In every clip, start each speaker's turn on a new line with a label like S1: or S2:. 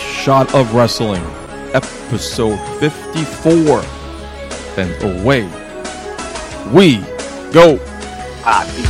S1: Shot of Wrestling, episode 54. And away we go.
S2: I be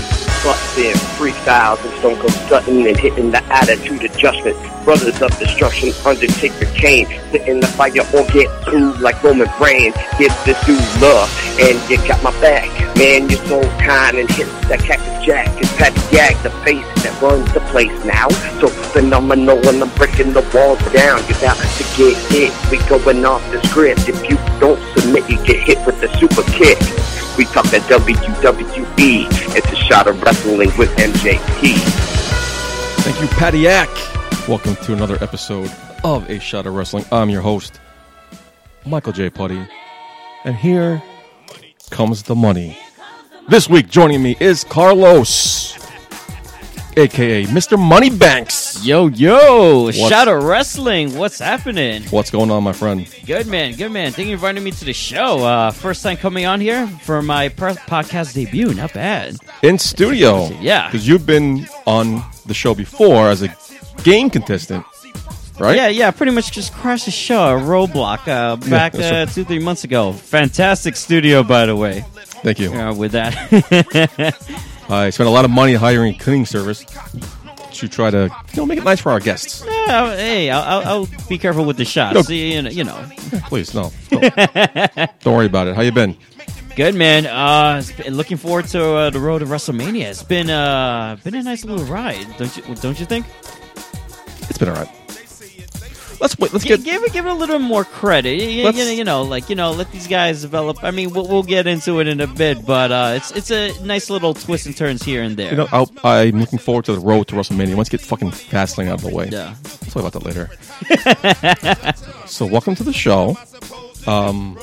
S2: busting freestyles and Stone Cold Sutton and hitting the attitude adjustment. Brothers of destruction, Undertaker Kane, sitting the fire or get glued like Roman Reigns. Give this dude love and you got my back. Man, you're so kind and hit that cactus jack. It's Patty Gag, the face that runs the place now. So phenomenal and I'm breaking the walls down. You're about to get hit. We going off the script. If you don't submit, you get hit with the super kick. We talk that WWE. It's a shot of wrestling with MJP.
S1: Thank you, Patty Ack. Welcome to another episode of A Shot of Wrestling. I'm your host, Michael J. Putty. And here comes the money. This week, joining me is Carlos, aka Mr. Moneybanks.
S3: Yo, yo,
S1: What's-
S3: shout out wrestling. What's happening?
S1: What's going on, my friend?
S3: Good man, good man. Thank you for inviting me to the show. Uh, first time coming on here for my per- podcast debut. Not bad.
S1: in studio.
S3: Yeah.
S1: because you've been on the show before as a game contestant, right?
S3: Yeah, yeah. Pretty much just crashed the show at Roblock uh, back
S1: that's
S3: uh,
S1: right.
S3: two, three months ago. Fantastic studio, by the way.
S1: Thank you.
S3: Uh, with that,
S1: I spent a lot of money hiring a cleaning service to try to you know make it nice for our guests.
S3: Yeah, Uh, hey, I'll, I'll, I'll be careful with the shots.
S1: No.
S3: See, you know, you know.
S1: Please, no, don't, Don't worry about it. How you been?
S3: Good man. Uh, it's been- looking forward to uh, the road to WrestleMania. It's been uh, been a nice little ride, don't you? Don't you think?
S1: It's been all right. Let's wait. Let's
S3: Gi-
S1: get.
S3: give it, give it a little more credit. You, you,
S1: Let's-
S3: know, you know, like you know, let these guys develop. I mean, we'll, we'll get into it in a bit, but uh, it's it's a nice little twist and turns here and there.
S1: You know, I'll, I'm looking forward to the road to WrestleMania. Let's get fucking Fastlane out of the way.
S3: yeah.
S1: Let's talk about that later. so, welcome to the show. Um,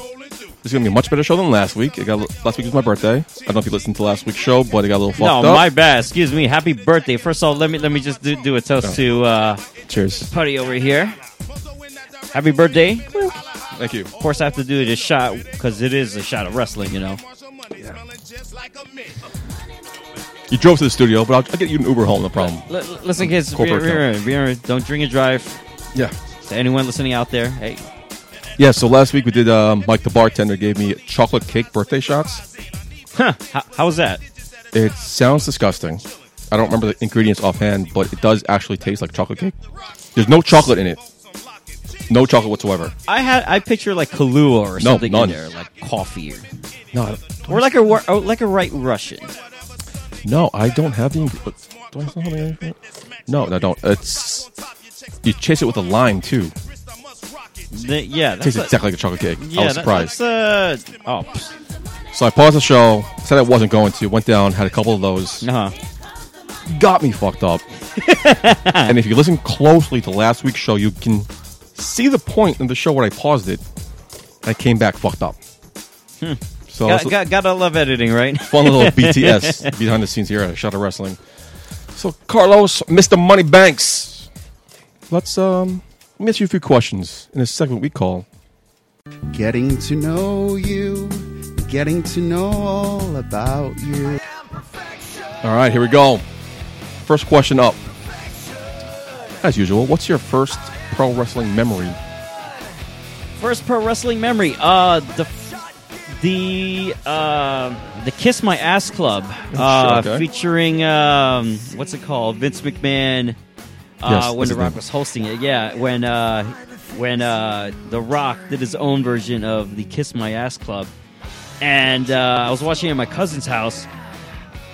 S1: this is gonna be a much better show than last week. It got a li- last week was my birthday. I don't know if you listened to last week's show, but it got a little
S3: No,
S1: fucked up.
S3: my bad. Excuse me. Happy birthday. First of all, let me let me just do, do a
S1: Oh.
S3: toast to uh,
S1: Cheers.
S3: Putty over here. Happy birthday.
S1: Thank you.
S3: Of course, I have to do this shot because it is a shot of wrestling, you know.
S1: You drove to the studio, but I'll, I'll get you an Uber home. No problem.
S3: L- l- listen, kids, be-
S1: Corporate
S3: be- be- be- don't drink and drive.
S1: Yeah.
S3: To anyone listening out there, hey,
S1: Yeah. So last week we did. Um, Mike the bartender gave me chocolate cake birthday shots.
S3: huh, how, how was that?
S1: It sounds disgusting. I don't remember the ingredients offhand, but it does actually taste like chocolate cake. There's no chocolate in it. No chocolate whatsoever.
S3: I had I picture like Kahlua or
S1: No,
S3: something
S1: none.
S3: in there, like coffee or,
S1: No, I-
S3: or like a wa- or like a right Russian.
S1: no, I don't have the. ingre- Do I still have the ingredient? No, no, I don't. It's you chase it with a lime too.
S3: The- yeah, that's
S1: tastes
S3: a-
S1: exactly like a chocolate cake.
S3: yeah,
S1: I was
S3: that-
S1: surprised.
S3: that's a- oh, pfft,
S1: so I paused the show. Said I wasn't going to. Went down. Had a couple of those.
S3: no,
S1: got me fucked up. and if you listen closely to last week's show, you can see the point in the show where I paused it. I came back fucked up. So
S3: Hmm. got,
S1: that's
S3: got, gotta love editing, right?
S1: a fun little BTS behind the scenes here at Shadow Wrestling. So Carlos, Mr. Money Banks, let's um let me ask you a few questions in a segment we call
S4: Getting to know you, getting to know all about you.
S1: All right, here we go. First question up. As usual, what's your first pro wrestling memory?
S3: First pro wrestling memory, uh, the f- the uh, the Kiss My Ass Club, uh,
S1: Oh, okay.
S3: featuring um, what's it called, Vince McMahon. Uh,
S1: Yes, that's
S3: when The
S1: his
S3: Rock
S1: name.
S3: was hosting it, yeah, when uh, when uh, The Rock did his own version of the Kiss My Ass Club, and uh, I was watching it at my cousin's house,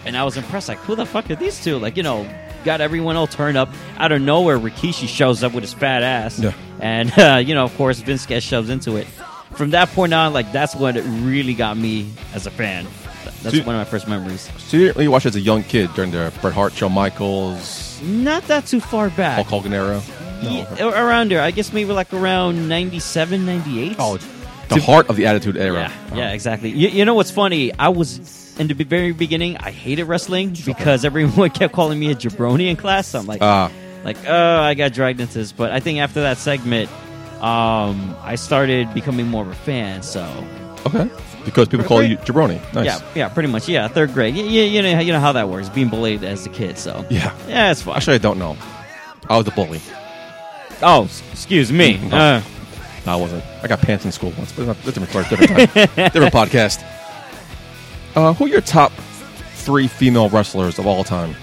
S3: and I was impressed. Like, who the fuck are these two? Like, you know, got everyone all turned up out of nowhere. Rikishi shows up with his fat ass,
S1: Yeah.
S3: and uh, you know, of course, Vince gets shoves into it. From that point on, like that's what it really got me as a fan. Th- That's
S1: Dude.
S3: one of my first memories.
S1: So you didn't really watch it as a young kid during the Bret Hart, Shawn Michaels,
S3: Not that too far back.
S1: Hulk Hogan era.
S3: Ye- a- around there. I guess maybe like around 97, 98.
S1: Oh, the heart of the Attitude Era.
S3: Yeah, yeah, exactly. You, you know what's funny? I was in the be- very beginning. I hated wrestling because everyone kept calling me a jabroni in class. So I'm like,
S1: Ah.
S3: like, oh, I got dragged into this. But I think after that segment, um, I started becoming more of a fan. So
S1: Okay. Because people call you Jabroni. Nice.
S3: yeah, yeah, pretty much. Yeah, third grade. You, you, know, you know how that works. Being bullied as a kid. So
S1: Yeah.
S3: yeah, it's fine.
S1: Actually, I don't know. I was a bully.
S3: Oh, s- excuse me.
S1: Mhm.
S3: Uh,
S1: No, I wasn't. I got pants in school once, but that's a different story, different time, different podcast. Uh, who are your top three female wrestlers of all time?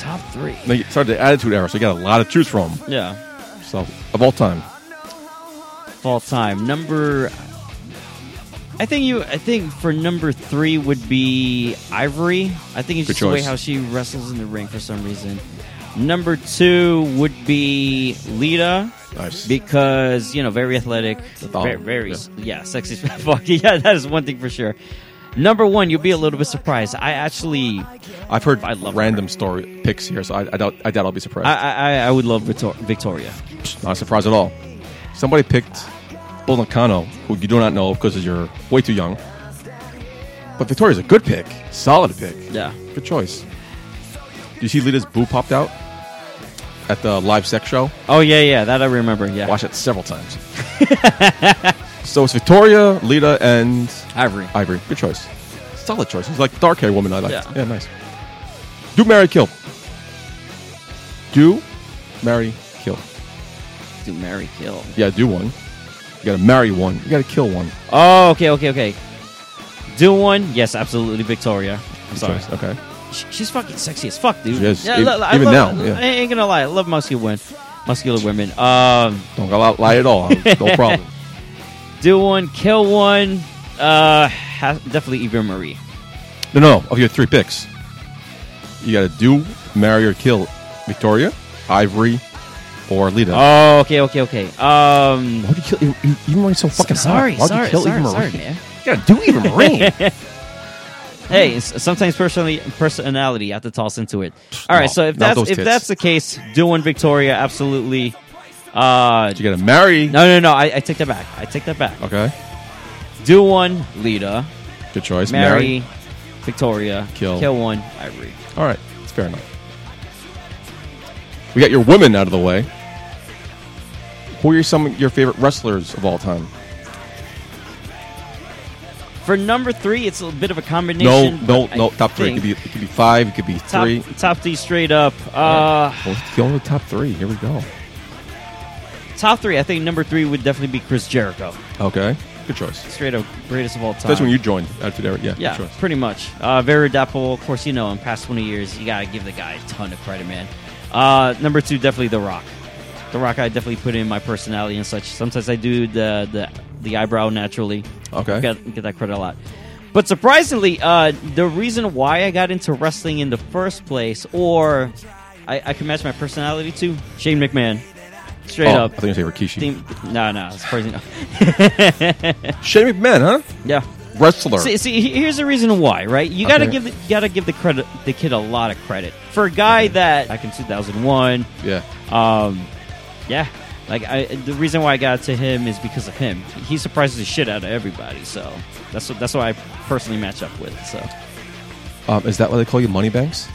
S3: top three.
S1: Now, you started the Attitude Era, so you got a lot to choose from.
S3: Yeah,
S1: So, of all time,
S3: fall time number. I think you. I think for number three would be Ivory. I think it's
S1: Good
S3: just the way
S1: choice.
S3: how she wrestles in the ring for some reason. Number two would be Lita.
S1: nice.
S3: because you know very athletic,
S1: thong,
S3: very, very
S1: yeah.
S3: yeah. sexy. as Fuck yeah, that is one thing for sure. Number one, you'll be a little bit surprised. I actually,
S1: I've heard
S3: I love
S1: random story picks here, so I, I doubt I doubt I'll be surprised.
S3: I, I, I would love Victor- Victoria.
S1: Not surprised at all. Somebody picked Bull Nakano, who you do not know because you're way too young. But Victoria's a good pick, solid pick.
S3: Yeah,
S1: Good choice. Do you see Lita's boo popped out at the live sex show?
S3: Oh yeah, yeah, that I remember. Yeah,
S1: Watched it several times. so it's Victoria, Lita, and
S3: Ivory.
S1: Ivory. Good choice. Solid choice. It's like dark hair woman I like. Yeah.
S3: Yeah.
S1: nice. Do marry kill. Do marry kill.
S3: Do Mary kill?
S1: Yeah, do one. You gotta marry one. You gotta kill one.
S3: Oh, okay, okay, okay. Do one? Yes, absolutely, Victoria. I'm
S1: Good
S3: sorry.
S1: choice. Okay.
S3: Sh- She's fucking sexy as fuck, dude.
S1: She is.
S3: Yeah,
S1: Even-
S3: lo- I
S1: e- even
S3: love-
S1: now, yeah.
S3: I ain't gonna lie, I love muscular women. Muscular women. Um,
S1: Don't go out lie at all. No problem.
S3: do one, kill one. Uh, ha- definitely Eva Marie.
S1: No, no. Of your three picks, you gotta do marry or kill Victoria, Ivory, or Lita.
S3: Oh, okay, okay, okay. Um,
S1: Uh, Why'd you kill E-, you- you- Eva Marie? So fucking hot.
S3: sorry,
S1: Why'd
S3: sorry,
S1: you kill
S3: sorry,
S1: Eva
S3: sorry,
S1: Marie?
S3: man.
S1: You gotta do E-, Eva Marie.
S3: Hey, s- sometimes personally personality I have to toss into it. All right,
S1: No,
S3: so if
S1: not
S3: that's
S1: those
S3: if
S1: tits.
S3: that's the case, doing Victoria absolutely. Uh,
S1: you gotta marry.
S3: no, no, no. I, I take that back. I take that back.
S1: Okay.
S3: Do one, Lita.
S1: Good choice.
S3: Mary, Victoria.
S1: Kill.
S3: Kill one, Ivory.
S1: All right. It's fair enough. We got your women out of the way. Who are some of your favorite wrestlers of all time?
S3: For number three, it's a bit of a
S1: No,
S3: combination.
S1: no,
S3: but I
S1: no. Top three. It
S3: think
S1: could be, it could be five. It could be
S3: top,
S1: three.
S3: Top three straight up. Uh,
S1: Well, it's the only top three. Here we go.
S3: Top three. I think number three would definitely be Chris Jericho.
S1: Okay. Good choice.
S3: Straight up greatest of all time.
S1: That's when you joined Attitude Era. Yeah.
S3: Yeah,
S1: Good choice.
S3: pretty much. Uh, very adaptable. Of course, you know, in past 20 years, you got to give the guy a ton of credit, man. Uh, number two, definitely The Rock. The Rock, I definitely put in my personality and such. Sometimes I do the the, the eyebrow naturally.
S1: Okay. Oh,
S3: Get, get that credit a lot. But surprisingly, uh, the reason why I got into wrestling in the first place, or I, I can match my personality to, Shane McMahon. Straight
S1: oh,
S3: up.
S1: I think you say Rikishi.
S3: Theme- no, no, it's crazy.
S1: Shane McMahon, huh?
S3: yeah.
S1: Wrestler.
S3: See, see, he- here's the reason why, right? You gotta
S1: Okay.
S3: give the, you gotta give the credit the kid a lot of credit for a guy that back in 2001.
S1: yeah.
S3: Um, yeah, like I, the reason why I got to him is because of him. He surprises the shit out of everybody, so that's what that's what I personally match up with. So
S1: Um, is that why they call you Moneybanks?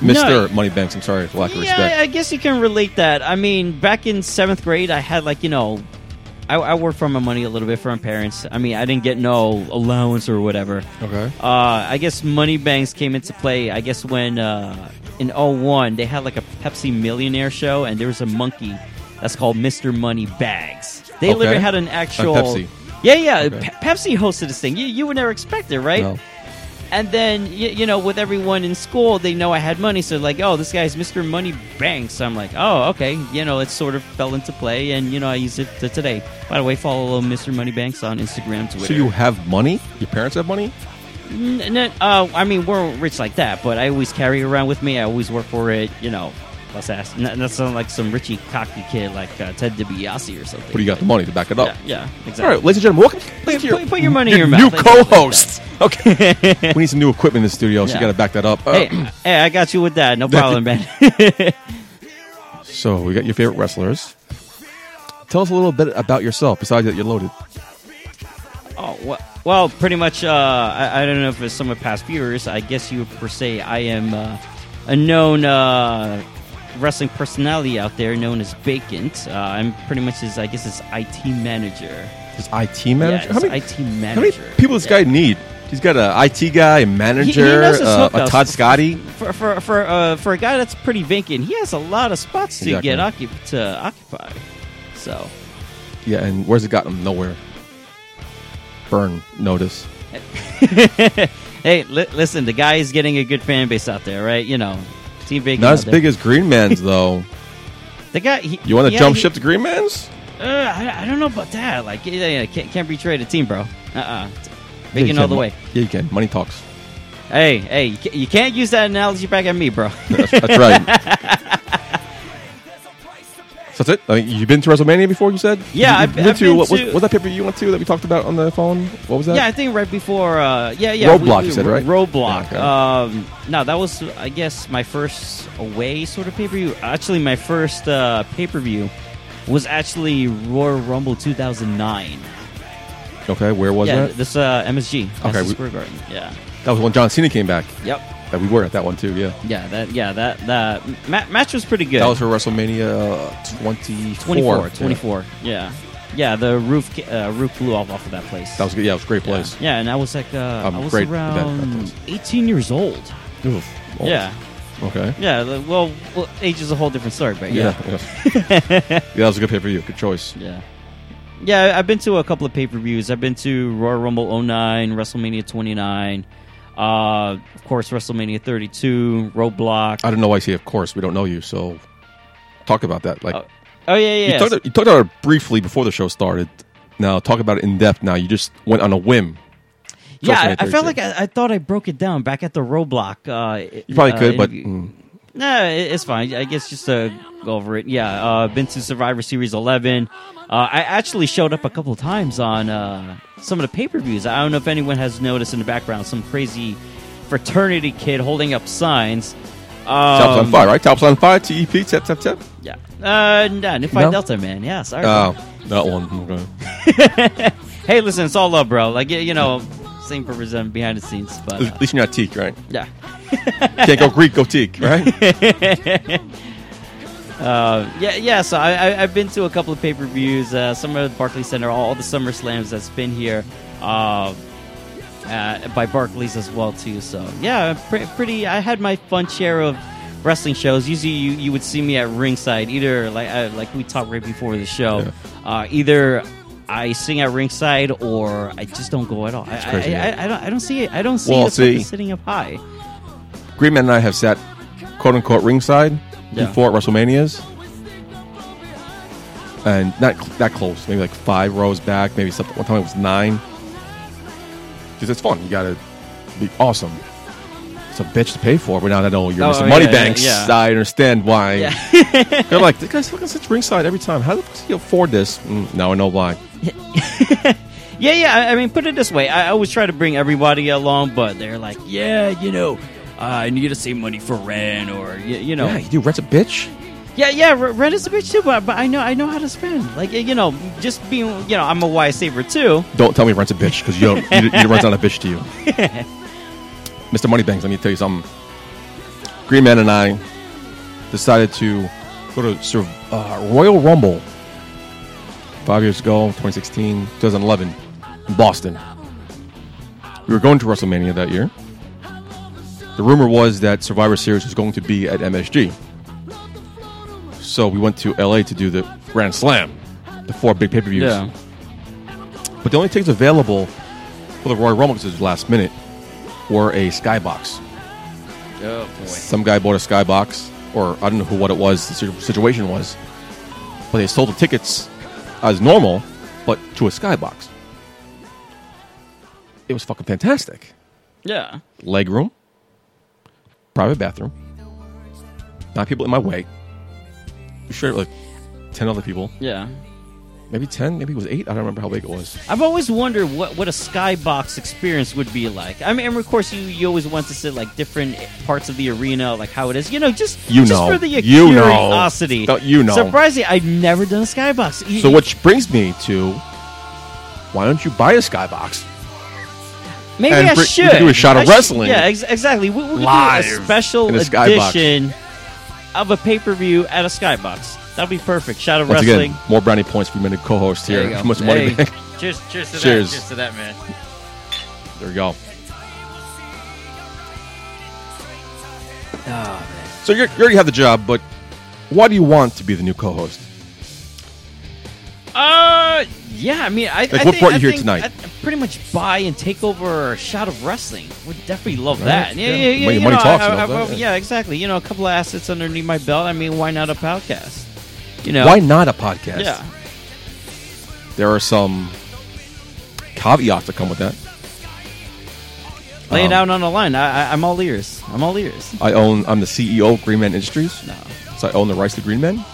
S3: No.
S1: Mr. Moneybanks, I'm sorry for lack of
S3: yeah,
S1: respect.
S3: I guess you can relate that. I mean, back in seventh grade, I had like you know. I, I worked for my money a little bit for my parents. I mean, I didn't get no allowance or whatever.
S1: okay.
S3: Uh, I guess money banks came into play. I guess when uh, in 01, they had like a Pepsi Millionaire show, and there was a monkey that's called Mr. Money Bags. They
S1: Okay.
S3: literally had an actual.
S1: Pepsi.
S3: Yeah, yeah.
S1: Okay.
S3: Pe- Pepsi hosted this thing. You, you would never expect it, right?
S1: No.
S3: And then, y- you know, with everyone in school, they know I had money. So, like, oh, this guy's Mr. Money Banks. I'm like, oh, okay. You know, it sort of fell into play, and, you know, I use it to today. By the way, follow Mr. Money Banks on Instagram, Twitter.
S1: So you have money? Your parents have money?
S3: N- n- uh, I mean, we're rich like that, but I always carry it around with me. I always work for it, you know. Let's ask. N- not sound like some Richie cocky kid like uh, Ted DiBiase or something.
S1: But you got the money to back it up.
S3: Yeah, yeah, exactly.
S1: All right, ladies and gentlemen, welcome
S3: Put-
S1: to your,
S3: put- put your money in your
S1: New
S3: mouth.
S1: co-host. okay, we need some new equipment in the studio, so you
S3: Yeah.
S1: got to back that up. Uh,
S3: Hey, I- hey, I got you with that. No problem, man.
S1: so we got your favorite wrestlers. Tell us a little bit about yourself. Besides that, you're loaded.
S3: oh, well, well, pretty much. Uh, I, I don't know if it's some of past viewers. I guess you would per se. I am uh, a known uh, wrestling personality out there, known as Vacant. Uh, I'm pretty much his. I guess his IT manager.
S1: His IT manager.
S3: Yeah,
S1: how
S3: his
S1: many,
S3: IT
S1: how many
S3: manager.
S1: people does this
S3: Yeah.
S1: guy need? He's got a IT guy, a manager,
S3: knows his
S1: uh, a
S3: hookups.
S1: Todd Scotty.
S3: for for for uh, for a guy that's pretty vacant, he has a lot of spots to
S1: Exactly.
S3: get occup- to occupy. So
S1: Yeah, and where's it got him? Nowhere. Burn notice.
S3: hey, li- listen, the guy is getting a good fan base out there, right? You know, Team Bacon.
S1: Not
S3: out
S1: as
S3: there.
S1: big as Green Man's though.
S3: the guy. He,
S1: You want to
S3: yeah,
S1: jump
S3: he-
S1: ship to Green Man's?
S3: Uh, I, I don't know about that. Like, yeah, yeah, can't, can't betray the team, bro. Uh, uh
S1: Yeah, you
S3: Bacon all
S1: can.
S3: the way.
S1: Yeah, you can. Money talks.
S3: Hey, hey, you ca- you can't use that analogy back at me, bro.
S1: That's, that's right. So that's it. I mean, you've been to WrestleMania before? You said.
S3: Yeah,
S1: You-
S3: I've-
S1: you
S3: I've
S1: to
S3: been
S1: what,
S3: to-
S1: what, was that paper you went to that we talked about on the phone? What was that?
S3: Yeah, I think right before. Uh, yeah, yeah.
S1: Roadblock, you said, right?
S3: Roadblock.
S1: Yeah, okay.
S3: um, no, that was, I guess, my first away sort of pay per view. Actually, my first uh, pay per view was actually Royal Rumble 2009.
S1: Okay, where was
S3: yeah,
S1: that?
S3: this uh, MSG. Madison
S1: we-
S3: Square Garden. Yeah.
S1: that was when John Cena came back.
S3: Yep.
S1: Yeah, we were at that one too. Yeah,
S3: Yeah. That. Yeah. That. That ma- match was pretty good.
S1: that was for WrestleMania uh, 24.
S3: 24.
S1: Yeah.
S3: 24. Yeah. Yeah. The roof. ca- Uh, roof blew off off of that place.
S1: That was good. Yeah, it was a great
S3: Yeah.
S1: place.
S3: Yeah, and I was like, uh,
S1: I'm
S3: I was
S1: great with that- that
S3: around
S1: place.
S3: 18 years old.
S1: Oof. Oh,
S3: Yeah.
S1: Okay.
S3: Yeah, the- well, well, age is a whole different story, but yeah.
S1: yeah. yeah. that was a good pay per view. Good choice.
S3: Yeah. Yeah, I've been to a couple of pay per views. I've been to Royal Rumble 09, WrestleMania 29, uh, of course, WrestleMania 32, Roadblock.
S1: I don't know why I say, of course, we don't know you, so talk about that. Like
S3: Oh, oh, yeah, yeah.
S1: you,
S3: yeah.
S1: talked, you talked about it briefly before the show started. Now talk about it in depth. Now you just went on a whim.
S3: yeah,
S1: WrestleMania
S3: I, I felt
S1: 32.
S3: like I, I thought I broke it down back at the Roadblock. Uh,
S1: You probably
S3: uh,
S1: could, but
S3: interview.
S1: mm,
S3: No, it- it's fine. I guess just to go over it. Yeah, uh, been to Survivor Series 11. Uh, I actually showed up a couple of times on uh, some of the pay per views. I don't know if anyone has noticed in the background some crazy fraternity kid holding up signs. Um,
S1: Taps on fire, right? Taps on fire. Tep E tap tap tap.
S3: Yeah. Uh, no, New Phi
S1: No?
S3: Delta, man. Yeah, sorry.
S1: Oh, that one. Okay.
S3: hey, listen, it's all love, bro. Like, y- you know, same purpose um, behind the scenes. But uh,
S1: At least you're not teak, right?
S3: yeah.
S1: Can't go Greek, go teak, right?
S3: Uh, yeah, yeah. So I, I, I've been to a couple of pay per views. Uh, some of the Barclays Center, all, all the Summer Slams that's been here uh, uh, by Barclays as well too. So yeah, pre- pretty. I had my fun share of wrestling shows. Usually, you, you would see me at ringside, either like uh, like we talked right before the show, uh, either. I sing at ringside, or I just don't go at all. I,
S1: crazy,
S3: I,
S1: yeah.
S3: I, I don't. I don't see. it. I don't see
S1: Well,
S3: the fucking
S1: see.
S3: sitting up high.
S1: Green Man and I have sat quote unquote ringside
S3: Yeah.
S1: before at WrestleManias. And not cl- that close, maybe like five rows back, maybe something. One time it was nine. Because it's fun. You got to be awesome. It's a bitch to pay for, but now that I know you're
S3: Oh,
S1: Mr.
S3: yeah,
S1: Moneybanks,
S3: yeah, yeah.
S1: I understand why.
S3: Yeah.
S1: I'm like, this guy's fucking sits ringside every time. How the fuck does he afford this? Mm, now I know why.
S3: Yeah, yeah. I, I mean, put it this way. I always try to bring everybody along, but they're like, yeah, you know, uh, I need to save money for rent, or you, you know,
S1: Yeah, you do. Rent's a bitch.
S3: yeah, yeah. re- Rent is a bitch too, but, but I know, I know how to spend. Like, you know, just being, you know, I'm a wise saver too.
S1: Don't tell me rent's a bitch because you don't. you, you rent's not a bitch to you. Mr. Moneybanks, let me tell you something. Green Man and I decided to go to Sur- uh, Royal Rumble five years ago, 2016, 2011, in Boston. We were going to WrestleMania that year. The rumor was that Survivor Series was going to be at MSG. So we went to LA to do the Grand Slam, the four big pay per views. But the only tickets available for the Royal Rumble, because it was last minute, were a skybox.
S3: Oh boy.
S1: Some guy bought a skybox, or I don't know who what it was. The situ- situation was, but they sold the tickets as normal, but to a skybox. It was fucking fantastic.
S3: Yeah.
S1: Leg room, private bathroom, nine people in my way. Sure, like ten other people,
S3: Yeah.
S1: maybe ten, maybe it was eight. I don't remember how big it was.
S3: I've always wondered what, what a skybox experience would be like. I mean, and of course, you, you always want to sit like different parts of the arena, like how it is. You know, just
S1: You
S3: just
S1: know.
S3: for the
S1: You know.
S3: curiosity.
S1: Don't you know.
S3: Surprising, I've never done a skybox. You-
S1: So which brings me to why don't you buy a skybox?
S3: Maybe
S1: and
S3: I
S1: br- we
S3: should
S1: could do a shot of
S3: I should-
S1: wrestling.
S3: Yeah, ex- exactly. We, we could
S1: Live
S3: do a special
S1: in a skybox.
S3: edition of a pay per view at a skybox. That'd be perfect. Shot of
S1: Once
S3: wrestling.
S1: again, more brownie points for my new co-host
S3: There
S1: here.
S3: you go.
S1: Too much money.
S3: Hey, Cheers, cheers to
S1: Cheers.
S3: that. Cheers to that, man.
S1: there we go.
S3: Ah,
S1: So you're, you already have the job, but why do you want to be the new co-host?
S3: Uh, yeah. I mean, I
S1: Like,
S3: I
S1: what
S3: think-
S1: brought you
S3: I
S1: here
S3: think
S1: tonight?
S3: I pretty much buy and take over a shot of wrestling. Would definitely love
S1: Right,
S3: that. Yeah,
S1: yeah.
S3: yeah, yeah.
S1: Money-
S3: you
S1: money
S3: know,
S1: talks
S3: I-
S1: and
S3: I-
S1: all
S3: I-
S1: that, yeah.
S3: yeah, exactly. You know, a couple of assets underneath my belt. I mean, why not a podcast? You know,
S1: Why not a podcast?
S3: Yeah,
S1: There are some caveats that come with that.
S3: lay
S1: Um,
S3: it out on the line. I, I, I'm all ears. I'm all ears.
S1: I own. I'm the CEO of Green Man Industries,
S3: No.
S1: so I own the rights to Green Men.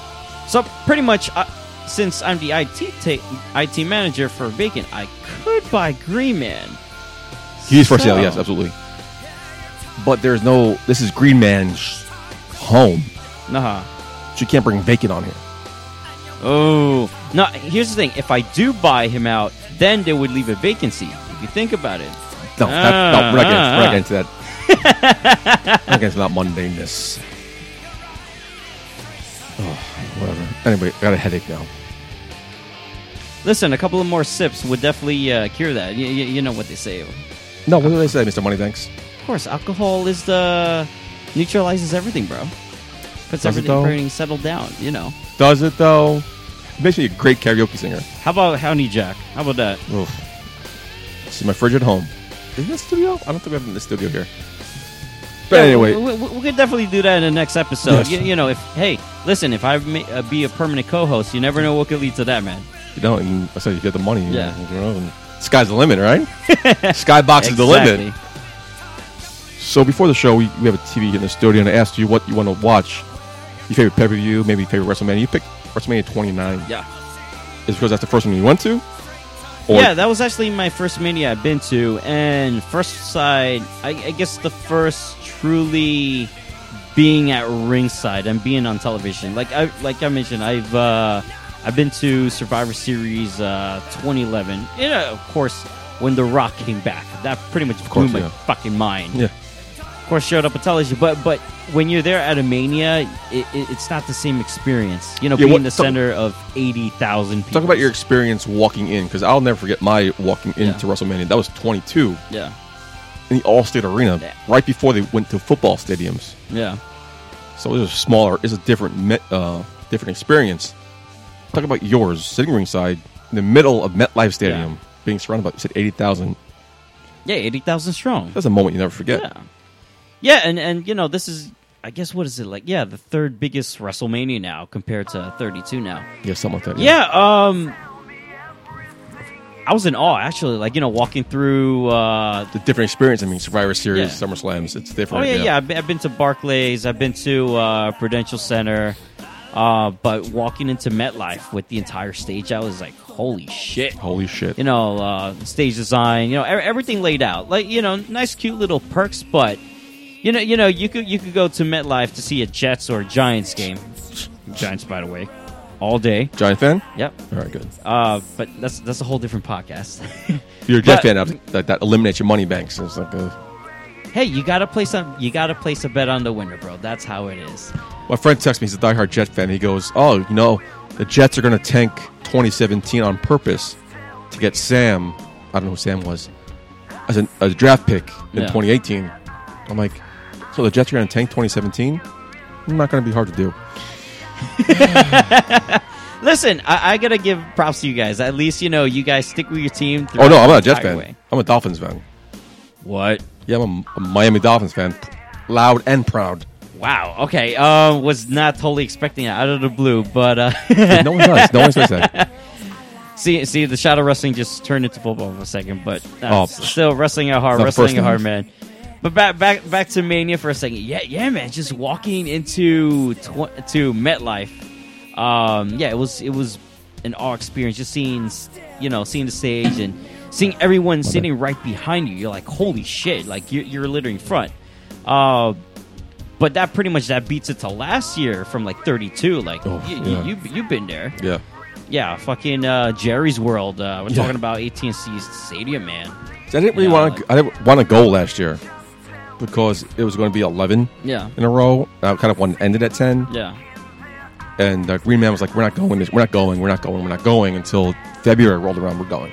S3: So pretty much, uh, since I'm the IT ta- IT manager for Bacon, I could buy Green Man.
S1: He's for sale.
S3: So-
S1: Yes, absolutely. But there's no. This is Green Man's home,
S3: Nah.
S1: so you can't bring vacant on here.
S3: Oh. No, here's the thing. If I do buy him out, then they would leave a vacancy. If you think about it.
S1: No, that, no,
S3: Ah,
S1: we're not getting, we're
S3: ah,
S1: not getting to that. we're not getting to that mundaneness. Oh, whatever. Anyway, I got a headache now.
S3: Listen, a couple of more sips would definitely uh, cure that. You, you know what they say. Of
S1: No, what do they say, Mr. Money Thanks?
S3: course, alcohol is the. neutralizes everything, bro. Puts
S1: it
S3: everything,
S1: though?
S3: everything settled down, you know.
S1: Does it though? Makes me a great karaoke singer.
S3: How about Honey Jack? How about that?
S1: Oof. This is my fridge at home. Is this studio? I don't think we have in the studio here. But
S3: Yeah,
S1: anyway,
S3: we, we, we could definitely do that in the next episode.
S1: Yes.
S3: You, you know, if hey, listen, if I ma- uh, be a permanent co-host, you never know what could lead to that, man.
S1: you know, and I said you get the money.
S3: Yeah.
S1: You know, and sky's the limit, right? Skybox is the limit. So before the show, we, we have a TV in the studio, and I asked you what you want to watch. Your favorite pay per view, maybe your favorite WrestleMania. You picked WrestleMania 29.
S3: Yeah.
S1: Is it because that's the first one you went to? Or
S3: yeah, that was actually my first mania I've been to, and first side, I, I guess the first truly being at ringside and being on television. Like I like I mentioned, I've uh, I've been to Survivor Series uh, 2011. You know, of course, when The Rock came back, that pretty much
S1: course,
S3: blew my
S1: yeah.
S3: fucking mind.
S1: Yeah.
S3: Of course, showed up at television, but but when you're there at a mania, it, it, it's not the same experience. You know,
S1: Yeah,
S3: being
S1: what-
S3: the
S1: talk-
S3: center of eighty thousand people.
S1: Talk about your experience walking in, because I'll never forget my walking into
S3: Yeah.
S1: WrestleMania. That was 22
S3: yeah
S1: in the Allstate Arena,
S3: Yeah.
S1: right before they went to football stadiums.
S3: yeah.
S1: So it's a smaller, it's a different, me- uh, different experience. Talk about yours sitting ringside in the middle of MetLife Stadium,
S3: Yeah.
S1: being surrounded by you said eighty thousand.
S3: Yeah, eighty thousand strong.
S1: That's a moment you never forget.
S3: Yeah, yeah, and and you know this is, I guess, what is it like? Yeah, the third biggest WrestleMania now compared to thirty two now.
S1: Yeah, something like that.
S3: Yeah, um, I was in awe actually. Like you know, walking through. Uh,
S1: the different experience. I mean, Survivor Series,
S3: Yeah.
S1: SummerSlams, it's
S3: oh
S1: different.
S3: yeah, yeah. I've been, I've been to Barclays. I've been to uh, Prudential Center. Uh, but walking into MetLife with the entire stage, I was like, holy shit.
S1: Holy shit!
S3: you know, uh, stage design, you know, e- everything laid out. Like, you know, nice, cute little perks, but you know, you know, you could you could go to MetLife to see a Jets or Giants game. Giants, by the way, all day.
S1: Giant fan?
S3: Yep.
S1: All right, good.
S3: Uh, but that's that's a whole different podcast.
S1: You're a Jet
S3: But-
S1: fan. I was like, that, that eliminates your money banks. It's like a,
S3: hey, you gotta place some, you gotta place a bet on the winner, bro. That's how it is.
S1: my friend texts me. He's a diehard Jet fan. He goes, "Oh, you know, the Jets are going to tank 2017 on purpose to get Sam. I don't know who Sam was as an, a draft pick in
S3: Yeah.
S1: 2018." I'm like, "So the Jets are going to tank 2017? Not going to be hard to do."
S3: Listen, I, I gotta give props to you guys. At least you know you guys stick with your team.
S1: Oh no,
S3: throughout
S1: I'm not a
S3: the
S1: Jets
S3: entire
S1: fan.
S3: way.
S1: I'm a Dolphins fan.
S3: What?
S1: Yeah, I'm a, a Miami Dolphins fan, loud and proud.
S3: Wow. Okay. Um, was not totally expecting that out of the blue, but uh,
S1: no one does. No one says that.
S3: See, see, the shadow wrestling just turned into football for a second, but
S1: Oh,
S3: uh, still wrestling at heart,
S1: not the
S3: wrestling
S1: first
S3: at heart,
S1: time.
S3: man. But back, back, back to Mania for a second. Yeah, yeah, man. Just walking into tw- to MetLife, um, yeah, it was it was an awe experience. Just seeing, s- you know, seeing the stage and seeing everyone sitting right behind you. You're like, holy shit! Like you're, you're literally in front. Uh, but that pretty much that beats it to last year from like 32. Like
S1: Oh,
S3: you,
S1: yeah.
S3: you, you've been there.
S1: Yeah.
S3: Yeah, fucking uh, Jerry's World. Uh, we're
S1: Yeah.
S3: talking about AT&T's Stadium, man.
S1: See, I didn't really
S3: Yeah,
S1: want
S3: like-
S1: to. I didn't want to go last year because it was going to be eleven
S3: Yeah,
S1: in a row. I kind of wanted to end it at ten,
S3: yeah,
S1: and uh, Green Man was like, "We're not going. This, we're not going. We're not going. We're not going." Until February rolled around, we're going.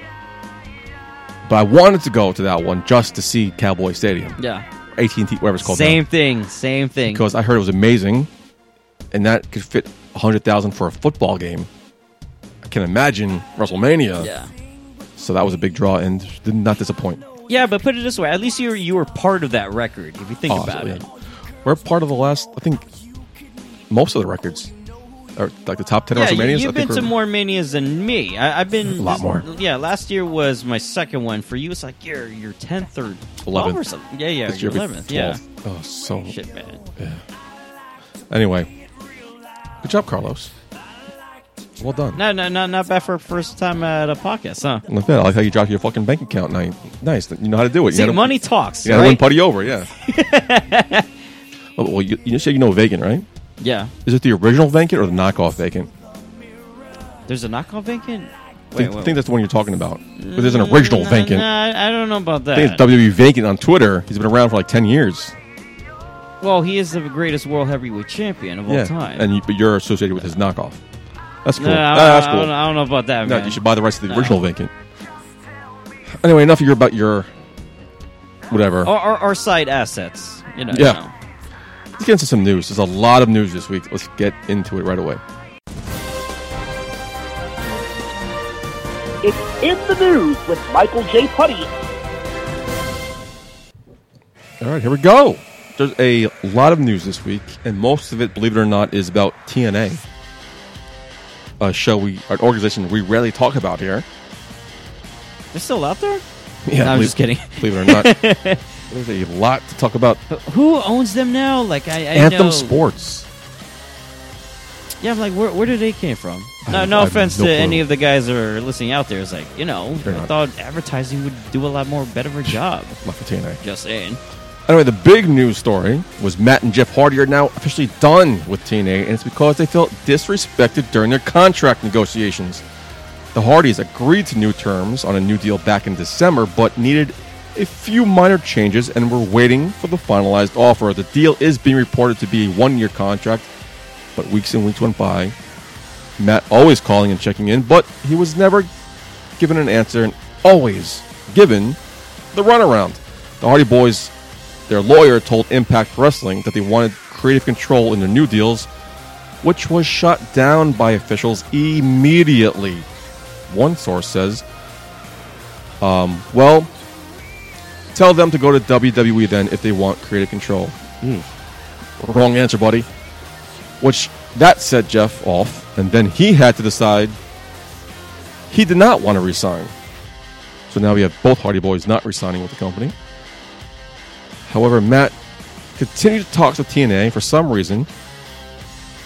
S1: But I wanted to go to that one just to see Cowboy Stadium,
S3: yeah.
S1: AT and T, whatever it's called. now.
S3: Same thing, same thing.
S1: because I heard it was amazing, and that could fit a hundred thousand for a football game. I can imagine WrestleMania.
S3: Yeah.
S1: So that was a big draw and did not disappoint.
S3: Yeah, but put it this way: at least you were, you were part of that record. If you think
S1: Oh,
S3: about it,
S1: absolutely. We're part of the last, I think, most of the records, or like the top ten
S3: yeah,
S1: WrestleManias.
S3: you,
S1: I
S3: have
S1: think
S3: been to
S1: we're-
S3: more manias than me. I, I've been
S1: A lot more.
S3: Yeah, last year was my second one. For you, it's like your your tenth or
S1: 11th.
S3: twelfth or something. Yeah, yeah,
S1: This
S3: your
S1: year it'll be
S3: eleventh. Yeah,
S1: 12. Oh, so
S3: shit, man.
S1: anyway, good job, Carlos. Well done.
S3: No, no, no, not bad for a first time at a podcast, huh?
S1: Look at that. I like how you dropped your fucking bank account. Now, nice. You know how to do it.
S3: See,
S1: you gotta-
S3: money talks.
S1: You gotta
S3: right?
S1: win putty over, yeah. Oh, well, you, you said you know Vacant, right?
S3: yeah,
S1: Is it the original Vacant or the knockoff Vacant?
S3: there's a knockoff vacant.
S1: I think, I think that's the one you're talking about. But there's an original
S3: Mm, Nah,
S1: Vacant.
S3: Uh, nah, I don't know about
S1: I think it's
S3: that.
S1: WWE Vacant on Twitter. He's been around for like 10 years.
S3: well, he is the greatest world heavyweight champion of all time.
S1: And you, but you're associated with his knockoff. That's cool.
S3: No, I,
S1: Ah,
S3: don't-
S1: that's
S3: I
S1: cool.
S3: don't, I don't know about that,
S1: No,
S3: man.
S1: you should buy the rights to the
S3: No.
S1: original Vacant. Anyway, enough of your about your whatever.
S3: or, or, or side assets, you know.
S1: Yeah.
S3: you know.
S1: Let's get into some news. There's a lot of news this week. Let's get into it right away.
S2: It's in the news with Michael J. Putty.
S1: All right, here we go. There's a lot of news this week, and most of it, believe it or not, is about TNA, a show we, an organization we rarely talk about here.
S3: They're still out there?
S1: Yeah,
S3: No, I'm
S1: believe-
S3: just kidding.
S1: Believe it or not, there's a lot to talk about.
S3: But who owns them now? Like I, I
S1: Anthem
S3: know-
S1: Sports.
S3: Yeah, I'm like, where, where did they came from?
S1: I
S3: No,
S1: have-
S3: no
S1: I have
S3: offense
S1: no
S3: to
S1: clue.
S3: any of the guys that are listening out there. It's like, you know,
S1: They're
S3: I
S1: not.
S3: thought advertising would do a lot more better of a job.
S1: Not for TNA.
S3: Just saying.
S1: Anyway, the big news story was Matt and Jeff Hardy are now officially done with TNA, and it's because they felt disrespected during their contract negotiations. The Hardys agreed to new terms on a new deal back in December, but needed a few minor changes and were waiting for the finalized offer. The deal is being reported to be a one year contract, but weeks and weeks went by. Matt always calling and checking in, but he was never given an answer and always given the runaround. The Hardy Boys, their lawyer, told Impact Wrestling that they wanted creative control in their new deals, which was shot down by officials immediately. One source says, um, well, tell them to go to WWE then if they want creative control. Hmm. Wrong answer, buddy. Which that set Jeff off, and then he had to decide he did not want to resign. So now we have both Hardy Boys not resigning with the company. However, Matt continued to talk with TNA for some reason.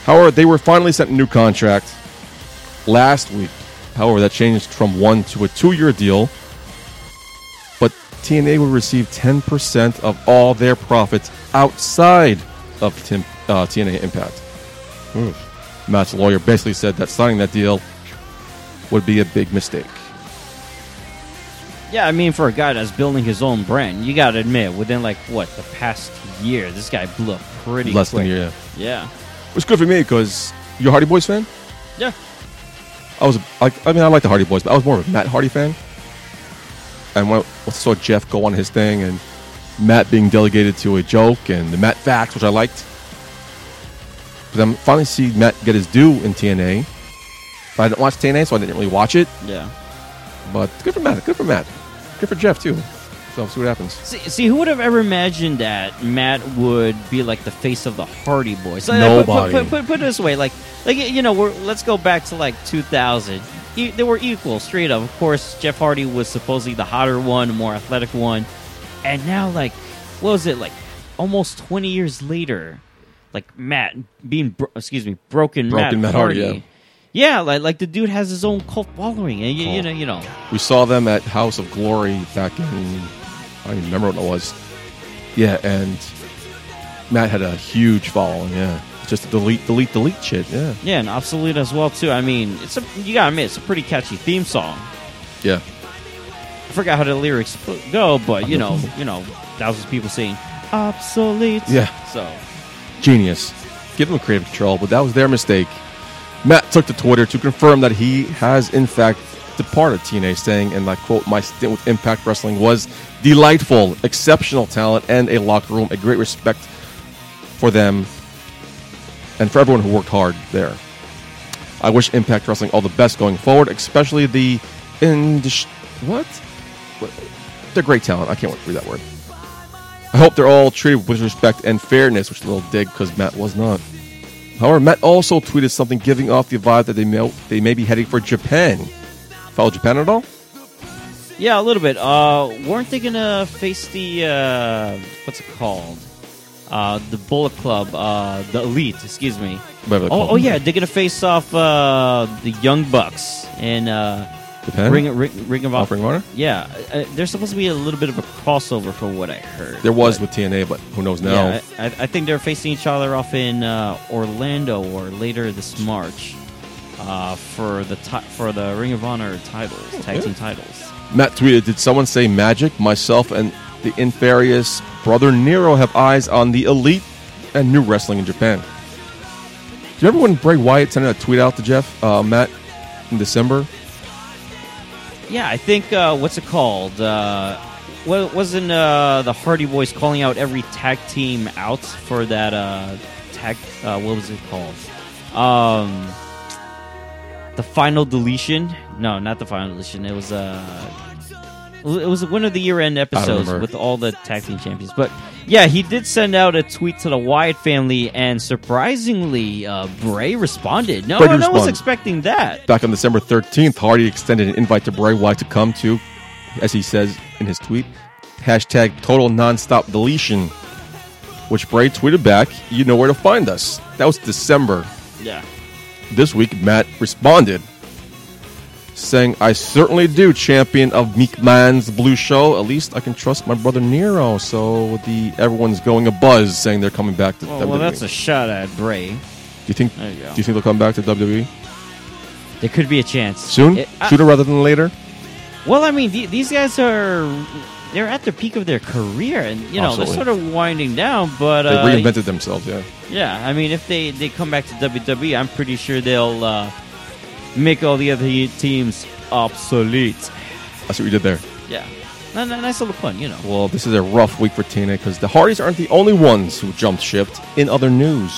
S1: However, they were finally sent a new contract last week. However, that changed from one to a two year deal. But TNA will receive 10% of all their profits outside of Tim, uh, TNA Impact. Matt's lawyer basically said that signing that deal would be a big mistake.
S3: Yeah, I mean, for a guy that's building his own brand, you gotta admit, within like what the past year, this guy blew up pretty
S1: Less
S3: quick.
S1: than a year.
S3: Yeah,
S1: It's good for me because you're a Hardy Boys fan.
S3: yeah.
S1: I was, I, I mean, I like the Hardy Boys, but I was more of a Matt Hardy fan. And when I saw Jeff go on his thing and Matt being delegated to a joke and the Matt facts, which I liked, but then finally see Matt get his due in TNA. But I didn't watch TNA, so I didn't really watch it.
S3: yeah.
S1: But good for Matt. Good for Matt. Good for Jeff too. So we'll see what happens.
S3: See, see, who would have ever imagined that Matt would be like the face of the Hardy Boys? Like,
S1: Nobody.
S3: Put, put, put, put it this way, like, like you know, we're, let's go back to like 2000. E- they were equal, straight up. Of course, Jeff Hardy was supposedly the hotter one, more athletic one, and now like, what was it like? Almost 20 years later, like Matt being, bro- excuse me, broken,
S1: Broken Matt Hardy,
S3: Yeah, like, like the dude has his own cult following, and you, you know, you know,
S1: We saw them at House of Glory back in I don't even remember what it was. Yeah, and Matt had a huge following. Yeah, just delete, delete, delete shit. Yeah,
S3: yeah, and obsolete as well too. I mean, it's a you gotta admit, it's a pretty catchy theme song.
S1: yeah.
S3: I forgot how the lyrics p- go, but you know, you know, thousands of people saying obsolete.
S1: Yeah.
S3: So
S1: Genius. Give them creative control, but that was their mistake. Matt took to Twitter to confirm that he has in fact departed TNA, saying, and I quote, "My stint with Impact Wrestling was delightful, exceptional talent, and a locker room. A great respect for them and for everyone who worked hard there. I wish Impact Wrestling all the best going forward, especially the indus- what? what? They're great talent. I can't wait to read that word. I hope they're all treated with respect and fairness, which is a little dig because Matt was not. However, Matt also tweeted something giving off the vibe that they may, they may be heading for Japan. Follow Japan at all?
S3: Yeah, a little bit. Uh, weren't they gonna face the uh, what's it called? Uh, the Bullet Club, uh, the Elite. Excuse me.
S1: Whatever they're
S3: Oh,
S1: called.
S3: oh yeah, they're gonna face off uh, the Young Bucks and uh,
S1: Japan?
S3: Ring, Ring, Ring of Honor.
S1: Offering Honor?
S3: Yeah, uh, there's supposed to be a little bit of a crossover for what I heard.
S1: There was
S3: but-
S1: with TNA, but who knows now?
S3: Yeah, I, I think they're facing each other off in uh, Orlando or later this March uh, for the ti- for the Ring of Honor titles, tag team titles.
S1: Matt tweeted, Did someone say magic? Myself and the inferious brother Nero have eyes on the elite and new wrestling in Japan. Do you remember when Bray Wyatt sent out a tweet out to Jeff, uh, Matt, in December?
S3: Yeah, I think uh, what's it called? Uh, wa- wasn't uh, the Hardy Boys calling out every tag team out for that uh, tag? Uh, what was it called? Um, the final deletion? No, not the final deletion. It was uh, it was one of the year-end episodes
S1: remember.
S3: with all the tag team champions. But yeah, he did send out a tweet to the Wyatt family, and surprisingly, uh, Bray responded. No,
S1: Bray
S3: no
S1: did
S3: was
S1: respond.
S3: expecting that.
S1: Back on December 13th, Hardy extended an invite to Bray Wyatt to come to, as he says in his tweet, hashtag total nonstop deletion, which Bray tweeted back, You know where to find us. That was December.
S3: Yeah.
S1: This week, Matt responded, saying, I certainly do, champion of Meek Man's Blue Show. At least I can trust my brother Nero. So the everyone's going a buzz saying they're coming back to
S3: Well,
S1: WWE.
S3: well, that's a shot at Bray.
S1: do you think?
S3: There you go.
S1: Do you think they'll come back to WWE
S3: There could be a chance
S1: soon?
S3: It- I-
S1: Sooner rather than later.
S3: well, I mean, the- these guys are—they're at the peak of their career, and you know
S1: Absolutely.
S3: they're sort of winding down. But
S1: They
S3: uh,
S1: reinvented themselves. Yeah.
S3: yeah, I mean, if they they come back to WWE, I'm pretty sure they'll uh, make all the other teams obsolete.
S1: I see what you did there.
S3: Yeah, N- n- nice little pun, you know.
S1: Well, this is a rough week for TNA because the Hardys aren't the only ones who jumped shipped. In other news,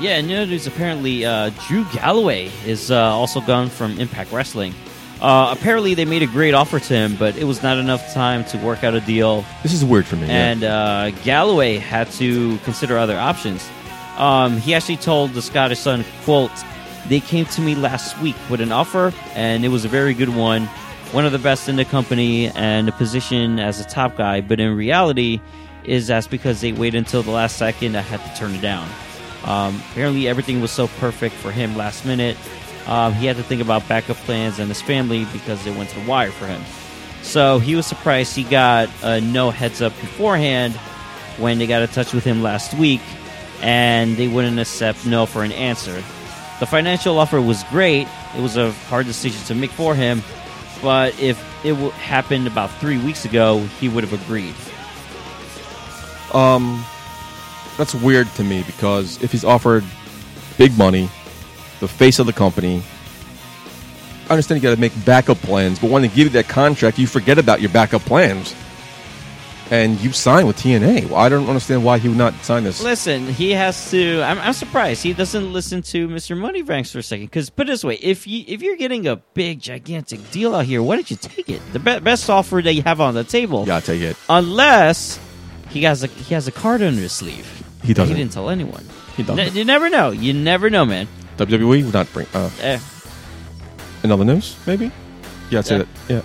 S3: Yeah, and in other news, apparently uh, Drew Galloway is uh, also gone from Impact Wrestling. Uh, apparently, they made a great offer to him, but it was not enough time to work out a deal.
S1: this is weird for me. yeah.
S3: and uh, Galloway had to consider other options. Um, he actually told the Scottish Sun, "quote They came to me last week with an offer, and it was a very good one, one of the best in the company, and a position as a top guy. But in reality, is that's because they waited until the last second. I had to turn it down. Um, apparently, everything was so perfect for him last minute. Um, he had to think about backup plans and his family because it went to the wire for him. So he was surprised he got a no heads up beforehand when they got in touch with him last week, and they wouldn't accept no for an answer. The financial offer was great. It was a hard decision to make for him, but if it w- happened about three weeks ago, he would have agreed.
S1: Um, that's weird to me because if he's offered big money, the face of the company, I understand you got to make backup plans, but when they give you that contract, you forget about your backup plans, and you sign with TNA. Well, I don't understand why he would not sign this.
S3: Listen, he has to. I'm, I'm surprised he doesn't listen to Mr. Moneybanks for a second. Because put it this way, if you if you're getting a big gigantic deal out here, why don't you take it? The be- best offer that you have on the table.
S1: Yeah, I take it.
S3: unless he has a he has a card under his sleeve.
S1: He doesn't.
S3: He didn't tell anyone.
S1: He doesn't.
S3: Ne- you never know. You never know, man.
S1: WWE would not bring uh,
S3: Eh.
S1: another news, maybe. Yeah, I'd say
S3: Yeah.
S1: that. Yeah,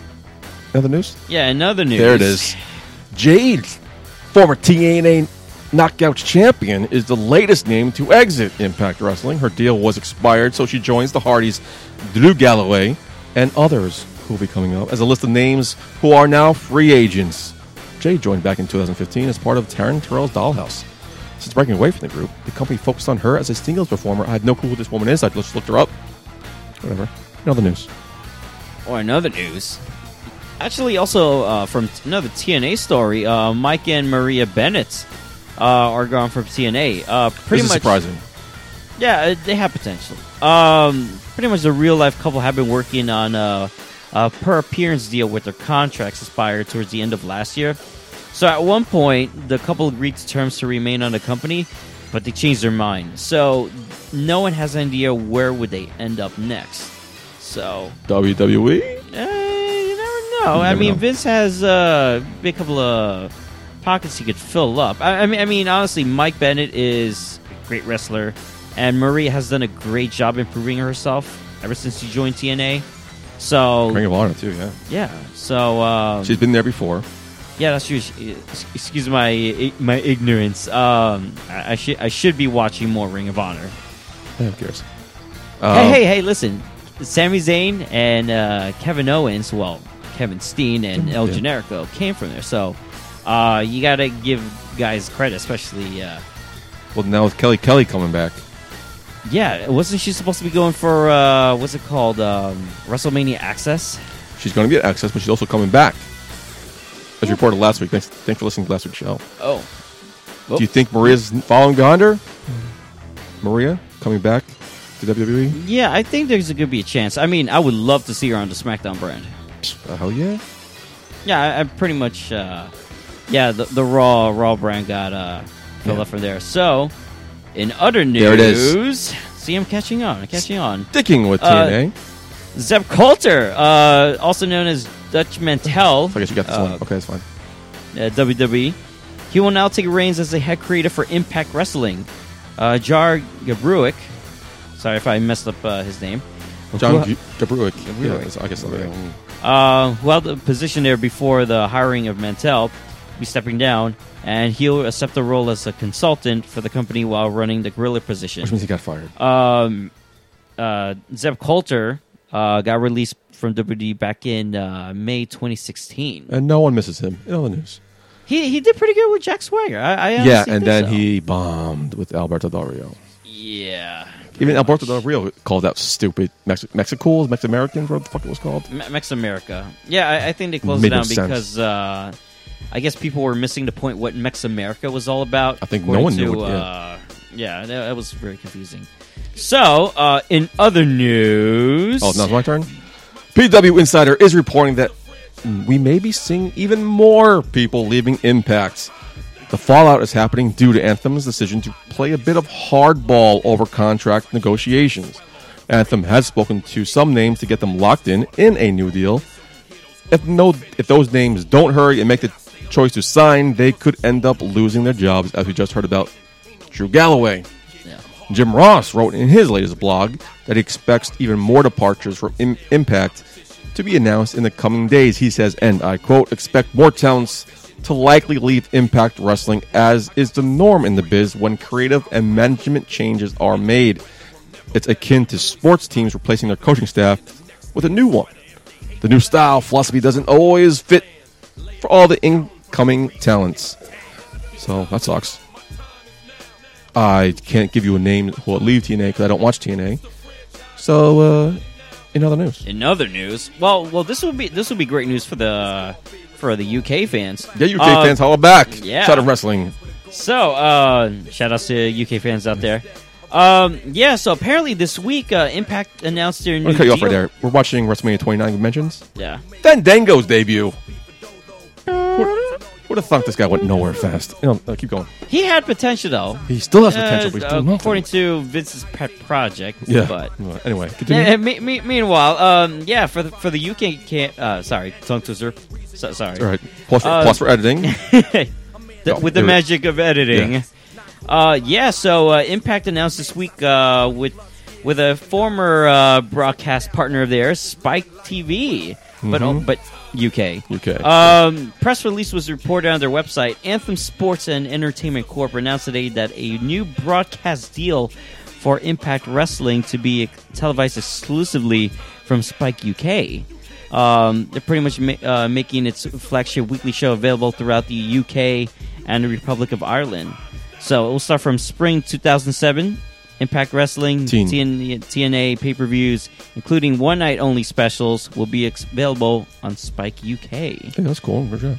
S1: another news.
S3: Yeah, another news.
S1: There it is. Jade, former TNA Knockouts champion, is the latest name to exit Impact Wrestling. Her deal was expired, so she joins the Hardys, Drew Galloway, and others who will be coming up as a list of names who are now free agents. Jade joined back in 2015 as part of Taryn Terrell's Dollhouse. Since breaking away from the group, the company focused on her as a singles performer. I had no clue who this woman is. I just looked her up. Whatever. In other news.
S3: Or another news. Actually, also uh, from t- another TNA story, uh, Mike and Maria Bennett uh, are gone from TNA. Uh, pretty
S1: this
S3: much
S1: is surprising.
S3: Yeah, uh, they have potential. Um, pretty much the real life couple have been working on uh, uh, per appearance deal with their contracts expired towards the end of last year. So at one point, the couple agreed to terms to remain on the company, but they changed their mind. So no one has an idea where would they end up next. So
S1: WWE.
S3: uh, you never know.
S1: You
S3: I
S1: never
S3: mean,
S1: know.
S3: Vince has uh, a couple of pockets he could fill up. I, I mean, I mean, honestly, Mike Bennett is a great wrestler, and Marie has done a great job improving herself ever since she joined TNA. So
S1: Ring of Honor too. Yeah,
S3: Oh. yeah, so um,
S1: she's been there before.
S3: yeah, that's true. Excuse my my ignorance. Um, I, I should I should be watching more Ring of Honor.
S1: Yeah, who cares?
S3: Hey,
S1: Um,
S3: hey, hey, listen. Sami Zayn and uh, Kevin Owens, well, Kevin Steen and El
S1: Yeah.
S3: Generico came from there. So uh, you got to give guys credit, especially. Uh,
S1: Um, Well, now with Kelly Kelly coming back,
S3: yeah, wasn't she supposed to be going for, uh, what's it called? Um, WrestleMania Access?
S1: she's going to get access, but she's also coming back. As reported last week. Thanks, thanks for listening to last week's show.
S3: Oh. Oh.
S1: Do you think Maria's following behind her?
S3: Mm-hmm.
S1: Maria coming back to E? WWE?
S3: Yeah, I think there's going to be a chance. I mean, I would love to see her on the SmackDown brand.
S1: Uh, hell yeah!
S3: Yeah, I, I pretty much. Uh, yeah, the, the Raw Raw brand got uh, filled
S1: Yeah.
S3: up from there. So, in other news,
S1: There it is.
S3: see, I'm catching on. I'm catching on.
S1: Sticking with
S3: Uh,
S1: TNA.
S3: Zeb Coulter, uh, also known as Dutch Mantel,
S1: I guess you got this
S3: uh,
S1: one. Okay, that's fine.
S3: uh, WWE. He will now take reins as the head creator for Impact Wrestling. Uh, Jar Gabruick, sorry if I messed up uh, his name.
S1: John
S3: Who-
S1: G- Gabruick.
S3: Gabruick.
S1: Yeah, that's- I guess. that's-
S3: Gabruick. uh, who held the position there before the hiring of Mantel, be stepping down, and he'll accept the role as a consultant for the company while running the gorilla position.
S1: Which means he got fired.
S3: Um, uh, Zeb Coulter uh, got released from WWE back in uh, May 2016.
S1: and no one misses him in all the news.
S3: he he did pretty good with Jack Swagger. I, I
S1: Yeah,
S3: honestly
S1: and
S3: think
S1: then
S3: so.
S1: he bombed with Alberto Del Rio.
S3: yeah
S1: Even Alberto Del Rio called out stupid Mex- Mexicools, Mex Americans, whatever the fuck it was called.
S3: Me- Mex America. Yeah, I, I think they closed
S1: Made
S3: it
S1: no
S3: down
S1: sense.
S3: because uh, I guess people were missing the point what Mex America was all about.
S1: I think no
S3: according
S1: one knew
S3: to,
S1: what- yeah.
S3: Uh, yeah, that, that was very confusing. So, uh, in other news,
S1: Oh, now it's my turn. PW Insider is reporting that we may be seeing even more people leaving Impact. The fallout is happening due to Anthem's decision to play a bit of hardball over contract negotiations. Anthem has spoken to some names to get them locked in in a new deal. If no, if those names don't hurry and make the choice to sign, they could end up losing their jobs, as we just heard about Drew Galloway.
S3: Yeah.
S1: Jim Ross wrote in his latest blog that he expects even more departures from Im- Impact to be announced in the coming days. He says, and I quote, expect more talents to likely leave Impact Wrestling, as is the norm in the biz when creative and management changes are made. It's akin to sports teams replacing their coaching staff with a new one. The new style philosophy doesn't always fit for all the incoming talents. So that sucks. I can't give you a name who will leave TNA because I don't watch TNA. So, uh, in other news,
S3: in other news, well, well, this will be this will be great news for the for the UK fans.
S1: yeah, UK
S3: Uh,
S1: fans, holla back!
S3: yeah.
S1: Shout out wrestling.
S3: So, uh, shout outs to UK fans out there. Um, yeah, so apparently this week, uh, Impact announced their
S1: I'm
S3: new.
S1: gonna cut you off right
S3: deal.
S1: there. We're watching WrestleMania 29 mentions.
S3: Yeah.
S1: Fandango's debut. Would have thought this guy went nowhere fast. You know, uh, keep going.
S3: He had potential, though.
S1: He still has potential, but he's
S3: Uh,
S1: doing nothing.
S3: according to Vince's pet project.
S1: yeah.
S3: But.
S1: Well, anyway, continue.
S3: Eh, eh, me- me- meanwhile, um, yeah, for the for the UK can't. Uh, sorry, tongue twister. So, sorry.
S1: All right. Plus for,
S3: Uh,
S1: plus for editing. No,
S3: The- with the
S1: there-
S3: magic of editing.
S1: Yeah.
S3: Uh, yeah, so uh, Impact announced this week uh, with with a former uh, broadcast partner of theirs, Spike TV, but oh,
S1: Mhm.
S3: but UK.
S1: UK.
S3: Um, press release was reported on their website. Anthem Sports and Entertainment Corp announced today that a new broadcast deal for Impact Wrestling to be televised exclusively from Spike UK. Um, they're pretty much ma- uh, making its flagship weekly show available throughout the UK and the Republic of Ireland. So it will start from spring 2007. Impact Wrestling,
S1: Teen.
S3: TN- TNA pay per views, including one night only specials, will be ex- available on Spike UK.
S1: Hey, that's cool. Good job.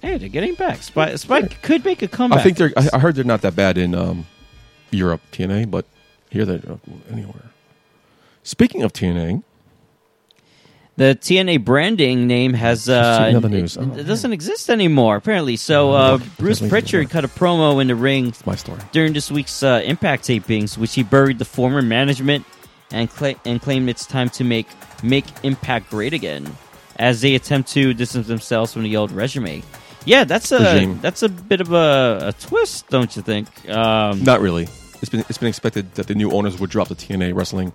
S3: Hey, they're getting back. Spike, Spike could make a comeback.
S1: I think they're. I, I heard they're not that bad in um, Europe TNA, but here they're uh, anywhere. Speaking of TNA,
S3: The TNA branding name
S1: Just
S3: has uh,
S1: another
S3: it-
S1: news.
S3: It, doesn't exist anymore apparently.
S1: Oh,
S3: So uh,
S1: look,
S3: Bruce
S1: definitely-
S3: Pritchard cut a promo in the ring
S1: It's my story.
S3: during this week's uh, Impact tapings, which he buried the former management and cla- and claimed it's time to make make Impact great again, as they attempt to distance themselves from the old resume. Yeah, that's a
S1: Regime.
S3: that's a bit of a, a twist, don't you think? Um,
S1: Not really. It's been it's been expected that the new owners would drop the TNA wrestling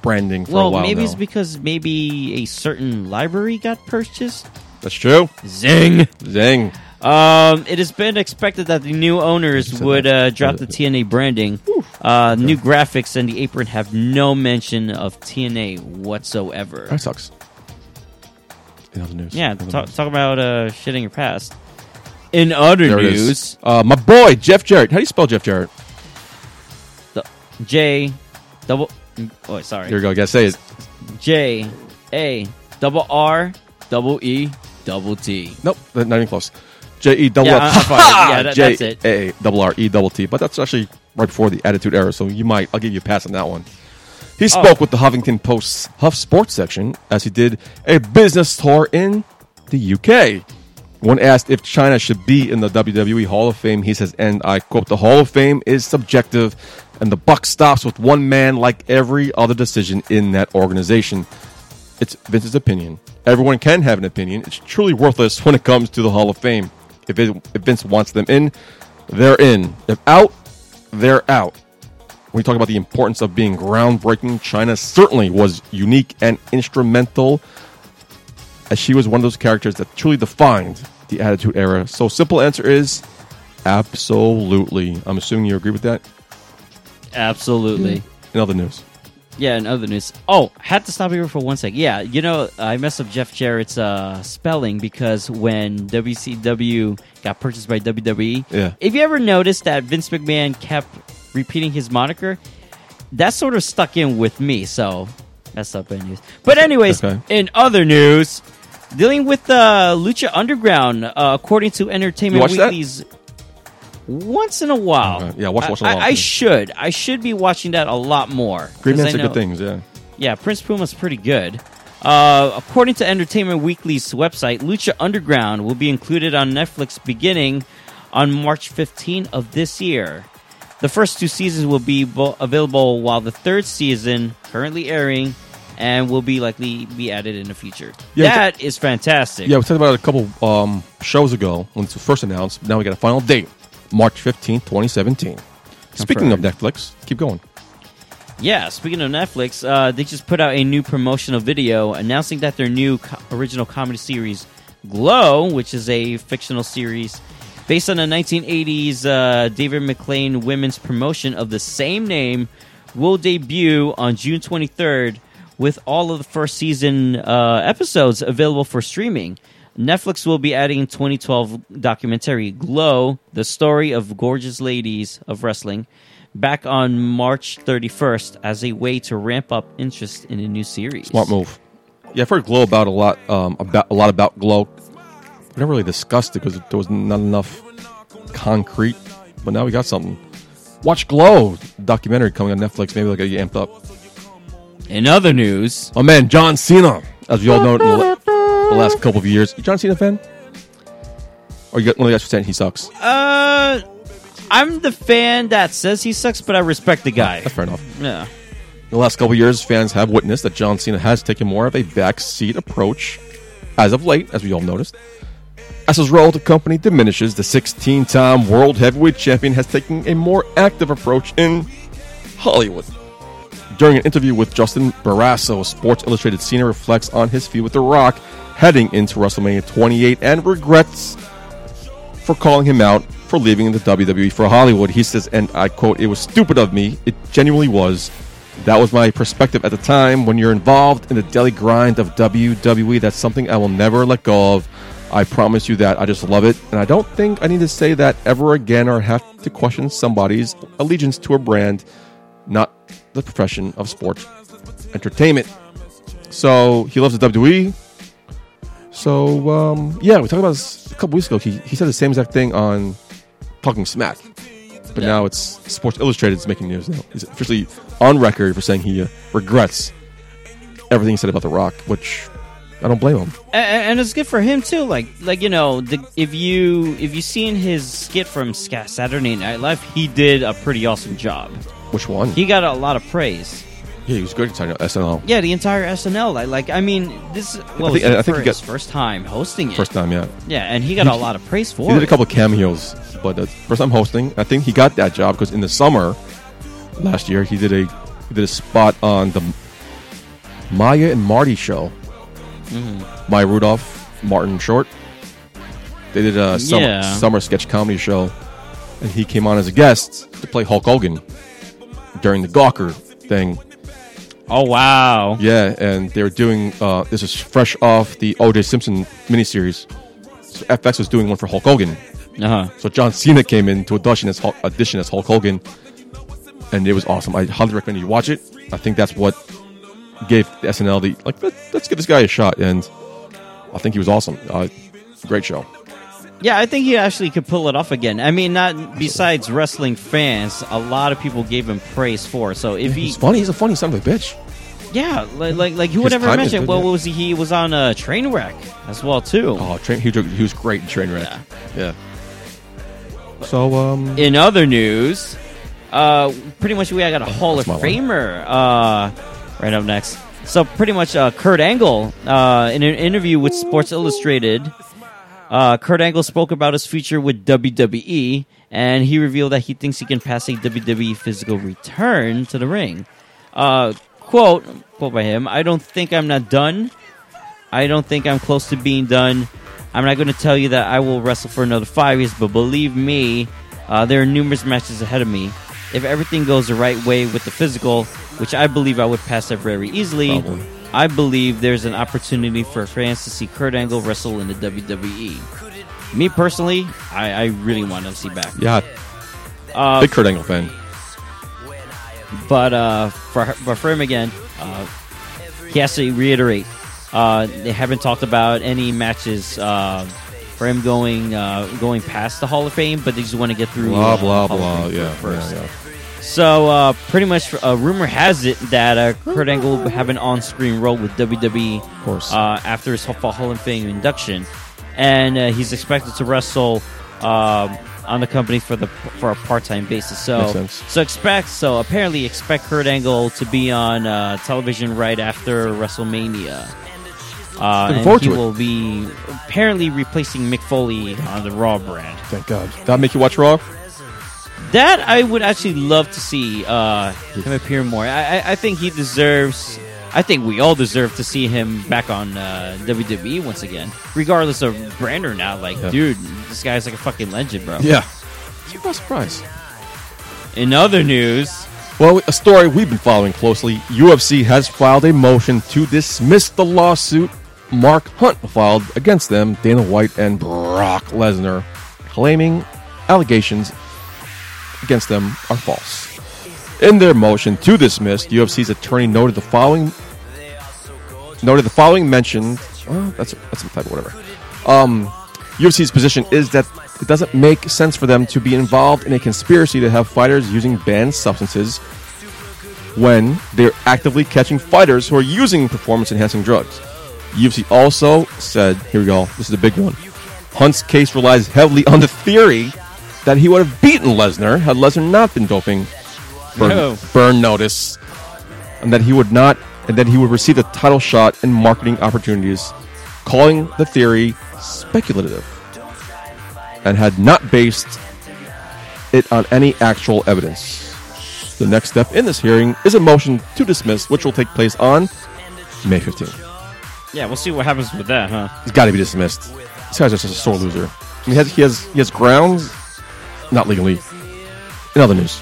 S1: branding for a
S3: well,
S1: while
S3: maybe
S1: now.
S3: it's because maybe a certain library got purchased.
S1: That's true.
S3: Zing.
S1: Zing.
S3: Um, it has been expected that the new owners
S1: said
S3: would
S1: that.
S3: uh, drop the TNA branding. Uh, New graphics and the apron have no mention of TNA whatsoever.
S1: That sucks. In other news.
S3: Yeah,
S1: Other
S3: talk,
S1: news.
S3: talk about uh, shitting your past. In other
S1: There it is.
S3: news,
S1: Uh, my boy Jeff Jarrett. How do you spell Jeff Jarrett?
S3: the J double. Oh, sorry.
S1: Here you go. Gotta say it.
S3: J A double R double E double T.
S1: Nope, that- not even close. J E double
S3: Yeah,
S1: F-
S3: I- I'm fine. Yeah, that-
S1: J
S3: that's it.
S1: A double R E double T. But that's actually right before the Attitude Era, so you might. I'll give you a pass on that one.
S3: Oh.
S1: He spoke with the Huffington Post's Huff Sports section as he did a business tour in the UK. When asked if China should be in the WWE Hall of Fame, he says, and I quote, the Hall of Fame is subjective and the buck stops with one man like every other decision in that organization. It's Vince's opinion. Everyone can have an opinion. It's truly worthless when it comes to the Hall of Fame. If, it, if Vince wants them in, they're in. If out, they're out. When we talk about the importance of being groundbreaking, China certainly was unique and instrumental as she was one of those characters that truly defined the Attitude Era. So, simple answer is absolutely. I'm assuming you agree with that.
S3: Absolutely.
S1: In other news,
S3: Yeah, and other news. Oh, had to stop here for one sec. Yeah, you know, I messed up Jeff Jarrett's uh, spelling because when WCW got purchased by WWE,
S1: Yeah.
S3: if you ever noticed that Vince McMahon kept repeating his moniker, that sort of stuck in with me. So, messed up in news. But anyways,
S1: Okay.
S3: in other news, dealing with uh, Lucha Underground, uh, according to Entertainment
S1: watch that?
S3: Weekly's. Once in a while,
S1: Okay. Yeah, watch- watch a
S3: I-
S1: lot,
S3: I, I
S1: yeah.
S3: should, I should be watching that a lot more.
S1: great
S3: 'cause
S1: man
S3: I
S1: said good
S3: know-
S1: things. Yeah.
S3: yeah, Prince Puma's pretty good. Uh, according to Entertainment Weekly's website, Lucha Underground will be included on Netflix beginning on March 15 of this year. The first two seasons will be bo- available, while the third season currently airing and will be likely be added in the future.
S1: Yeah, it's-
S3: that is fantastic.
S1: Yeah, we talked about it a couple um, shows ago when it was first announced. Now we got a final date, March 15th, 2017. Speaking of Netflix, keep going.
S3: Yeah, speaking of Netflix, uh, they just put out a new promotional video announcing that their new co- original comedy series, Glow, which is a fictional series based on the 1980s uh, David McLean women's promotion of the same name, will debut on June 23rd with all of the first season uh, episodes available for streaming. Netflix will be adding 2012 documentary Glow, the story of gorgeous ladies of wrestling, back on March 31st as a way to ramp up interest in a new series.
S1: Smart move. Yeah, I've heard Glow about a lot. Um, about a lot about Glow. We never really discussed it because there was not enough concrete. But now we got something. Watch Glow documentary coming on Netflix. Maybe they'll get you amped up.
S3: In other news,
S1: Oh man, John Cena. As we all know, in the la- the last couple of years, you John Cena fan? Or you got one of the guys who said he sucks?
S3: uh, I'm the fan that says he sucks, but I respect the guy.
S1: That's fair enough.
S3: Yeah.
S1: In the last couple of years, fans have witnessed that John Cena has taken more of a backseat approach as of late, as we all noticed. As his role with the company diminishes, the 16 time World Heavyweight Champion has taken a more active approach in Hollywood. During an interview with Justin Barrasso, Sports Illustrated Cena reflects on his feud with The Rock heading into WrestleMania 28 and regrets for calling him out for leaving the WWE for Hollywood. He says, and I quote, it was stupid of me. It genuinely was. That was my perspective at the time. When you're involved in the daily grind of WWE, that's something I will never let go of. I promise you that. I just love it. And I don't think I need to say that ever again or have to question somebody's allegiance to a brand, not the profession of sports entertainment. So he loves the E. WWE. So um, yeah, we talked about this a couple weeks ago. He, he said the same exact thing on Talking Smack, but
S3: Yeah.
S1: now it's Sports Illustrated is making news now. He's officially on record for saying he uh, regrets everything he said about The Rock, which I don't blame him.
S3: A- a- and, it's good for him too. Like like you know, the, if you if you seen his skit from Sca- Saturday Night Live, he did a pretty awesome job.
S1: Which one?
S3: He got a lot of praise.
S1: yeah, he was good at SNL. SNL.
S3: Yeah, the entire SNL. Like, like I mean, this well,
S1: I think-
S3: it was
S1: I think he
S3: his
S1: got-
S3: first time hosting it.
S1: First time, yeah.
S3: Yeah, and he got a lot of praise for
S1: He did
S3: it.
S1: a couple cameos, but uh, first time hosting. I think he got that job because in the summer last year he did a he did a spot on the Maya and Marty show. Maya Rudolph, Martin Short. They did a summer,
S3: Yeah.
S1: summer sketch comedy show, and he came on as a guest to play Hulk Hogan during the Gawker thing.
S3: oh wow!
S1: Yeah, and they were doing uh, this is fresh off the O.J. Simpson miniseries. So FX was doing one for Hulk Hogan.
S3: Uh-huh.
S1: So John Cena came in to audition as Hulk, audition as Hulk Hogan, and it was awesome. I highly recommend you watch it. I think that's what gave SNL the like. Let, let's give this guy a shot, and I think he was awesome. Uh, great show.
S3: Yeah, I think he actually could pull it off again. I mean, not besides wrestling fans, a lot of people gave him praise for. it. So if he,
S1: He's funny. He's a funny son of a bitch.
S3: yeah, like like, like who would
S1: His
S3: ever
S1: timing is
S3: mention?
S1: good,
S3: Well,
S1: yeah.
S3: what was he? He was on a train wreck as well too.
S1: Oh, train, he, was- he was great in Trainwreck. Yeah. So um,
S3: In other news, uh, pretty much we got a Hall of
S1: that's my one.
S3: Famer uh, right up next. So pretty much, uh, Kurt Angle uh, in an interview with Sports Illustrated, uh, Kurt Angle spoke about his future with WWE, and he revealed that he thinks he can pass a WWE physical return to the ring. Uh, quote quote by him: "I don't think I'm not done. I don't think I'm close to being done. I'm not going to tell you that I will wrestle for another five years, but believe me, uh, there are numerous matches ahead of me. If everything goes the right way with the physical, which I believe I would pass up very easily,
S1: Probably.
S3: I believe there's an opportunity for fans to see Kurt Angle wrestle in the WWE. Me personally, I, I really want to see back.
S1: yeah,
S3: Uh,
S1: big Kurt Angle fan.
S3: but uh, for but for him again, uh, he has to reiterate. Uh, they haven't talked about any matches uh, for him going uh, going past the Hall of Fame, but they just want to get through
S1: Blah
S3: uh,
S1: blah
S3: Hall of
S1: blah.
S3: Fame
S1: Yeah,
S3: first.
S1: yeah, yeah.
S3: So uh, pretty much, uh, rumor has it that uh, Kurt Angle will have an on-screen role with WWE, of
S1: course.
S3: uh, after his Hall Hall of Fame induction, and uh, he's expected to wrestle um, on the company for the for a part-time basis.
S1: Makes
S3: So,
S1: sense.
S3: so expect so apparently expect Kurt Angle to be on uh, television right after WrestleMania. Uh,
S1: Looking
S3: and
S1: forward
S3: he
S1: to it.
S3: will be apparently replacing Mick Foley on the Raw brand.
S1: Thank God. Did that make you watch Raw?
S3: That I would actually love to see uh, him appear more. I, I, I think he deserves. I think we all deserve to see him back on uh, WWE once again, regardless of brand or not. Like,
S1: Yeah.
S3: dude, this guy's like a fucking legend, bro.
S1: Yeah. Surprise, surprise.
S3: In other news,
S1: Well, a story we've been following closely. UFC has filed a motion to dismiss the lawsuit Mark Hunt filed against them, Dana White and Brock Lesnar, claiming allegations against them are false. In their motion to dismiss, UFC's attorney noted the following noted the following mention. Oh, that's that's some type of whatever. Um, UFC's position is that it doesn't make sense for them to be involved in a conspiracy to have fighters using banned substances when they're actively catching fighters who are using performance enhancing drugs. UFC also said, here we go, this is a big one. Hunt's case relies heavily on the theory that he would have beaten Lesnar had Lesnar not been doping burn,
S3: No.
S1: burn notice and that he would not and that he would receive a title shot and marketing opportunities calling the theory speculative and had not based it on any actual evidence the next step in this hearing is a motion to dismiss which will take place on may 15th
S3: yeah, we'll see what happens with that, huh?
S1: he's got to be dismissed this guy's just a sore loser I mean, he has he has he has grounds not legally in other news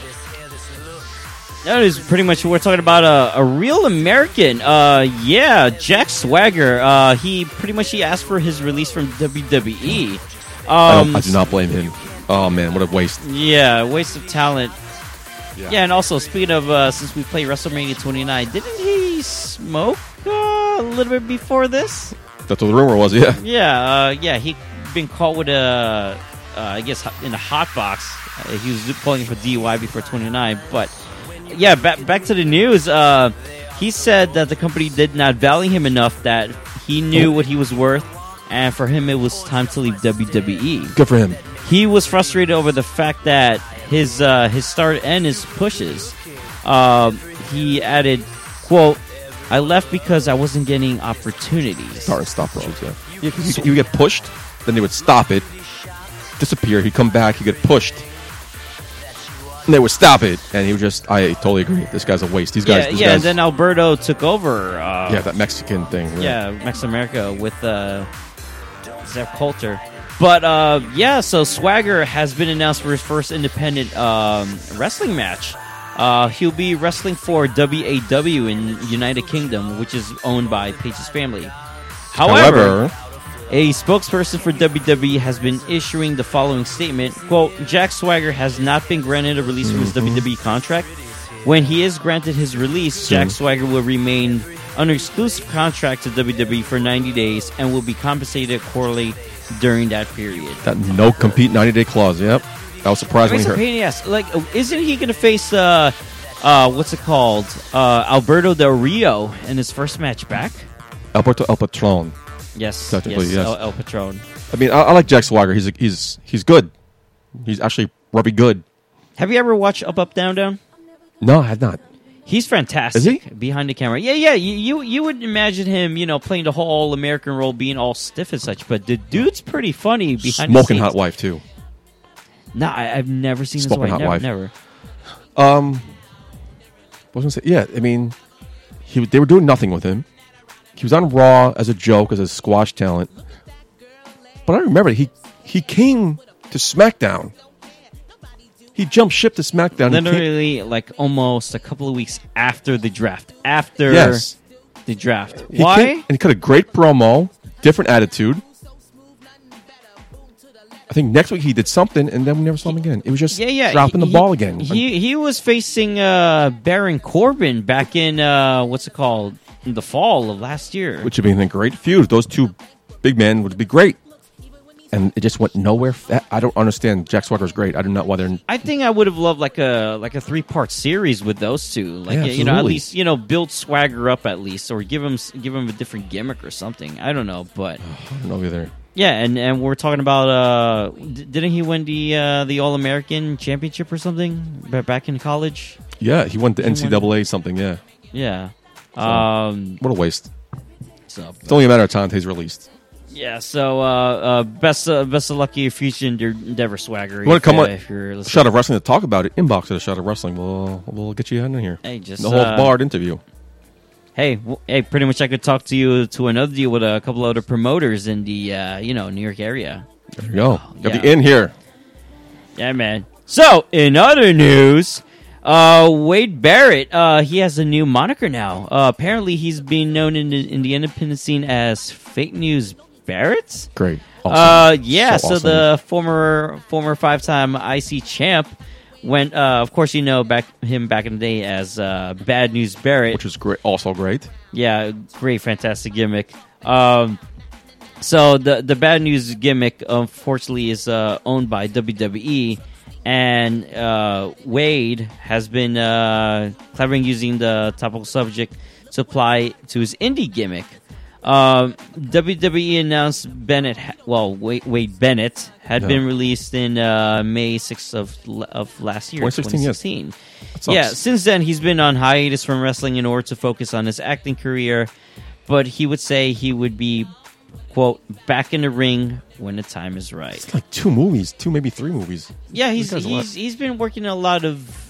S3: That is pretty much we're talking about uh, a, a real American. Uh, yeah, Jack Swagger. Uh, he pretty much he asked for his release from WWE. Um,
S1: I, don't, I do not blame him oh man what a waste
S3: Yeah, waste of talent. Yeah. and also speaking of uh, since we played WrestleMania 29, didn't he smoke uh, a little bit before this?
S1: that's what the rumor was yeah
S3: Yeah, uh, yeah, he been caught with a, uh, I guess hot- in a hot box. Uh, he was pulling for DUI before 29, but yeah, back back to the news. Uh, He said that the company did not value him enough that he knew what he was worth, and for him it was time to leave E. WWE.
S1: Good for him.
S3: He was frustrated over the fact that his uh, his start and his pushes. Um, he added, "quote I left because I wasn't getting opportunities."
S1: Start and stop rushes, yeah. yeah 'cause you, you get pushed, then they would stop it, disappear. He'd come back, he'd get pushed, and they would stop it. And he would just, I totally agree. This guy's a waste. These guys,
S3: yeah,
S1: these
S3: yeah. And
S1: guys-
S3: then Alberto took over. Uh,
S1: yeah, that Mexican thing. right?
S3: yeah, Mex America with uh, Zeph Coulter. But uh, yeah, so Swagger has been announced for his first independent um, wrestling match. Uh, he'll be wrestling for WAW in United Kingdom, which is owned by Paige's family. However,
S1: However,
S3: a spokesperson for WWE has been issuing the following statement quote jack swagger has not been granted a release from his wwe contract when he is granted his release jack swagger will remain under exclusive contract to wwe for 90 days and will be compensated quarterly during that period
S1: that no compete 90 day clause. Yep. I was surprised when
S3: Makes
S1: he
S3: a
S1: heard.
S3: pain in the ass. Like, uh, isn't he going to face uh, uh, what's it called, uh, Alberto Del Rio in his first match back?
S1: Alberto El Patron.
S3: Yes,
S1: Technically, yes.
S3: El, El Patron.
S1: I mean, I, I like Jack Swagger. He's a, he's he's good. He's actually rubby good.
S3: Have you ever watched Up Up Down Down?
S1: No, I have not.
S3: He's fantastic.
S1: Is he?
S3: behind the camera? Yeah, yeah. You, you you would imagine him, you know, playing the whole all American role, being all stiff and such. But the dude's pretty funny behind.
S1: Smoking
S3: the
S1: hot
S3: scenes.
S1: wife too.
S3: Nah, I, I've never seen
S1: Smoking
S3: his wife.
S1: hot
S3: Never,
S1: wife.
S3: never.
S1: What was I gonna say? Yeah, I mean, he they were doing nothing with him. He was on Raw as a joke, as a squash talent. But I remember he he came to SmackDown. He jumped ship to SmackDown. He came-
S3: Literally, like almost a couple of weeks after the draft. After
S1: Yes.
S3: the draft.
S1: he
S3: Why?
S1: came- and he cut a great promo, different attitude. I think next week he did something, and then we never saw him again. It was just
S3: yeah, yeah.
S1: dropping
S3: he-
S1: the ball again.
S3: He he was facing uh, Baron Corbin back in uh, what's it called? In the fall of last year.
S1: which would be a great feud. Those two big men would be great. And it just went nowhere. Fa- I don't understand. Jack Swagger's great. I do not know why they're.
S3: I think I would have loved like a like a three part series with those two. Like
S1: Yeah,
S3: you know, at
S1: absolutely.
S3: least you know, build Swagger up at least, or give him s- give him a different gimmick or something. I don't know, but
S1: I don't know either.
S3: yeah, and and we're talking about uh, d- didn't he win the uh, the All American Championship or something ba- back in college?
S1: Yeah, he went to NCAA something. Yeah,
S3: Yeah. Um.
S1: what a waste.
S3: So
S1: It's only a matter of time till he's released.
S3: yeah. So uh, uh best uh, best of luck to your future endeavor, Swagger.
S1: You want
S3: if,
S1: to come
S3: uh,
S1: on
S3: if you're listening.
S1: Shot of Wrestling to talk about it? Inbox at a Shot of Wrestling. We'll we'll get you in here.
S3: Hey, just,
S1: the whole
S3: uh,
S1: barred interview.
S3: hey, w- hey, pretty much I could talk to you to another deal with a couple other promoters in the uh, you know New York area.
S1: There you go. Got
S3: yeah.
S1: the in here.
S3: Yeah, man. So in other news, uh, Wade Barrett, uh, he has a new moniker now. Uh, apparently, he's being known in the, in the independent scene as Fake News Barrett.
S1: Great.
S3: Uh,
S1: Awesome.
S3: yeah. So,
S1: awesome.
S3: the former former five time IC champ went. Uh, of course, you know back him back in the day as uh, Bad News Barrett.
S1: which is great. Also great.
S3: Yeah, great, fantastic gimmick. Um, so the the bad news gimmick, unfortunately, is uh, owned by WWE, and uh, Wade has been uh, clevering using the topical subject to apply to his indie gimmick. Um, WWE announced Bennett, ha- well, Wade, Wade Bennett had
S1: Yeah.
S3: been released in uh, May 6th of, l- of last year,
S1: 2016, yes.
S3: 2016.
S1: sucks.
S3: Yeah, since then he's been on hiatus from wrestling in order to focus on his acting career, but he would say he would be quote back in the ring when the time is right.
S1: It's like two movies, two maybe three movies.
S3: Yeah, he's
S1: This guy's a lot.
S3: he's he's been working a lot of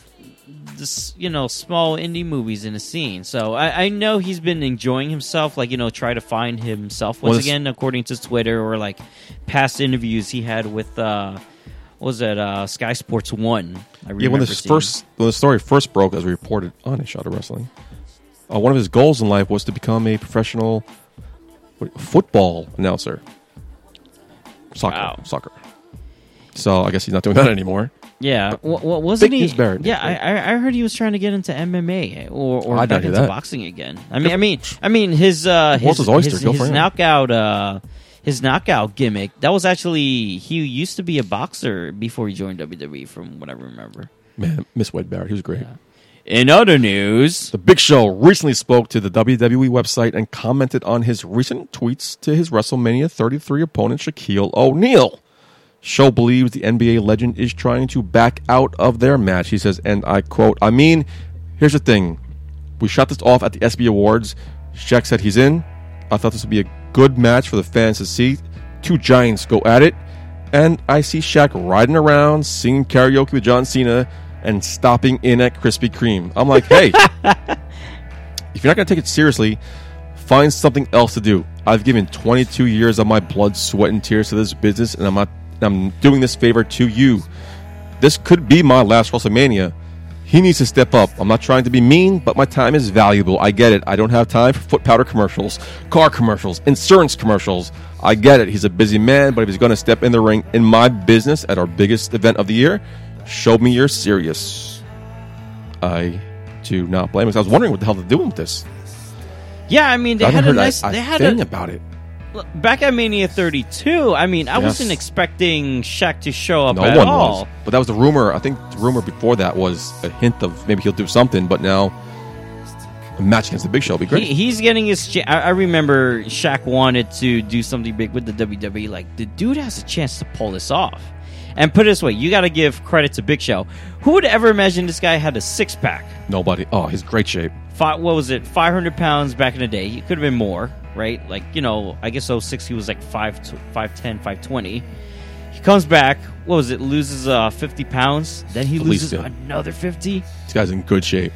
S3: this you know small indie movies in the scene. So I, I know he's been enjoying himself. Like you know, try to find himself once
S1: Well, this-
S3: again, according to Twitter or like past interviews he had with. uh what was that uh, Sky Sports One? I
S1: Yeah, when
S3: remember
S1: this
S3: seeing.
S1: first when the story first broke, as reported on a shot of wrestling, uh, one of his goals in life was to become a professional what- football announcer. Soccer,
S3: Wow.
S1: soccer. So I guess he's not doing that anymore.
S3: Yeah, w- w- wasn't
S1: Big
S3: he?
S1: News Barrett.
S3: Yeah, I, I- I heard he was trying to get into MMA or, or
S1: Oh, I didn't
S3: back
S1: hear
S3: into
S1: that.
S3: boxing again. I mean, I mean, I mean his uh, his
S1: world's his oyster.
S3: his,
S1: Go
S3: his
S1: for him.
S3: knockout uh, his knockout gimmick. That was actually he used to be a boxer before he joined WWE, E from what I remember.
S1: Man, Miss Wade Barrett, he was great.
S3: In other news,
S1: The Big Show recently spoke to the WWE website and commented on his recent tweets to his WrestleMania 33 opponent Shaquille O'Neal. Show believes the NBA legend is trying to back out of their match. He says, and I quote, I mean, here's the thing. We shot this off at the SB Awards. Shaq said he's in. I thought this would be a good match for the fans to see. Two giants go at it. And I see Shaq riding around, singing karaoke with John Cena, and stopping in at Krispy Kreme. I'm like, hey, if you're not going to take it seriously, find something else to do. I've given 22 years of my blood, sweat, and tears to this business, and I'm not. I'm doing this favor to you. This could be my last WrestleMania. He needs to step up. I'm not trying to be mean, but my time is valuable. I get it. I don't have time for foot powder commercials, car commercials, insurance commercials. I get it. He's a busy man, but if he's going to step in the ring in my business at our biggest event of the year, show me you're serious. I do not blame him. I was wondering what the hell they're doing with this.
S3: yeah, I mean they
S1: I
S3: had
S1: haven't
S3: a
S1: heard
S3: nice.
S1: a, a
S3: they had
S1: thing
S3: a,
S1: about it.
S3: Look, back at Mania 32, I mean, I
S1: Yes.
S3: wasn't expecting Shaq to show up
S1: No
S3: at
S1: one
S3: all.
S1: was. But that was the rumor. I think the rumor before that was a hint of maybe he'll do something, but now a match against the Big Show would be great.
S3: He, he's getting his. Cha- I, I remember Shaq wanted to do something big with the WWE. Like the dude has a chance to pull this off. And put it this way, you got to give credit to Big Show. Who would ever imagine this guy had a six pack?
S1: Nobody. Oh, he's great shape.
S3: Five, what was it? Five hundred pounds back in the day. It could have been more, right? Like you know, I guess 06, he was like five, five ten, five twenty. He comes back. What was it? Loses uh fifty pounds. Then he
S1: At
S3: loses
S1: least, yeah.
S3: another fifty.
S1: This guy's in good shape.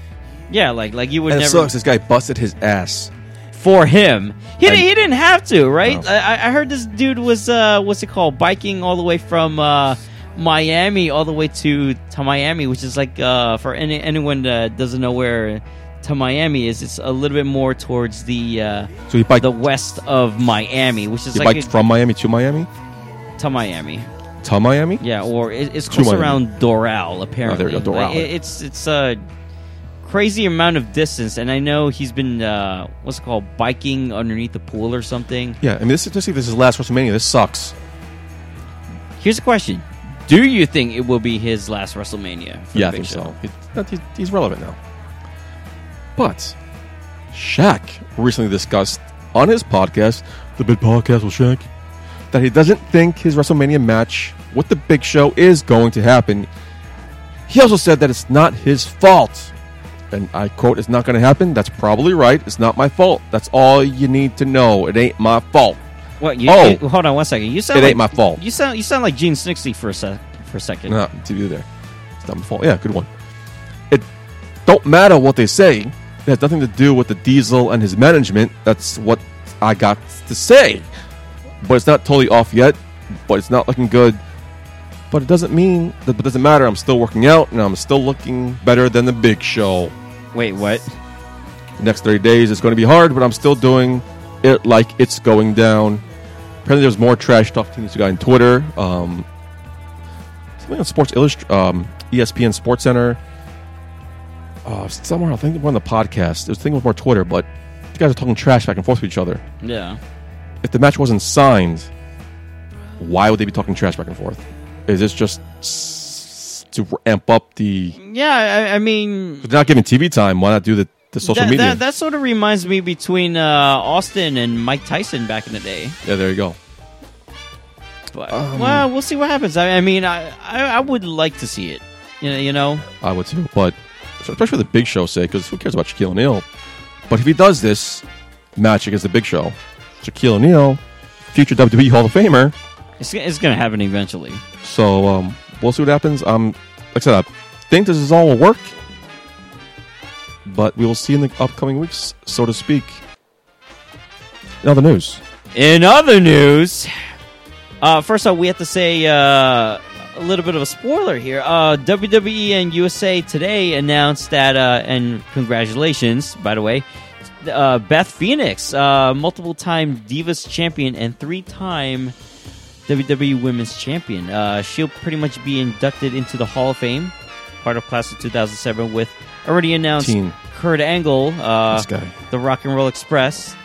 S3: Yeah, like like you would
S1: And it
S3: never
S1: sucks. This guy busted his ass.
S3: for him. He
S1: And-
S3: didn't, he didn't have to, right?
S1: No.
S3: I, I heard this dude was uh, what's it called, biking all the way from uh, Miami all the way to to Miami, which is like uh, for any, anyone that doesn't know where to Miami is, it's a little bit more towards the uh,
S1: So he biked,
S3: the west of Miami, which is
S1: he
S3: like
S1: biked
S3: a-
S1: from Miami to Miami?
S3: to Miami.
S1: To Miami?
S3: Yeah, or it, it's close
S1: Miami.
S3: around Doral apparently.
S1: Oh, there you go, Doral.
S3: Like, it- it's it's a crazy amount of distance, and I know he's been uh, what's it called biking underneath the pool or something.
S1: Yeah, I mean, this is, just if this is his last WrestleMania. This sucks.
S3: Here's a question: Do you think it will be his last WrestleMania? For
S1: yeah, I
S3: the Big
S1: think
S3: Show?
S1: so. He- that- he's, he's relevant now. But Shaq recently discussed on his podcast, The Big Podcast with Shaq, that he doesn't think his WrestleMania match with The Big Show is going to happen. He also said that it's not his fault. And I quote, it's not going to happen. That's probably right. It's not my fault. That's all you need to know. It ain't my fault.
S3: What? You,
S1: Oh.
S3: you- hold on one second. You sound
S1: It
S3: like,
S1: ain't my fault.
S3: You sound you sound like Gene Snixty for a sec, for a second.
S1: No, to you there. It's not my fault. Yeah, good one. It don't matter what they say. It has nothing to do with the diesel and his management. That's what I got to say. But it's not totally off yet. But it's not looking good. But it doesn't mean that it doesn't matter. I'm still working out and I'm still looking better than the big show.
S3: Wait, what?
S1: The next 30 days is going to be hard, but I'm still doing it like it's going down. Apparently, there's more trash talk to this guy on Twitter. Um, something on Sports Illustrated, um, ESPN Sports Center. Uh, somewhere, I think one of the podcasts. There's a thing with more Twitter, but the guys are talking trash back and forth with each other.
S3: Yeah.
S1: If the match wasn't signed, why would they be talking trash back and forth? Is this just s- to amp up the?
S3: Yeah. I, I mean,
S1: If they're not giving TV time. Why not do the, the social
S3: that,
S1: media?
S3: That, that sort of reminds me between uh, Austin and Mike Tyson back in the day.
S1: yeah, there you go.
S3: But
S1: Um.
S3: well, we'll see what happens. I, I mean, I, I I would like to see it. You know, you know.
S1: I would too, but especially for the Big Show sake, because who cares about Shaquille O'Neal? But if he does this match against the Big Show, Shaquille O'Neal, future WWE Hall of Famer,
S3: It's, it's going to happen eventually.
S1: so um, we'll see what happens. Um, like I said, I think this is all a work, but we will see in the upcoming weeks, so to speak. In other news,
S3: In other news, uh, first off, we have to say uh, a little bit of a spoiler here. Uh, WWE and USA Today announced that, uh, and congratulations, by the way, uh, Beth Phoenix, uh, multiple time Divas champion and three time WWE E Women's Champion. Uh, she'll pretty much be inducted into the Hall of Fame, part of class of 2007, with already announced
S1: Teen.
S3: Kurt Angle, uh,
S1: This guy.
S3: the Rock and Roll Express,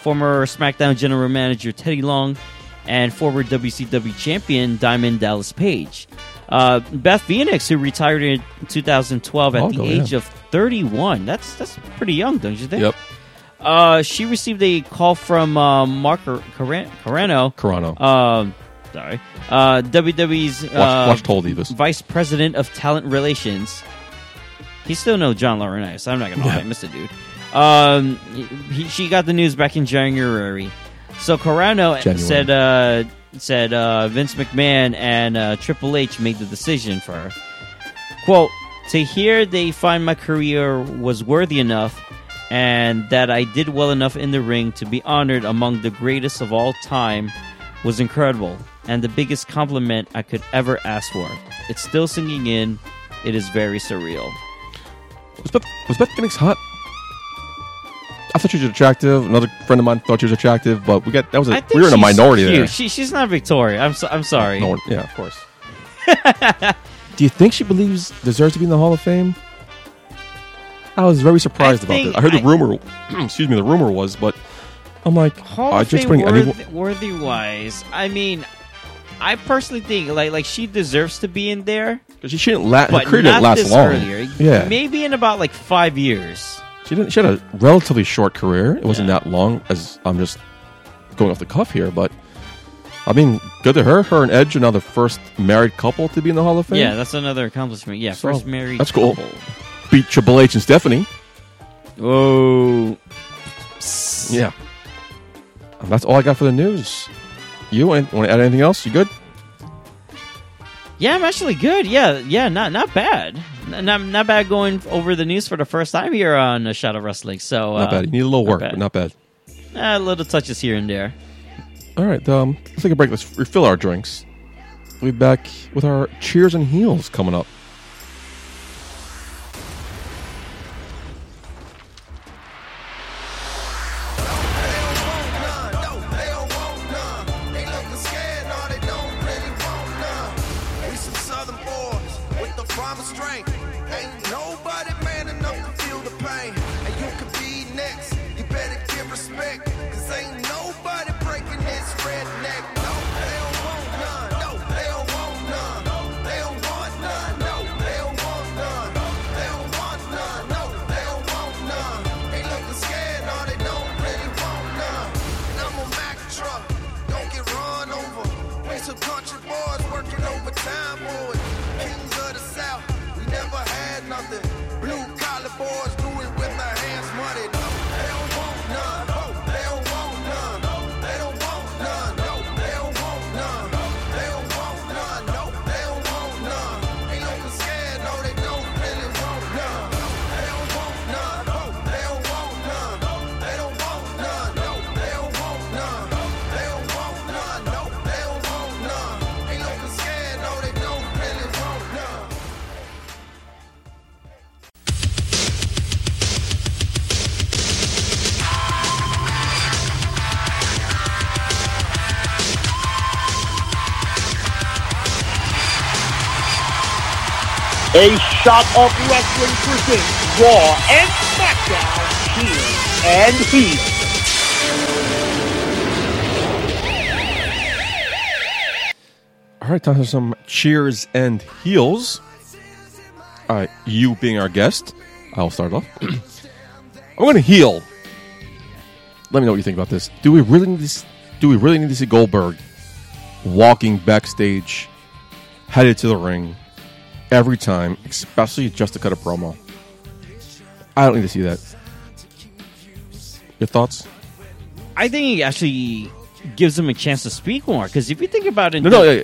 S3: former SmackDown General Manager Teddy Long, and former WCW Champion Diamond Dallas Page. Uh, Beth Phoenix, who retired in 2012 at
S1: Oh,
S3: the
S1: go,
S3: age
S1: yeah.
S3: of 31. That's that's pretty young, don't you think?
S1: Yep.
S3: Uh, she received a call from uh, Mark Car- Caran- Carano.
S1: Carano.
S3: Um, sorry. Uh, WWE's uh,
S1: watch, watch Toll Divas.
S3: vice president of talent relations. He still knows John Laurinaitis. I'm not gonna lie, I missed a dude. Um, he, she got the news back in January. So Carano
S1: January.
S3: said uh, said uh, Vince McMahon and uh, Triple H made the decision for her. Quote: To hear they find my career was worthy enough, and that I did well enough in the ring to be honored among the greatest of all time was incredible, and the biggest compliment I could ever ask for. It's still sinking in. It is very surreal.
S1: Was Beth, was Beth Phoenix hot? I thought she was attractive. Another friend of mine thought she was attractive, but we got that was
S3: I
S1: a,
S3: think
S1: we were in a
S3: she's
S1: minority
S3: cute.
S1: there.
S3: She, she's not Victoria. I'm so, I'm sorry.
S1: No one- yeah, of course. Do you think she believes deserves to be in the Hall of Fame? I was very surprised
S3: I
S1: about
S3: think
S1: this. I heard
S3: I-
S1: the rumor. excuse me, the rumor was, but I'm like,
S3: Hall
S1: I
S3: of
S1: just
S3: Fame
S1: bring everyone.
S3: worthy, worthy wise. I mean, I personally think like like she deserves to be in there,
S1: 'cause She shouldn't last. Her
S3: but
S1: career
S3: not
S1: didn't last
S3: this
S1: long.
S3: earlier.
S1: Yeah,
S3: maybe in about like five years.
S1: she didn't. She had a relatively short career. It wasn't
S3: Yeah.
S1: that long. As I'm just going off the cuff here, but I mean, good to her. Her and Edge are now the first married couple to be in the Hall of Fame.
S3: Yeah, that's another accomplishment. Yeah,
S1: So,
S3: first married.
S1: that's cool.
S3: couple.
S1: beat Triple H and Stephanie.
S3: Oh,
S1: Yeah. And that's all I got for the news. You want to add anything else? You good?
S3: yeah. I'm actually good. Yeah, yeah. Not not bad. N- Not not bad. Going over the news for the first time here on uh, Shadow Wrestling. So
S1: not
S3: uh,
S1: bad. You need a little work,
S3: bad.
S1: but not bad.
S3: Uh, little touches here and there.
S1: All right, um, let's take a break. Let's refill our drinks. We'll be back with our cheers and heels coming up.
S5: Country boys working overtime boys, kings of the south. We never had nothing. Blue collar boys do it with their hands money. No, they don't want none. No, they don't want none. No, they don't want none. No, they don't want none. They don't want none. No, they don't want none. Ain't no scared. No, they don't really want none. No, they don't want none. No, they don't want none. No, they don't want none. No, they don't want none. They don't want none. No, they don't want none. Ain't no scared. No, they don't really want none.
S2: A Shot Up Wrestling presents Raw and SmackDown Heels and Heat.
S1: All right, time for some cheers and heels. All right, you being our guest, I'll start off. I'm going to heal. Let me know what you think about this. Do we really need to? s- Do we really need to see Goldberg walking backstage, headed to the ring every time, especially just to cut a promo? I don't need to see that. Your thoughts?
S3: I think it actually gives him a chance to speak more. Because if you think about it,
S1: No, no, yeah, yeah.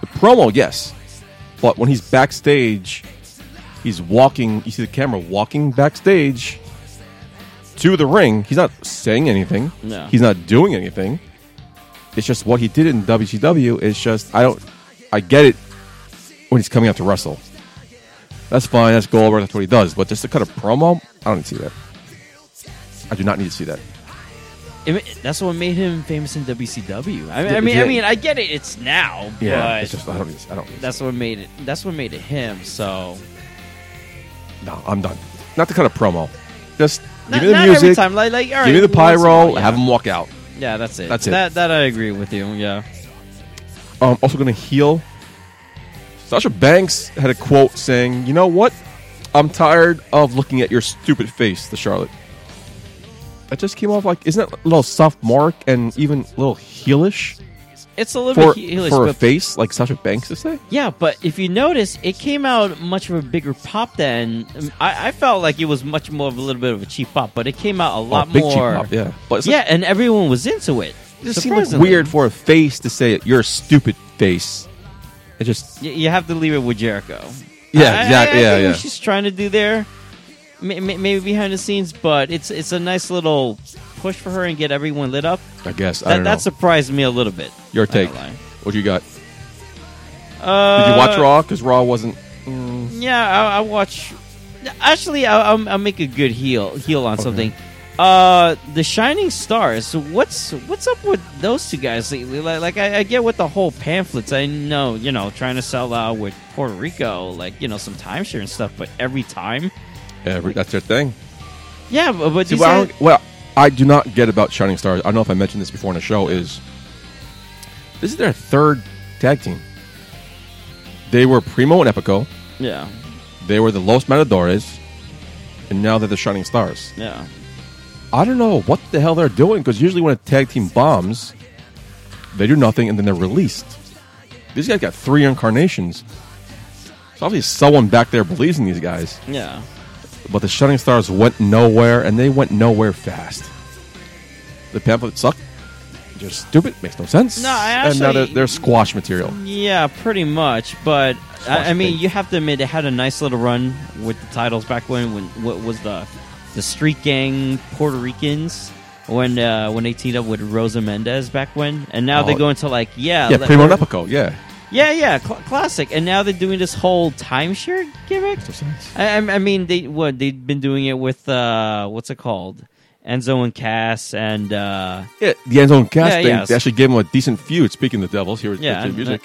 S1: the promo, yes, but when he's backstage, he's walking. You see the camera walking backstage to the ring. He's not saying anything.
S3: No.
S1: He's not doing anything. It's just what he did in WCW. It's just I don't. I get it when he's coming out to wrestle. That's fine. That's Goldberg. That's what he does. But just to cut a promo, I don't see that. I do not need to see that.
S3: it- that's what made him famous in WCW. I mean,
S1: Yeah,
S3: I mean, I
S1: yeah.
S3: mean, I get it. It's now, but
S1: it's just I don't. Need to, I don't. Need to-
S3: that's what made it. That's what made it him. So
S1: no, I'm done. Not to cut a promo. Just
S3: not,
S1: give me the
S3: not
S1: music.
S3: every time. Like, like all right,
S1: Give me the
S3: once in
S1: pyro.
S3: a while, yeah.
S1: Have them walk out.
S3: Yeah, that's it.
S1: That's it.
S3: That that I agree with you. Yeah.
S1: I'm also going to heal. Sasha Banks had a quote saying, "You know what? I'm tired of looking at your stupid face, the Charlotte. That just came off like isn't that a little sophomoric and even a little heelish
S3: It's a little
S1: for,
S3: bit heelish,
S1: for a
S3: but-
S1: face like Sasha Banks is say?
S3: yeah, but if you notice, it came out much of a bigger pop than I, I felt like it was much more of a little bit of a cheap pop, but it came out a
S1: Oh,
S3: lot
S1: big
S3: more.
S1: cheek pop, yeah. But it's like,
S3: yeah, and everyone was into it.
S1: it just seemed like
S3: surprisingly.
S1: weird for a face to say you're a stupid face. It just
S3: Y- you have to leave it with Jericho.
S1: Yeah,
S3: I- I-
S1: exactly,
S3: I
S1: yeah,
S3: think
S1: yeah.
S3: What she's trying to do there, may- may- maybe behind the scenes, but it's it's a nice little push for her and get everyone lit up.
S1: I guess I
S3: That,
S1: don't
S3: that
S1: know.
S3: surprised me a little bit.
S1: Your
S3: not gonna
S1: take.
S3: lie.
S1: What you got?
S3: Uh,
S1: Did you watch Raw? Because Raw wasn't.
S3: Yeah, I, I watch. Actually, I, I'll, I'll make a good heel heel on something. Uh, the Shining Stars. What's what's up with those two guys lately? Like, like I, I get with the whole pamphlets. I know, you know, trying to sell out with Puerto Rico, like you know, some timeshare and stuff. But every time,
S1: Every, that's their thing.
S3: yeah, but, but
S1: See,
S3: these
S1: what I
S3: guys-
S1: don't- what I do not get about Shining Stars, I don't know if I mentioned this before in the show, is this is their third tag team. They were Primo and Epico.
S3: yeah,
S1: They were the Los Matadores. And now they're the Shining Stars.
S3: yeah,
S1: I don't know what the hell they're doing because usually when a tag team bombs, they do nothing and then they're released. These guys got three incarnations. So obviously someone back there believes in these guys.
S3: yeah.
S1: But the Shining Stars went nowhere, and they went nowhere fast. The pamphlet sucked. They're stupid. Makes no sense.
S3: No, I
S1: and now
S3: actually-
S1: they're, they're squash material.
S3: Yeah, pretty much. But I, I mean,
S1: Fuck.
S3: you have to admit it had a nice little run with the titles back when when what was the the Street Gang Puerto Ricans when uh, when they teamed up with Rosa Mendez back when, and now they
S1: Oh.
S3: go into like yeah
S1: yeah,
S3: let-
S1: Primo and Epico. Yeah,
S3: yeah yeah cl- classic, and now they're doing this whole timeshare gimmick.
S1: makes no sense.
S3: I, I I mean, they what they've been doing it with uh, what's it called, Enzo and Cass and. Uh,
S1: Yeah, the end zone cast
S3: Yeah,
S1: thing.
S3: yeah.
S1: They actually gave them a decent feud. Speaking of the Devils, here is
S3: Yeah,
S1: yeah,
S3: and-
S1: music.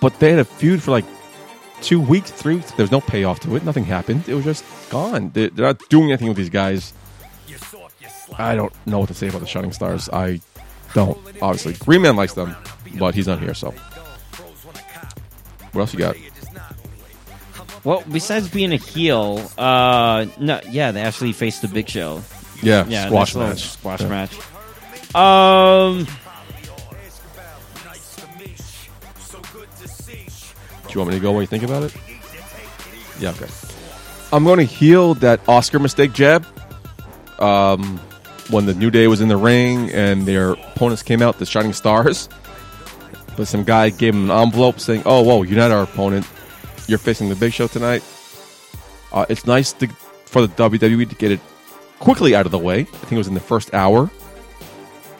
S1: But they had a feud for like two weeks, three. weeks. There was no payoff to it. Nothing happened. It was just gone. They, they're not doing anything with these guys. I don't know what to say about the Shining Stars. I don't. Obviously, Green Man likes them, but he's not here. So, what else you got?
S3: Well, besides being a heel, uh, no, yeah, they actually faced the Big Show.
S1: Yeah,
S3: Yeah,
S1: squash
S3: nice little
S1: match.
S3: Squash
S1: Yeah.
S3: match. Um,
S1: Do you want me to go while you think about it? Yeah, okay. I'm going to heal that Oscar mistake jab. Um, when the New Day was in the ring and their opponents came out, the Shining Stars. But some guy gave him an envelope saying, "Oh, whoa, you're not our opponent. You're facing the Big Show tonight." Uh, it's nice to, for the WWE to get it quickly out of the way. I think it was in the first hour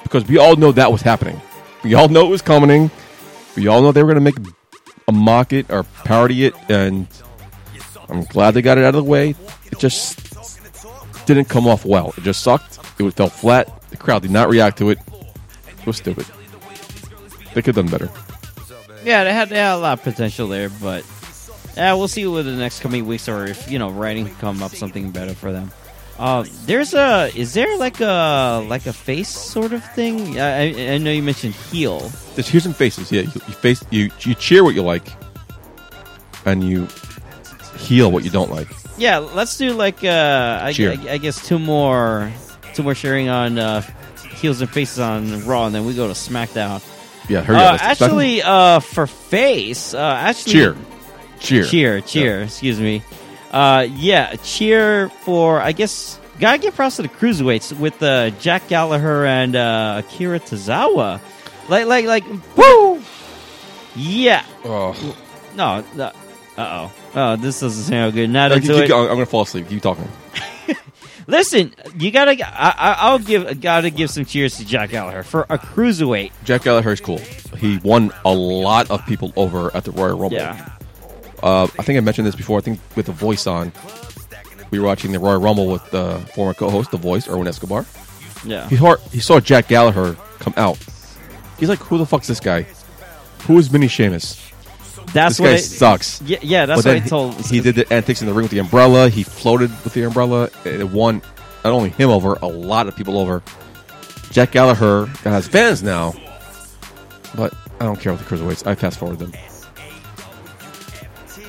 S1: because we all know that was happening. We all know it was coming. We all know they were going to make a mock it or parody it, and I'm glad they got it out of the way. It just didn't come off well. It just sucked. It fell flat. The crowd did not react to it. It was stupid. They could have done better.
S3: yeah, they had, they had a lot of potential there, but yeah, we'll see what the next coming weeks or if you know writing can come up something better for them. Uh, there's a is there like a like a face sort of thing? I, I, I know you mentioned heel.
S1: Just here's some faces. Yeah, you, you face you you cheer what you like, and you heal what you don't like.
S3: Yeah, let's do like uh, I,
S1: Cheer.
S3: I, I guess two more, two more sharing on uh, heels and faces on Raw, and then we go to SmackDown.
S1: Yeah, hurry
S3: uh,
S1: up. Let's-
S3: actually, uh, for face, uh, actually,
S1: cheer, cheer,
S3: cheer, cheer. Excuse me. Uh, yeah, cheer for I guess gotta give props to the cruiserweights with uh, Jack Gallagher and uh, Akira Tozawa. Like, like, like, woo! Yeah,
S1: Oh.
S3: no, no. uh oh, oh, this doesn't sound good. Not
S1: Uh, keep-
S3: into
S1: keep
S3: it.
S1: going. I'm gonna fall asleep. Keep talking.
S3: Listen, you gotta. I, I- I'll give. Gotta give some cheers to Jack Gallagher for a cruiserweight.
S1: Jack Gallagher's cool. He won a lot of people over at the Royal Rumble.
S3: Yeah,
S1: Uh, I think I mentioned this before. I think with the voice on, we were watching the Royal Rumble with the former co-host, the voice, Erwin Escobar.
S3: yeah,
S1: He saw, he saw Jack Gallagher come out. He's like, "Who the fuck's this guy? Who is Mini Sheamus?
S3: that's
S1: This
S3: what.
S1: guy
S3: I-
S1: sucks."
S3: yeah, yeah, that's
S1: But then
S3: what I told.
S1: he, he did the antics in the ring with the umbrella. He floated with the umbrella. and It won not only him over, a lot of people over. Jack Gallagher has fans now, but I don't care about the cruiserweights. I fast forward them.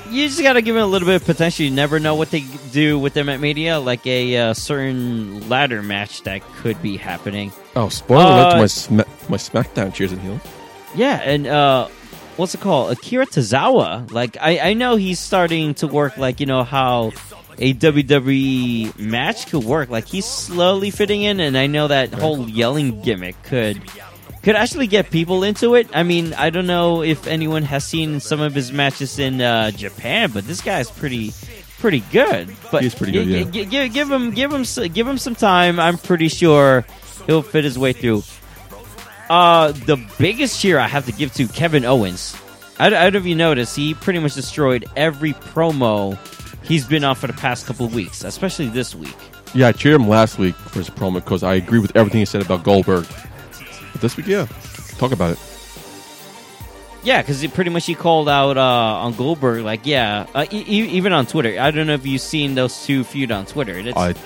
S3: you just got to give it a little bit of potential. You never know what they do with them at media, like a uh, certain ladder match that could be happening.
S1: Oh, spoiler alert to
S3: Uh,
S1: my sma- my SmackDown cheers and heels.
S3: Yeah, and uh, what's it called? Akira Tozawa. Like, I, I know he's starting to work, like, you know, how a WWE match could work. Like, he's slowly fitting in, and I know that whole yelling gimmick could. Could actually get people into it. I mean, I don't know if anyone has seen some of his matches in uh, Japan, but this guy's pretty, pretty good. But
S1: He's pretty good,
S3: gi-
S1: yeah.
S3: gi- gi- give him, give him, s- give him some time. I'm pretty sure he'll fit his way through. Uh, the biggest cheer I have to give to Kevin Owens. I, I don't know if you noticed, he pretty much destroyed every promo he's been on for the past couple of weeks, especially this week.
S1: Yeah, I cheered him last week for his promo because I agree with everything he said about Goldberg. But this week, yeah, talk about it.
S3: Yeah, because he pretty much he called out uh, on Goldberg, like yeah, uh, e- e- even on Twitter. I don't know if you've seen those two feud on Twitter. It's
S1: I did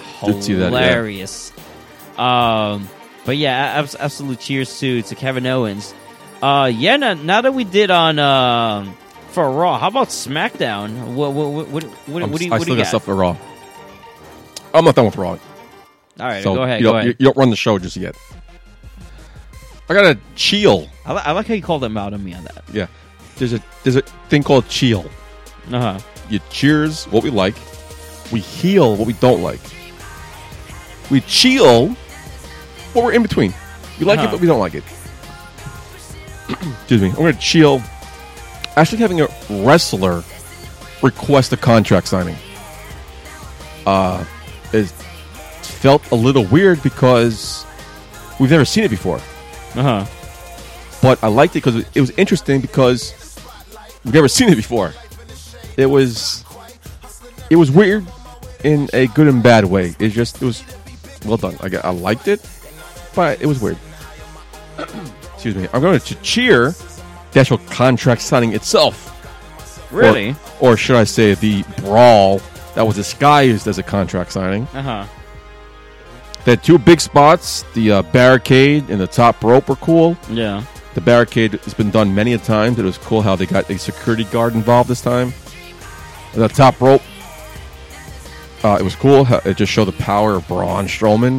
S3: hilarious.
S1: see that, yeah.
S3: Um, but yeah, abs- absolute cheers to to Kevin Owens. Uh, yeah, now, now that we did on um for Raw, how about SmackDown? What what what what, what,
S1: I'm-
S3: what do you
S1: I
S3: what do
S1: still
S3: you
S1: got
S3: got?
S1: stuff for Raw. I'm not done with Raw.
S3: All right,
S1: so
S3: go ahead.
S1: You
S3: Go
S1: don't,
S3: ahead.
S1: You, you don't run the show just yet. I got a chiel.
S3: I, li- I like how you called him out on me on that.
S1: Yeah, there's a there's a thing called chiel.
S3: Uh huh.
S1: You cheers what we like, we heal what we don't like. We chill what we're in between. We like it,
S3: Uh-huh.
S1: but we don't like it. Excuse me. I'm going to chill. Actually, having a wrestler request a contract signing uh, is felt a little weird because we've never seen it before
S3: Uh huh.
S1: but I liked it because it was interesting because we've never seen it before. It was it was weird in a good and bad way. It just it was well done. I, got- I liked it, but it was weird. Excuse me. I'm going to cheer the actual contract signing itself. Or-
S3: Really?
S1: Or, should I say the brawl that was disguised as a contract signing.
S3: Uh huh.
S1: They had two big spots. The uh, barricade and the top rope were cool.
S3: Yeah.
S1: The barricade has been done many a times. It was cool how they got a security guard involved this time. The top rope. Uh, it was cool. How it just showed the power of Braun Strowman.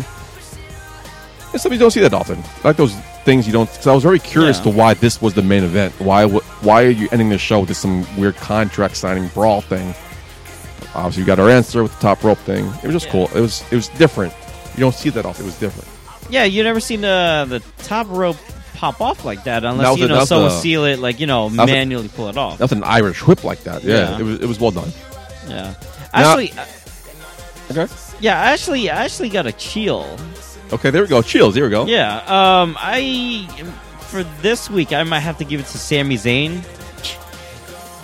S1: It's something you don't see that often. I Like those things you don't. Because I was very curious
S3: Yeah.
S1: to why this was the main event. Why? wa- Why are you ending the show with this some weird contract signing brawl thing? Obviously, we got our answer with the top rope thing. It was just
S3: Yeah.
S1: cool. It was. It was different. You don't see that often. It was different.
S3: Yeah, you never seen uh, the the top rope pop off like that
S1: That
S3: unless
S1: was
S3: you
S1: a-
S3: know
S1: that's
S3: someone
S1: a-
S3: seal it like you know
S1: was a-
S3: manually pull it off.
S1: That's an Irish whip like that. Yeah.
S3: Yeah.
S1: It was. It was well done.
S3: Yeah.
S1: Now-
S3: Actually, uh,
S1: Okay.
S3: yeah. Actually, I actually got a chill.
S1: Okay. There we go. Chills. Here we go.
S3: Yeah. Um. I for this week I might have to give it to Sami Zayn.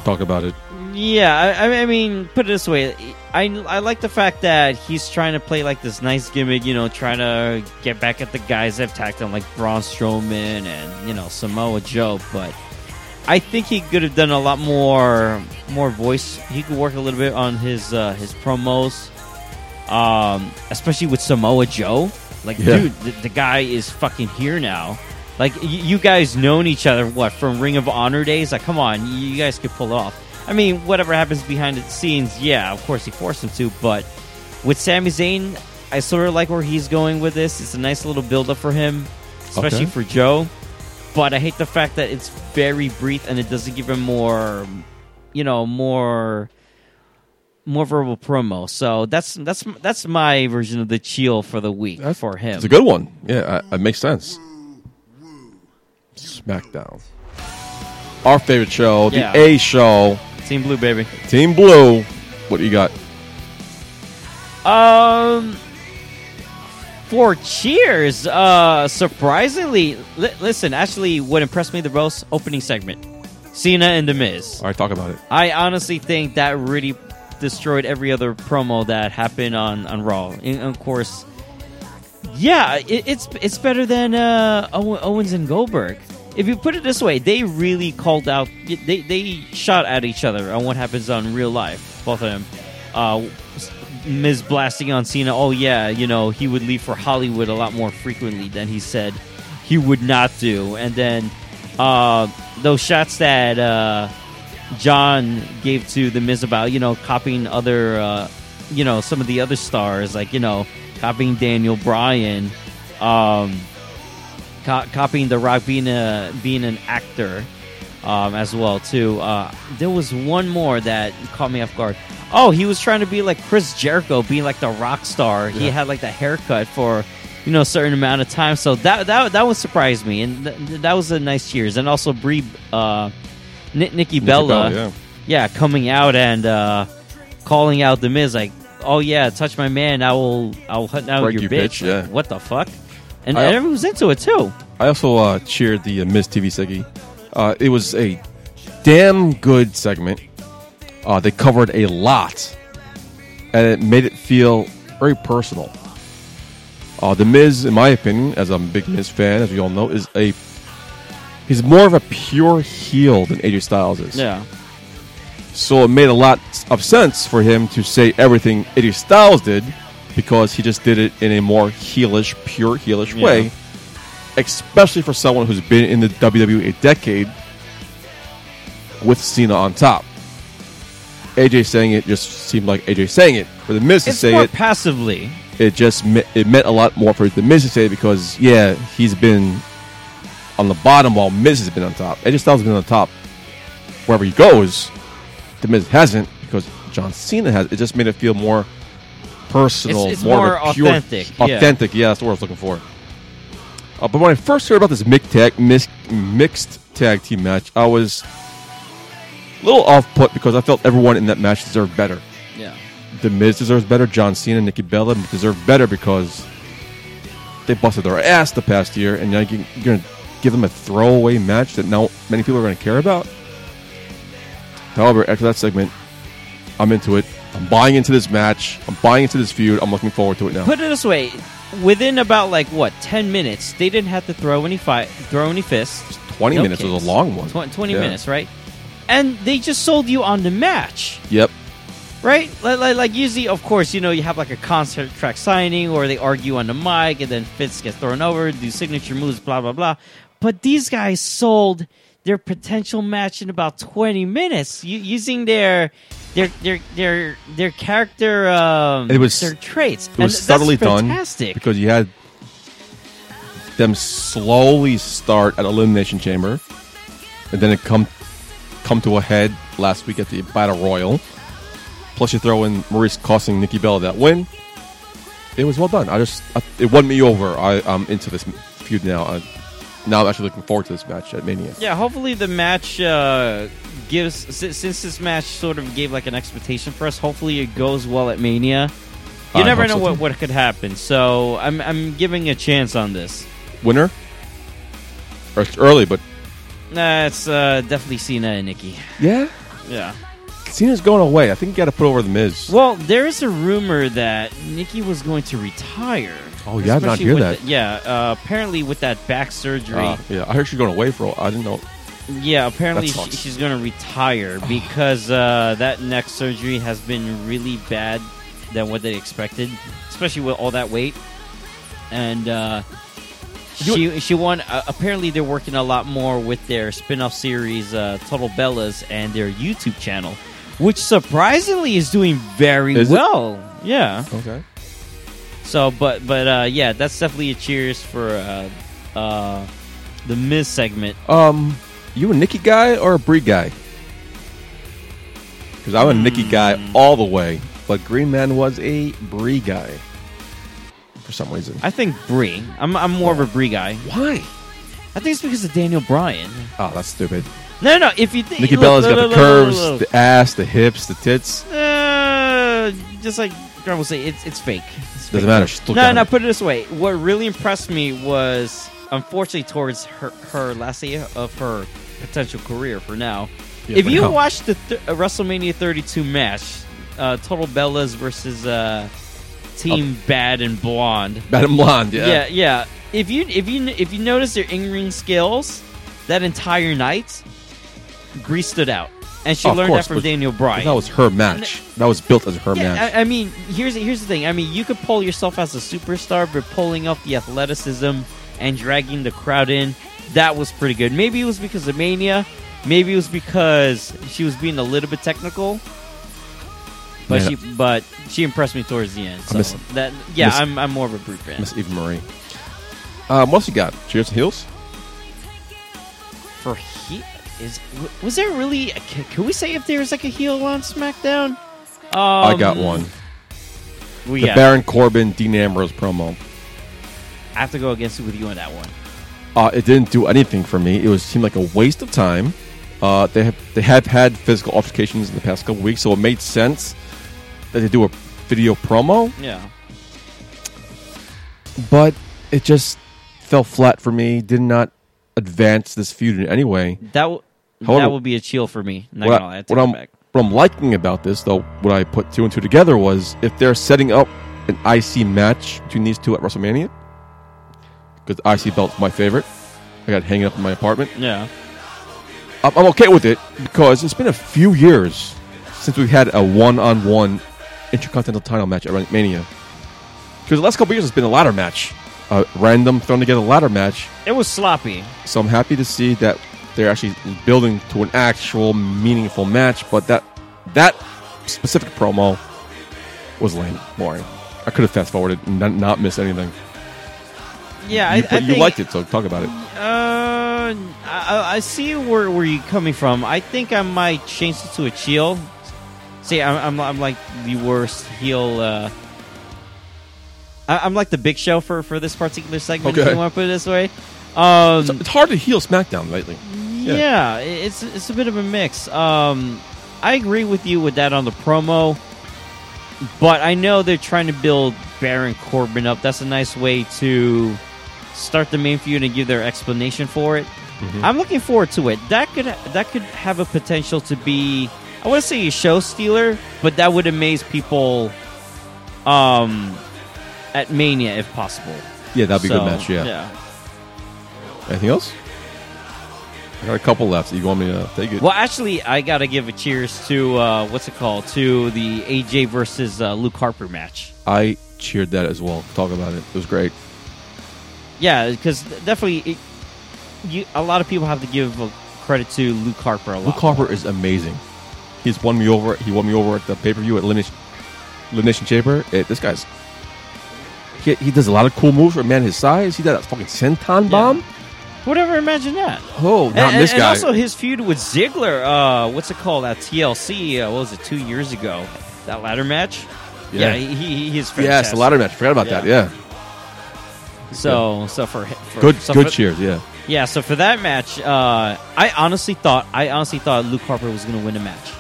S1: Talk about it.
S3: Yeah. I, I- I mean, put it this way. I I like the fact that he's trying to play like this nice gimmick. You know, trying to get back at the guys that attacked him, like Braun Strowman and you know Samoa Joe, but. I think he could have done a lot more more voice. He could work a little bit on his uh, his promos, um, especially with Samoa Joe. Like,
S1: Yeah.
S3: dude, the, the guy is fucking here now. Like, y- you guys known each other what from Ring of Honor days? Like, come on, you you guys could pull off. I mean, whatever happens behind the scenes, yeah, of course he forced him to. But with Sami Zayn, I sort of like where he's going with this. It's a nice little build up for him, especially
S1: Okay.
S3: for Joe but I hate the fact that it's very brief and it doesn't give him more, you know, more, more verbal promo. So that's that's that's my version of the chill for the week for him.
S1: It's a good one. Yeah, I- it makes sense. SmackDown. Our favorite show, the
S3: Yeah.
S1: A show,
S3: Team Blue, baby.
S1: Team Blue. What do you got?
S3: Um, for cheers, uh, surprisingly, li- listen, actually, what impressed me the most opening segment, Cena and The Miz.
S1: All right, talk about it.
S3: I honestly think that really destroyed every other promo that happened on on Raw. And of course, yeah, it, it's it's better than uh, Ow- Owens and Goldberg. If you put it this way, they really called out. They they shot at each other on what happens on real life. Both of them. Uh, Ms. blasting on Cena. Oh yeah, you know he would leave for Hollywood a lot more frequently than he said he would not do. And then uh, those shots that uh, John gave to the Miz about you know copying other uh, you know some of the other stars like you know copying Daniel Bryan, um, co- copying The Rock being a being an actor um, as well too. Uh, there was one more that caught me off guard. Oh, he was trying to be like Chris Jericho, being like the rock star. He
S1: Yeah.
S3: had like the haircut for you know a certain amount of time. So that that that one surprised me, and th- th- that was a nice cheers. And also Brie, uh, Ni- Nikki Bella,
S1: Bella, yeah.
S3: yeah, coming out and uh, calling out the Miz like, "Oh yeah, touch my man, I will, I will hunt out
S1: Break
S3: your
S1: you,
S3: bitch."
S1: bitch, yeah.
S3: Like, what the fuck? And,
S1: I-
S3: and everyone was into it too.
S1: I also uh, cheered the uh, Miss TV Seggy. Uh, it was a damn good segment. Uh, they covered a lot, and it made it feel very personal. Uh, the Miz, in my opinion, as I'm a big Miz fan, as we all know, is a he's more of a pure heel than AJ Styles is.
S3: Yeah,
S1: So it made a lot of sense for him to say everything AJ Styles did because he just did it in a more heelish, pure heelish
S3: Yeah.
S1: way. Especially for someone who's been in the WWE a decade with Cena on top. AJ saying it just seemed like AJ saying it. For the Miz to
S3: it's
S1: say
S3: more
S1: it,
S3: passively.
S1: it just me- it meant a lot more for the Miz to say it because yeah, he's been on the bottom while Miz has been on top. AJ Styles has been on top wherever he goes. The Miz hasn't because John Cena has. It just made it feel more personal,
S3: It's- it's
S1: more, of
S3: more
S1: a pure,
S3: authentic, yeah.
S1: authentic. Yeah, that's what I was looking for. Uh, but when I first heard about this mixed tag, mis- mixed tag team match, I was a little off put because I felt everyone in that match deserved better.
S3: Yeah,
S1: The Miz deserves better. John Cena, Nikki Bella deserve better because they busted their ass the past year, and now you're going to give them a throwaway match that now many people are going to care about. However, after that segment, I'm into it. I'm buying into this match. I'm buying into this feud. I'm looking forward to it now.
S3: put it this way: within about like what ten minutes, they didn't have to throw any fight, throw any fists.
S1: 20
S3: No
S1: minutes was
S3: kicks.
S1: a long one.
S3: Twen- Twenty
S1: Yeah.
S3: minutes, right? And they just sold you on the match.
S1: Yep.
S3: right? Like, like, like usually, of course, you know, you have like a concert track signing, or they argue on the mic, and then Fitz gets thrown over, do signature moves, blah blah blah. But these guys sold their potential match in about twenty minutes u- using their their their their their character. Um,
S1: It was-
S3: their traits.
S1: It was subtly done
S3: Fantastic.
S1: because you had them slowly start at Elimination Chamber, and then it come come to a head last week at the Battle Royal. Plus, you throw in Maurice costing Nikki Bella that win. It was well done. I just I, it won me over. I, I'm into this feud now. I, now I'm actually looking forward to this match at Mania.
S3: Yeah, hopefully the match uh, gives si- since this match sort of gave like an expectation for us. Hopefully it goes well at Mania. You
S1: I
S3: never
S1: hope
S3: know
S1: so,
S3: what,
S1: too.
S3: what could happen, so I'm I'm giving a chance on this.
S1: Winner? Or It's early, but
S3: Nah, it's uh, definitely Cena and Nikki.
S1: yeah,
S3: Yeah.
S1: Cena's going away. I think you got to put over the Miz.
S3: Well, there is a rumor that Nikki was going to retire.
S1: Oh, yeah, I did not
S3: Especially
S1: hear
S3: with
S1: that.
S3: the- yeah, uh, apparently with that back surgery.
S1: Uh, yeah, I heard she's going away for. a while. I didn't know.
S3: Yeah, apparently
S1: That
S3: she,
S1: sucks.
S3: she's going to retire because uh, that neck surgery has been really bad than what they expected, especially with all that weight. And uh, she she won. Uh, apparently, they're working a lot more with their spin-off series, uh, Total Bellas, and their YouTube channel, which surprisingly is doing very
S1: Is it?
S3: well. Yeah.
S1: Okay.
S3: So, but but uh, yeah, that's definitely a cheers for uh, uh, the Miz segment.
S1: Um, you a Nikki guy or a Brie guy? Because I'm a Nikki guy
S3: Hmm.
S1: all the way, but Green Man was a Brie guy for some reason.
S3: I think Brie. I'm, I'm more of a Brie guy.
S1: Why?
S3: I think it's because of Daniel Bryan.
S1: Oh, that's stupid.
S3: No, no. If you think
S1: Nikki
S3: look,
S1: Bella's
S3: look,
S1: got
S3: look,
S1: the
S3: look,
S1: curves,
S3: look, look.
S1: the ass, the hips, the tits.
S3: Uh, just like Grumble say, it's it's fake. It's
S1: Doesn't
S3: fake.
S1: matter. Just look
S3: No,
S1: at
S3: no.
S1: it.
S3: Put it this way. What really impressed me was, unfortunately, towards her her last year of her potential career for now.
S1: Yeah,
S3: if
S1: for
S3: you
S1: now.
S3: watch the th- uh, WrestleMania 32 match, uh, Total Bellas versus uh, Team Bad and Blonde.
S1: Madame Blonde. Yeah.
S3: yeah, yeah. If you if you if you notice their in ring skills, that entire night, Bree stood out, and she
S1: Oh, of
S3: learned
S1: course,
S3: that from
S1: but-
S3: Daniel
S1: But
S3: Bryan.
S1: That was her match. That was built as her match.
S3: yeah, I, I mean, here's here's the thing. I mean, you could pull yourself as a superstar, but pulling off the athleticism and dragging the crowd in, that was pretty good. Maybe it was because of Mania, Maybe it was because she was being a little bit technical. But
S1: Man,
S3: she, but she impressed me towards the end. So
S1: miss-
S3: that, yeah,
S1: miss-
S3: I'm, I'm more of a Brute fan.
S1: Miss Eva Marie. Um, what else you got? Cheers to Heels?
S3: For he is, w- was there really? a- Can, can we say if there was like a heel on SmackDown? Um,
S1: I got one.
S3: We
S1: The
S3: got-
S1: Baron Corbin, Dean Ambrose promo.
S3: I have to go against you with you on that one.
S1: Uh, it didn't do anything for me. It was seemed like a waste of time. Uh, they have they have had physical altercations in the past couple weeks, so it made sense that they do a video promo,
S3: Yeah.
S1: but it just fell flat for me. Did not advance this feud in any way.
S3: That w-
S1: However-
S3: that would be a chill for me. Not
S1: what,
S3: gonna lie, I
S1: I,
S3: take it
S1: am
S3: back.
S1: what I'm liking about this, though, what I put two and two together was if they're setting up an IC match between these two at WrestleMania, because IC belt's my favorite. I got it hanging up in my apartment.
S3: Yeah.
S1: I'm, I'm okay with it because it's been a few years since we've had a one-on-one intercontinental title match at Mania. Because the last couple years, it's been a ladder match, a random thrown together ladder match.
S3: It was sloppy.
S1: So I'm happy to see that they're actually building to an actual meaningful match. But that that specific promo was lame, boring. I could have fast forwarded and not, not missed anything.
S3: Yeah,
S1: you,
S3: I, I
S1: you
S3: think-
S1: liked it, so talk about it.
S3: Uh, I, I see where where you're coming from. I think I might change it to a chill. See, I'm I'm, I'm like the worst heel. Uh, I, I'm like the Big Show for for this particular segment. If
S1: Okay.
S3: you want to put it this way. Um,
S1: It's, it's hard to heal SmackDown lately.
S3: yeah. i- it's it's a bit of a mix. Um, I agree with you with that on the promo, but I know they're trying to build Baron Corbin up. That's a nice way to start the main feud and give their explanation for it.
S1: Mm-hmm.
S3: I'm looking forward to it. That could that could have a potential to be I want to say a show stealer, but that would amaze people um at Mania if possible.
S1: Yeah, that'd be a
S3: So,
S1: good match. Anything else? I got a couple left. You want me to take it?
S3: Well, actually, I gotta give a cheers to uh, what's it called to the AJ versus uh, Luke Harper match.
S1: I cheered that as well. Talk about it. It was great.
S3: Yeah, because definitely, it, you a lot of people have to give uh, credit to Luke Harper a lot.
S1: Luke Harper is amazing. He's won me over. He won me over at the pay per view at Elimination, Elimination Chamber. Eh, this guy's he, he does a lot of cool moves for a man his size. He did that fucking senton bomb.
S3: Whatever, imagine that.
S1: Oh, not
S3: and,
S1: this
S3: and
S1: guy.
S3: also his feud with Ziggler. Uh, what's it called at TLC? Uh, what was it two years ago? That ladder match.
S1: Yeah.
S3: Yeah, he, he, he is fantastic.
S1: yes, the ladder match. Forgot about that. Yeah,
S3: So so for, for
S1: good
S3: so
S1: good
S3: for-
S1: cheers. Yeah,
S3: Yeah, so for that match, uh, I honestly thought I honestly thought Luke Harper was going to win the match,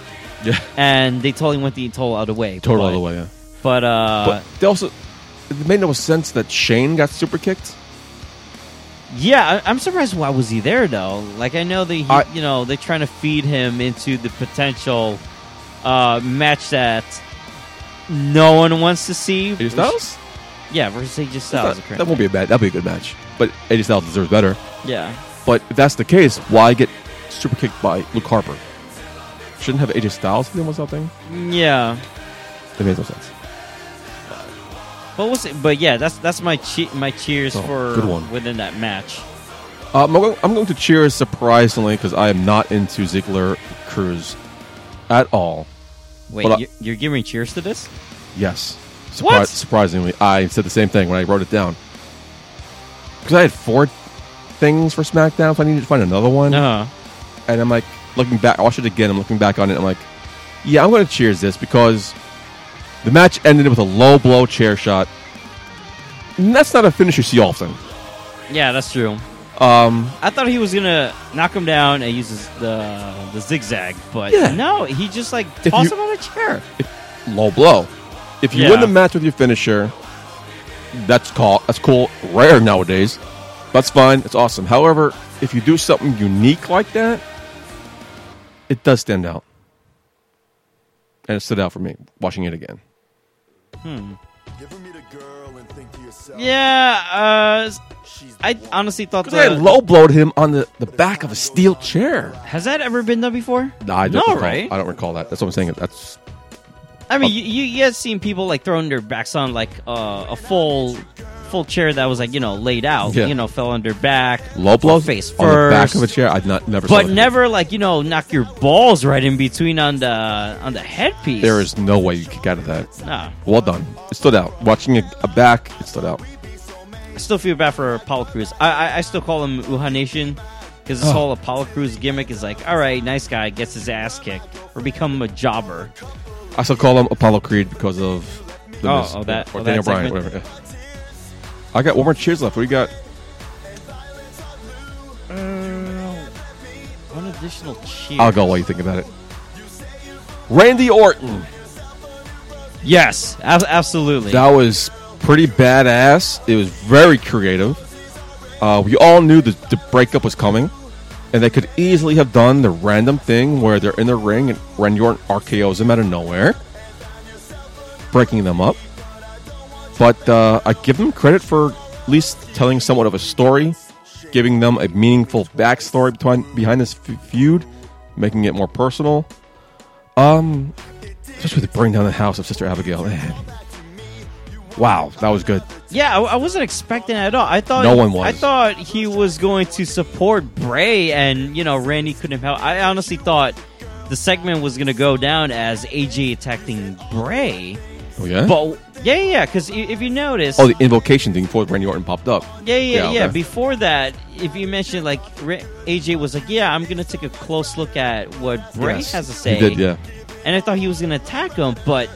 S1: yeah,
S3: and they totally went the total out of the way.
S1: total
S3: but,
S1: all the way. Yeah,
S3: But, uh,
S1: but they also it made no sense that Shane got super kicked.
S3: yeah, I, I'm surprised why was he there though. Like I know they,
S1: I-
S3: you know, they're trying to feed him into the potential uh, match that no one wants to see.
S1: AJ Styles.
S3: yeah, versus AJ
S1: That's
S3: Styles.
S1: not-
S3: apparently.
S1: that won't be a bad. That'll be a good match. But AJ Styles deserves better.
S3: yeah.
S1: But if that's the case, why get super kicked by Luke Harper? Shouldn't have AJ Styles be the one something.
S3: Yeah,
S1: That makes no sense.
S3: but was it? But yeah, that's that's my che- my cheers
S1: Oh,
S3: for
S1: good one.
S3: within that match.
S1: Uh, I'm, going, I'm going to cheer surprisingly because I am not into Ziggler Cruz at all.
S3: Wait,
S1: But I-
S3: you're, you're giving cheers to this?
S1: Yes. Surpri-
S3: What?
S1: Surprisingly, I said the same thing when I wrote it down because I had four things for SmackDown. If I needed to find another one,
S3: Uh-huh.
S1: and I'm like looking back. I watched it again. I'm looking back on it. I'm like, yeah, I'm going to cheers this because the match ended with a low blow chair shot. And that's not a finish you see often.
S3: Yeah, that's true.
S1: Um,
S3: I thought he was gonna knock him down and use his, the the zigzag, but
S1: Yeah.
S3: no, he just like tossed
S1: you-
S3: him on a chair.
S1: low blow. If you
S3: Yeah.
S1: win the match with your finisher, that's call that's cool. Rare nowadays. That's fine. It's awesome. However, if you do something unique like that, it does stand out. And it stood out for me watching it again.
S5: Giving me the girl and think to yourself.
S3: Yeah, uh,
S5: She's the
S3: I
S5: one.
S3: honestly thought
S1: Because I
S3: that.
S1: had low blowed him on the, the back of a steel chair.
S3: has that ever been done before?
S1: No, I don't
S3: no,
S1: recall.
S3: right?
S1: I don't recall that. That's what I'm saying. That's
S3: I mean, you, you you have seen people like throwing their backs on like uh, a full full chair that was like you know laid out.
S1: Yeah.
S3: You know, fell on their back,
S1: Low blows
S3: face first,
S1: on the back of a chair. I'd not never. saw
S3: but
S1: that.
S3: never like you know knock your balls right in between on the on the headpiece.
S1: There is no way you kick out of that.
S3: Nah,
S1: Well done. It stood out. Watching a, a back, it stood out.
S3: I still feel bad for Apollo Cruz. I I, I still call him Uha Nation because
S1: Oh.
S3: this whole Apollo Cruz gimmick is like, all right, nice guy gets his ass kicked or become a jobber.
S1: I still call him Apollo Creed because of the
S3: Oh,
S1: Miz,
S3: oh, that-
S1: or
S3: oh, that
S1: Daniel Bryan,
S3: segment.
S1: whatever. yeah. I got one more cheers left. What do you got?
S3: One additional cheer.
S1: I'll go while you think about it. Randy Orton.
S3: Yes, ab- absolutely.
S1: That was pretty badass. It was very creative. Uh, we all knew the, the breakup was coming, and they could easily have done the random thing where they're in the ring and Randy Orton RKO's them out of nowhere, breaking them up. But uh, I give them credit for at least telling somewhat of a story, giving them a meaningful backstory between, behind this fe- feud, making it more personal. Um, especially with the burning down the house of Sister Abigail. Man. Wow, that was good.
S3: yeah, I, I wasn't expecting it at all. I thought
S1: No one was.
S3: I thought he was going to support Bray, and you know Randy couldn't help. I honestly thought the segment was going to go down as AJ attacking Bray,
S1: Oh yeah.
S3: but yeah, yeah, yeah, because if you notice,
S1: oh, the invocation thing before Randy Orton popped up.
S3: Yeah, yeah,
S1: Yeah,
S3: yeah.
S1: okay.
S3: Before that, if you mentioned like Ra- AJ was like, "Yeah, I'm gonna take a close look at what Bray
S1: Yes.
S3: has to say,"
S1: He did, yeah.
S3: and I thought he was gonna attack him, but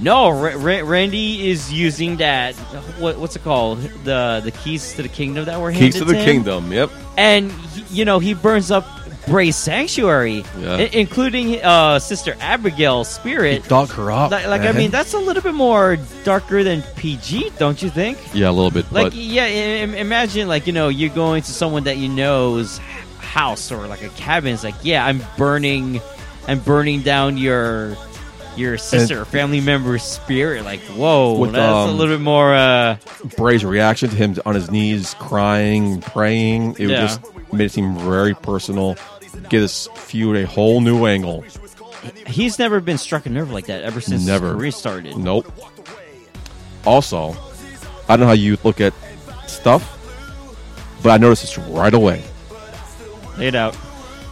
S3: no, Ra- Ra- Randy is using that what, what's it called the the keys to the kingdom that were
S1: Keys
S3: handed
S1: to the
S3: him.
S1: Kingdom. Yep.
S3: and he- you know he burns up Bray's sanctuary,
S1: Yeah.
S3: i- including uh, Sister Abigail's spirit.
S1: Dog her up.
S3: Like, like I mean, that's a little bit more darker than PG, don't you think?
S1: yeah, a little bit.
S3: Like
S1: but
S3: yeah, i- im- imagine like you know you're going to someone that you know's h- house or like a cabin. It's like yeah, I'm burning, I'm burning down your your sister, or family member's spirit. Like whoa,
S1: With,
S3: that's a
S1: um,
S3: little bit more. uh
S1: Bray's reaction to him on his knees, crying, praying, it
S3: Yeah.
S1: just made it seem very personal. Give this feud a whole new angle.
S3: He's never been struck a nerve like that ever since
S1: Never
S3: his career started.
S1: Nope. Also, I don't know how you look at stuff, but I noticed this right away.
S3: Lay it out.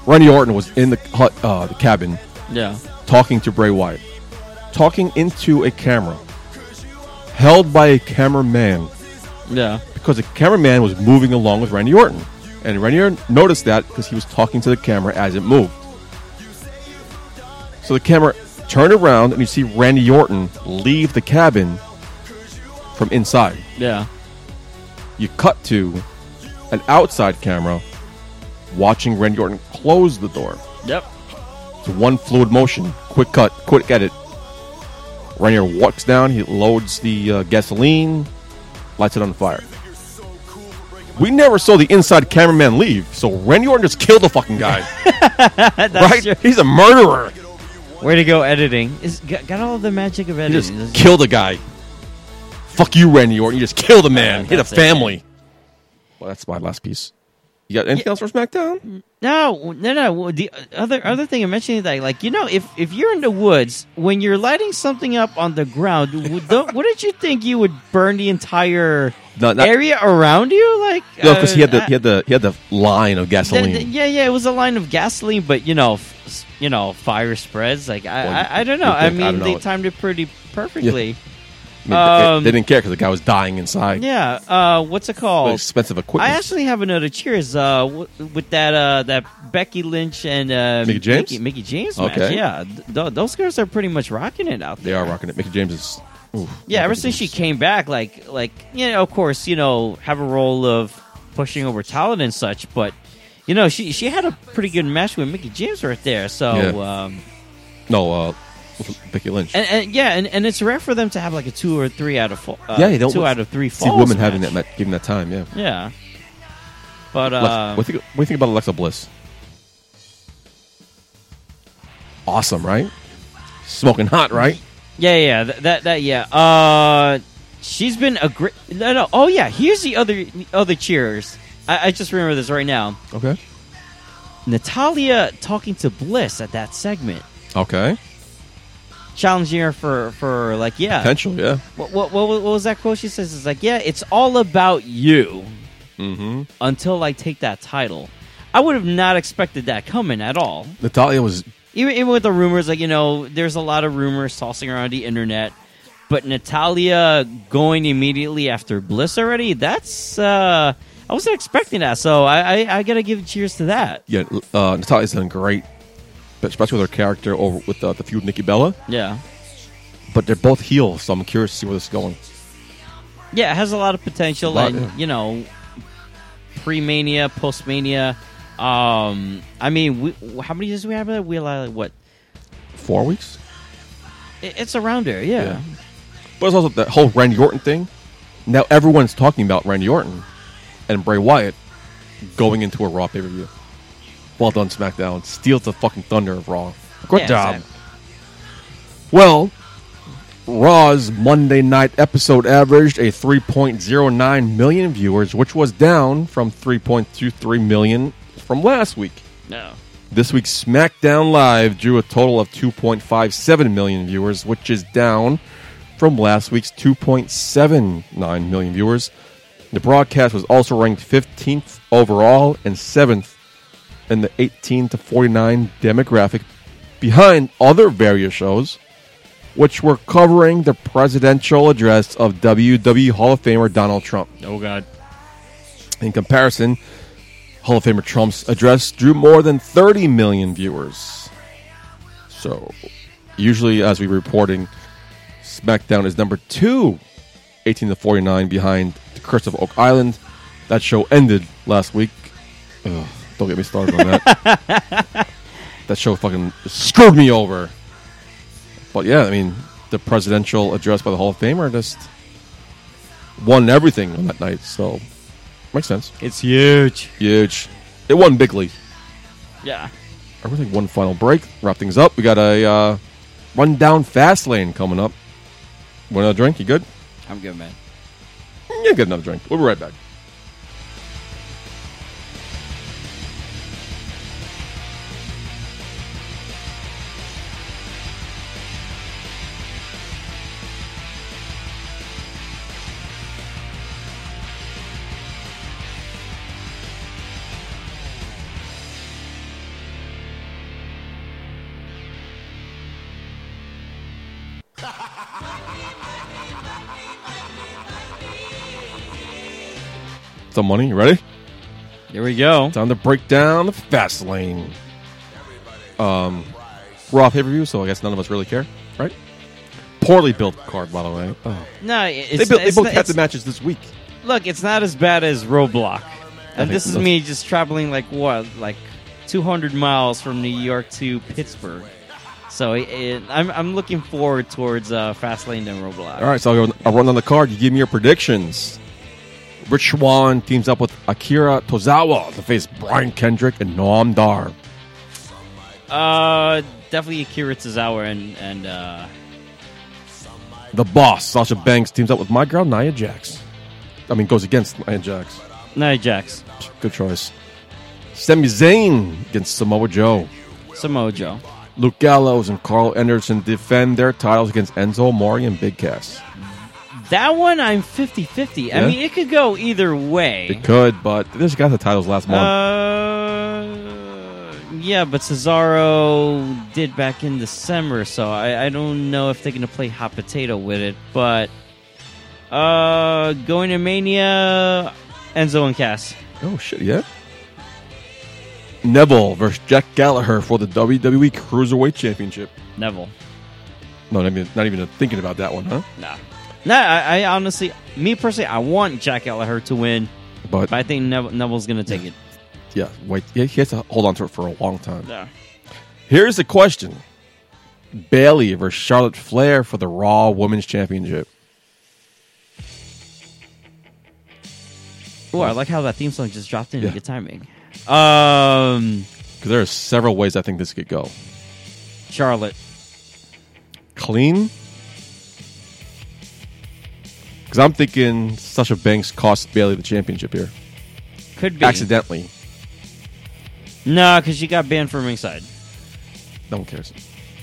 S1: Randy Orton was in the hut, uh, the cabin,
S3: Yeah.
S1: talking to Bray Wyatt, talking into a camera, held by a cameraman
S3: Yeah.
S1: because the cameraman was moving along with Randy Orton, and Randy Orton noticed that because he was talking to the camera as it moved. So the camera turned around and you see Randy Orton leave the cabin from inside.
S3: Yeah.
S1: You cut to an outside camera watching Randy Orton close the door.
S3: Yep.
S1: It's one fluid motion. Quick cut. Quick edit. Rainier walks down. He loads the uh, gasoline, lights it on fire. We never saw the inside cameraman leave, so Randy Orton just killed the fucking guy,
S3: That's
S1: right?
S3: your-
S1: He's a murderer.
S3: Way to go editing. Is got, got all the magic of
S1: He
S3: editing.
S1: just killed a guy. Fuck you, Randy Orton. You just killed a man.
S3: Uh,
S1: Hit a
S3: that's it.
S1: family. Well, that's my last piece. You got anything else for SmackDown?
S3: No, no, no. Well, The uh, other other thing I mentioned that, like you know, if if you're in the woods when you're lighting something up on the ground, w- don't, wouldn't you think you would burn the entire
S1: No, not-
S3: area around you? Like
S1: No, because he had the
S3: uh,
S1: he had the he had the line of
S3: th-
S1: gasoline.
S3: th- yeah, yeah. It was a line of gasoline, but you know, f- s- you know, fire spreads. Like I,
S1: Well,
S3: I, I don't
S1: you
S3: know. I
S1: think- I
S3: mean,
S1: don't
S3: they
S1: know.
S3: timed it pretty perfectly.
S1: I mean, they-
S3: um,
S1: they, didn't care because the guy was dying inside.
S3: Yeah. Uh, what's it called?
S1: expensive
S3: I
S1: equipment.
S3: actually have another cheers uh, w- with that uh, that Becky Lynch and uh,
S1: Mickey James?
S3: Mickey, Mickey James match.
S1: Okay.
S3: Yeah, Th- th- those girls are pretty much rocking it out
S1: They
S3: there.
S1: are rocking it. Mickey James is. oof.
S3: Yeah, ever
S1: Mickey
S3: since she
S1: James.
S3: came back, like like you know, of course, you know, have a role of pushing over talent and such, but you know, she she had a pretty good match with Mickey James right there. So.
S1: Yeah.
S3: Um,
S1: No, uh, Becky Lynch.
S3: and, and yeah, and, and it's rare for them to have like a two or three out of four, uh,
S1: yeah, you don't
S3: two out of three
S1: See
S3: falls
S1: women having
S3: match.
S1: that, ma- giving that time. Yeah.
S3: Yeah, but
S1: Lex-
S3: uh,
S1: what, do you, what do you think about Alexa Bliss? Awesome, right? Smoking hot, right?
S3: Yeah, yeah, th- that that yeah. Uh, she's been a great. No, no. Oh yeah, here's the other other cheers. I, I just remember this right now.
S1: Okay.
S3: Natalia talking to Bliss at that segment.
S1: Okay.
S3: challenging her for for like yeah
S1: Potential, yeah.
S3: what, what, what, what was that quote she says? It's like, yeah, it's all about you
S1: Mm-hmm.
S3: until I take that title. I would have not expected that coming at all.
S1: Natalia was
S3: Even, even with the rumors, like, you know, there's a lot of rumors tossing around the internet. But Natalia going immediately after Bliss already, that's, uh, I wasn't expecting that. So I, I, I got to give cheers to that.
S1: yeah. Uh, Natalia's done great, but especially with her character over with uh, the feud with Nikki Bella.
S3: Yeah.
S1: But they're both heels, so I'm curious to see where this is going.
S3: Yeah, it has a lot of potential,
S1: A lot,
S3: and
S1: yeah.
S3: you know, pre mania, post mania. Um, I mean, we, how many years do we have? that? We allow like, what?
S1: Four weeks.
S3: It, it's around there, yeah.
S1: But it's also that whole Randy Orton thing. Now everyone's talking about Randy Orton and Bray Wyatt going into a Raw pay per view. Well done, SmackDown. Steals the fucking thunder of Raw. Good
S3: Yeah,
S1: job.
S3: exactly.
S1: Well, Raw's Monday night episode averaged a 3.09 million viewers, which was down from 3.23 million from last week.
S3: No,
S1: This week's SmackDown Live drew a total of 2.57 million viewers, which is down from last week's 2.79 million viewers. The broadcast was also ranked 15th overall and 7th in the 18 to 49 demographic, behind other various shows, which were covering the presidential address of WWE Hall of Famer Donald Trump.
S3: oh god.
S1: In comparison, Hall of Famer Trump's address drew more than 30 million viewers. So, usually, as we were reporting, SmackDown is number two, 18 to 49, behind The Curse of Oak Island. That show ended last week. Ugh, don't get me started on that. that show fucking screwed me over. But yeah, I mean, the presidential address by the Hall of Famer just won everything on that night. So, makes sense.
S3: It's huge.
S1: Huge. It won bigly.
S3: Yeah.
S1: We're gonna take one final break, wrap things up. We got a uh, rundown fast lane coming up. Want another drink? You good?
S3: I'm good, man.
S1: Yeah, good enough drink. We'll be right back. Some money. You ready?
S3: Here we go.
S1: Time to break down the fast lane. Um, raw pay per view, so I guess none of us really care, right? Poorly built card, by the way. Oh.
S3: No, it-
S1: They,
S3: it's,
S1: built, they
S3: it's
S1: both
S3: not-
S1: had the
S3: it's-
S1: matches this week.
S3: Look, it's not as bad as Roblox, and
S1: Okay,
S3: this is
S1: that's-
S3: me just traveling like what, like 200 miles from New York to Pittsburgh. So it, it, I'm I'm looking forward towards uh, Fastlane and Roblox.
S1: All right, so I'll, go, I'll run on the card. You give me your predictions. Rich Swan teams up with Akira Tozawa to face Brian Kendrick and Noam Dar.
S3: Uh, definitely Akira Tozawa and and uh,
S1: The boss, Sasha Banks, teams up with my girl, Nia Jax. I mean, goes against Nia Jax.
S3: Nia Jax,
S1: Good choice. Sami Zayn against Samoa Joe.
S3: Samoa Joe.
S1: Luke Gallows and Carl Anderson defend their titles against Enzo Mori and Big Cass.
S3: That one I'm 50-50.
S1: Yeah?
S3: I mean, it could go either way.
S1: It could, but this got the titles last month.
S3: Uh, yeah, but Cesaro did back in December, so I, I don't know if they're gonna play hot potato with it. But uh, going to Mania, Enzo and Cass.
S1: Oh shit! Yeah. Neville versus Jack Gallagher for the WWE Cruiserweight Championship.
S3: Neville.
S1: No, not even, not even thinking about that one, huh?
S3: Nah, nah. I, I honestly, me personally, I want Jack Gallagher to win,
S1: But
S3: but I think Neville, Neville's gonna take it.
S1: yeah, wait, yeah, he has to hold on to it for a long time.
S3: Yeah.
S1: Here's the question: Bailey versus Charlotte Flair for the Raw Women's Championship.
S3: Oh, I like how that theme song just dropped in.
S1: Yeah.
S3: Good timing. Um,
S1: Because there are several ways I think this could go:
S3: Charlotte.
S1: clean. Because I'm thinking Sasha Banks cost Bailey the championship here
S3: Could be
S1: accidentally.
S3: No, because she got banned from ringside.
S1: No one cares.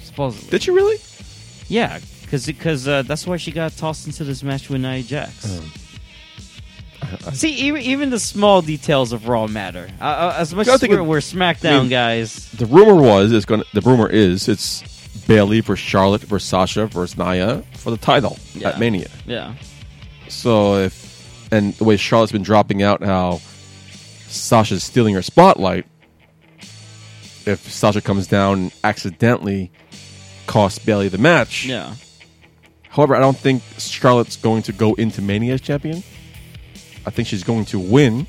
S3: Supposedly.
S1: Did she really?
S3: Yeah, because uh, that's why she got tossed into this match with Nia Jax.
S1: Hmm.
S3: See, even, even the small details of Raw matter. Uh, Uh, as much
S1: I
S3: as
S1: think
S3: we're,
S1: it-
S3: we're SmackDown
S1: I mean-
S3: guys,
S1: The rumor was it's going. to The rumor is it's Bailey versus Charlotte versus Sasha versus Naya for the title
S3: Yeah.
S1: at Mania.
S3: yeah,
S1: So if and the way Charlotte's been dropping out, how Sasha's stealing her spotlight. If Sasha comes down and accidentally costs Bailey the match,
S3: yeah.
S1: However, I don't think Charlotte's going to go into Mania as champion. I think she's going to win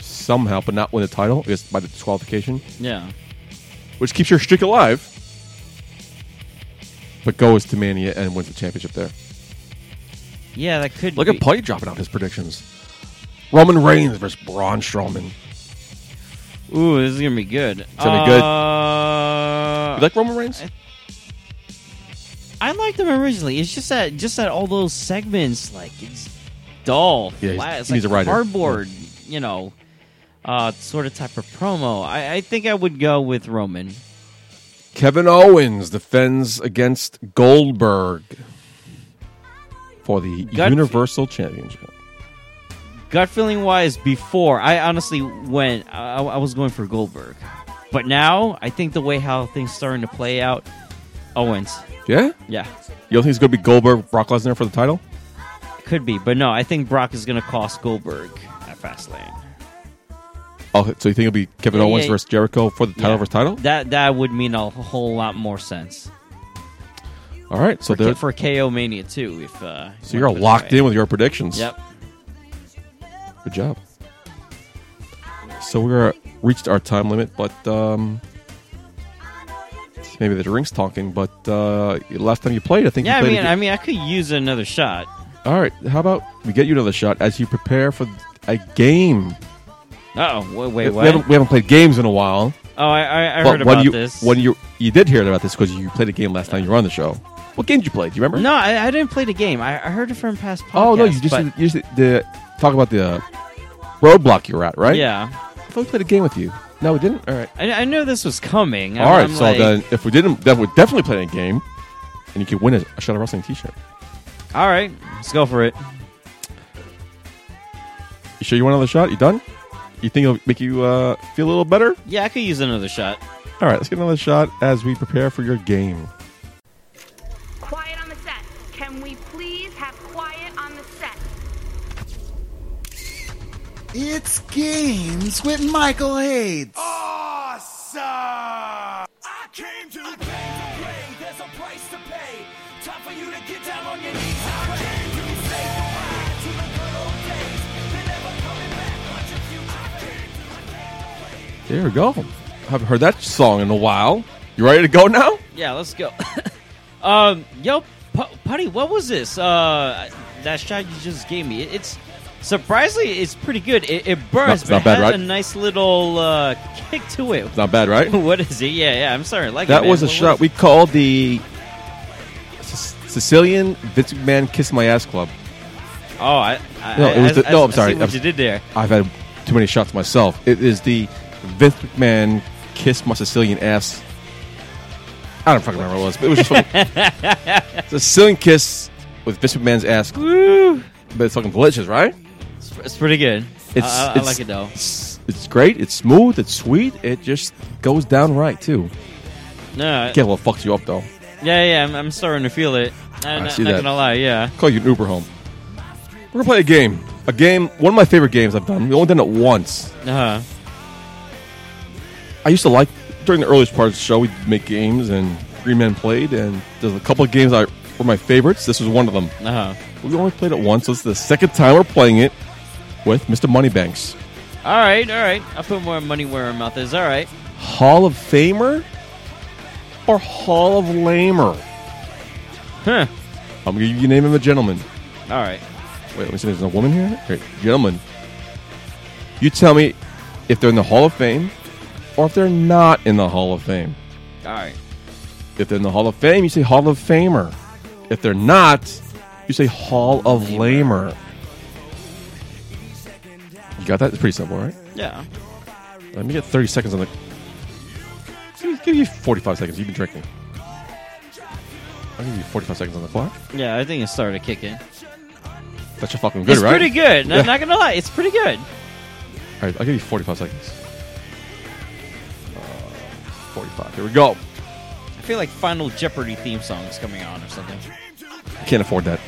S1: somehow, but not win the title. I guess by the disqualification,
S3: Yeah.
S1: which keeps her streak alive. But goes to Mania and wins the championship there.
S3: Yeah, that could
S1: Look
S3: be.
S1: at Putty dropping out his predictions. Roman Reigns versus Braun Strowman.
S3: Ooh, this is gonna be good. It's
S1: gonna be good.
S3: Uh,
S1: You like Roman Reigns?
S3: I- I liked him originally. It's just that just that all those segments like it's dull.
S1: Yeah, he's-
S3: flat. It's
S1: he needs
S3: like
S1: a writer.
S3: cardboard, you know, uh, sort of type of promo. I, I think I would go with Roman.
S1: Kevin Owens defends against Goldberg for the
S3: Gut-
S1: Universal Championship.
S3: Gut feeling wise, before I honestly went, I, I was going for Goldberg, but now I think the way how things starting to play out, Owens.
S1: Yeah?
S3: Yeah,
S1: You don't think it's going to be Goldberg, Brock Lesnar for the title?
S3: could be, but no, I think Brock is gonna cost Goldberg at Fastlane.
S1: Oh, so you think it'll be Kevin
S3: Yeah,
S1: Owens
S3: yeah.
S1: versus Jericho for the title
S3: Yeah.
S1: versus title?
S3: That that would mean a whole lot more sense.
S1: All right, so
S3: for, K-
S1: there,
S3: for KO Mania too. If uh,
S1: so you're
S3: put it
S1: locked
S3: right.
S1: in with your predictions.
S3: Yep.
S1: Good job. So we're reached our time limit, but um, maybe the ring's talking. But uh, last time you played, I think
S3: Yeah, I
S1: you played.
S3: mean,
S1: a-
S3: I mean, I could use another shot.
S1: All right, how about we get you another shot as you prepare for a game?
S3: Oh, wait, wait,
S1: we, haven't,
S3: what?
S1: we haven't played games in a while.
S3: Oh, I, I, I
S1: but
S3: heard
S1: when
S3: about
S1: you,
S3: this.
S1: When you you did hear about this because you played a game last time you were on the show. What game did you play? Do you remember?
S3: no, I, I didn't play the game. I, I heard it from past podcasts.
S1: Oh no, you just
S3: but-
S1: you just the talk about the uh, roadblock you're at, right? I
S3: yeah.
S1: thought we played a game with you. No, we didn't. All right.
S3: I, I knew this was coming.
S1: All right.
S3: I'm
S1: so
S3: like-
S1: then, if we didn't, then we definitely played a game, and you could win a, a Shadow Wrestling T-shirt.
S3: all right, let's go for it.
S1: You sure you want another shot? You done? You think it'll make you uh, feel a little better?
S3: Yeah, I could use another shot.
S1: All right. Let's get another shot as we prepare for your game.
S6: Quiet on the set. Can we please have quiet on the set?
S4: It's games with Michael Hayes.
S5: Awesome! I came to play. There's a price to pay. Time for you to get down on your knees. I came to say goodbye to the good old days. They're never coming back. Watch your future fade.
S1: There we go. Haven't heard that song in a while. You ready to go now?
S3: Yeah, let's go. um, yo, P- Putty, what was this? Uh, that shot you just gave me. It- It's surprisingly, it's pretty good. It, it burns,
S1: it's
S3: but
S1: not
S3: it
S1: bad,
S3: has
S1: right?
S3: a nice little uh, kick to it.
S1: Not bad, right?
S3: what is it? Yeah, yeah. I'm sorry. I Like it,
S1: That
S3: man.
S1: was a
S3: What
S1: shot we called the Sic- Sicilian Vince McMahon Kiss My Ass Club.
S3: Oh, I. I
S1: No,
S3: I-
S1: it was
S3: I-
S1: the-
S3: I-
S1: no, I'm
S3: I see
S1: sorry.
S3: what
S1: I'm-
S3: you did there?
S1: I've had too many shots myself. It is the Vince McMahon kiss my Sicilian ass. I don't fucking remember what it was, but it was just fucking Sicilian kiss with Vince McMahon's ass.
S3: Woo!
S1: But it's fucking delicious, right?
S3: It's, it's pretty good.
S1: It's,
S3: I, I- I
S1: it's-
S3: like it though.
S1: It's, it's great. It's smooth. It's sweet. It just goes down right too.
S3: No, yeah,
S1: Can't well fucks you up though.
S3: yeah. I'm, I'm starting to feel it. I'm
S1: I
S3: not,
S1: see
S3: not
S1: that.
S3: gonna lie. Yeah.
S1: Call you an Uber home. We're gonna play a game. A game. One of my favorite games I've done. We only done it once.
S3: Uh-huh.
S1: I used to like during the earliest part of the show. We'd make games and three men played, and there's a couple of games I were my favorites. This was one of them.
S3: Uh-huh.
S1: We only played it once, so it's the second time we're playing it with Mr. Moneybanks,
S3: All right, all right. I put more money where my mouth is. All right.
S1: Hall of Famer or Hall of Lamer.
S3: Huh.
S1: I'm gonna you name him a gentleman.
S3: All right.
S1: Wait, let me see. There's a woman here. Great. Gentlemen, you tell me if they're in the Hall of Fame or if they're not in the Hall of Fame.
S3: All right.
S1: If they're in the Hall of Fame, you say Hall of Famer. If they're not, you say Hall of Lamer. You got that? It's pretty simple, right?
S3: Yeah.
S1: Let me get 30 seconds on the. Give me- Give you 45 seconds. You've been drinking. I'll give you 45 seconds on the clock.
S3: Yeah, I think it started kicking.
S1: That's your fucking good,
S3: it's
S1: right?
S3: pretty good.
S1: Yeah.
S3: Not, not gonna lie, it's pretty good.
S1: All right, I'll give you 45 seconds. Uh, 45. Here we go.
S3: I feel like Final Jeopardy theme song is coming on or something.
S1: Can't afford that.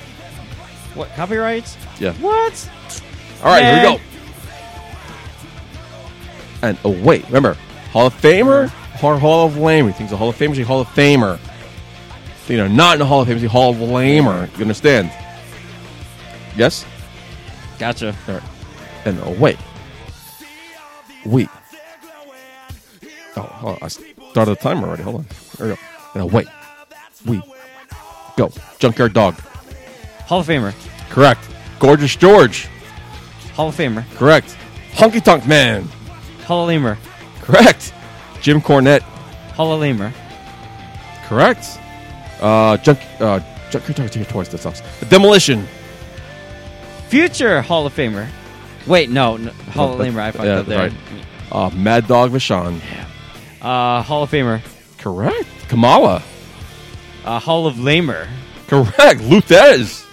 S3: What copyrights?
S1: Yeah.
S3: What?
S1: All right, here we
S3: Man.
S1: go. And oh wait, remember Hall of Famer or Hall of Lamer? Things a Hall of Famer, is a Hall of Famer. You know, not in the Hall of Famer, is a Hall of Lamer. You understand? Yes.
S3: Gotcha.
S1: All right. And oh wait, we. Oh, hold on. I started the timer already. Hold on. Here we go. And oh wait, we go. Junkyard Dog.
S3: Hall of Famer.
S1: Correct. Gorgeous George.
S3: Hall of Famer.
S1: Correct. Honky Tonk Man.
S3: Hall of Lamer.
S1: Correct. Jim Cornette.
S3: Hall of Lamer.
S1: Correct. Uh, junk. Uh, junk. You're talking to your toys. That sucks. Demolition.
S3: Future Hall of Famer. Wait, no, no Hall of
S1: that-
S3: Famer. I fucked
S1: yeah,
S3: up there.
S1: right. Uh, Mad Dog Vachon.
S3: Uh, Hall of Famer.
S1: Correct. Kamala.
S3: Uh, Hall of Lamer.
S1: Correct. Luthez.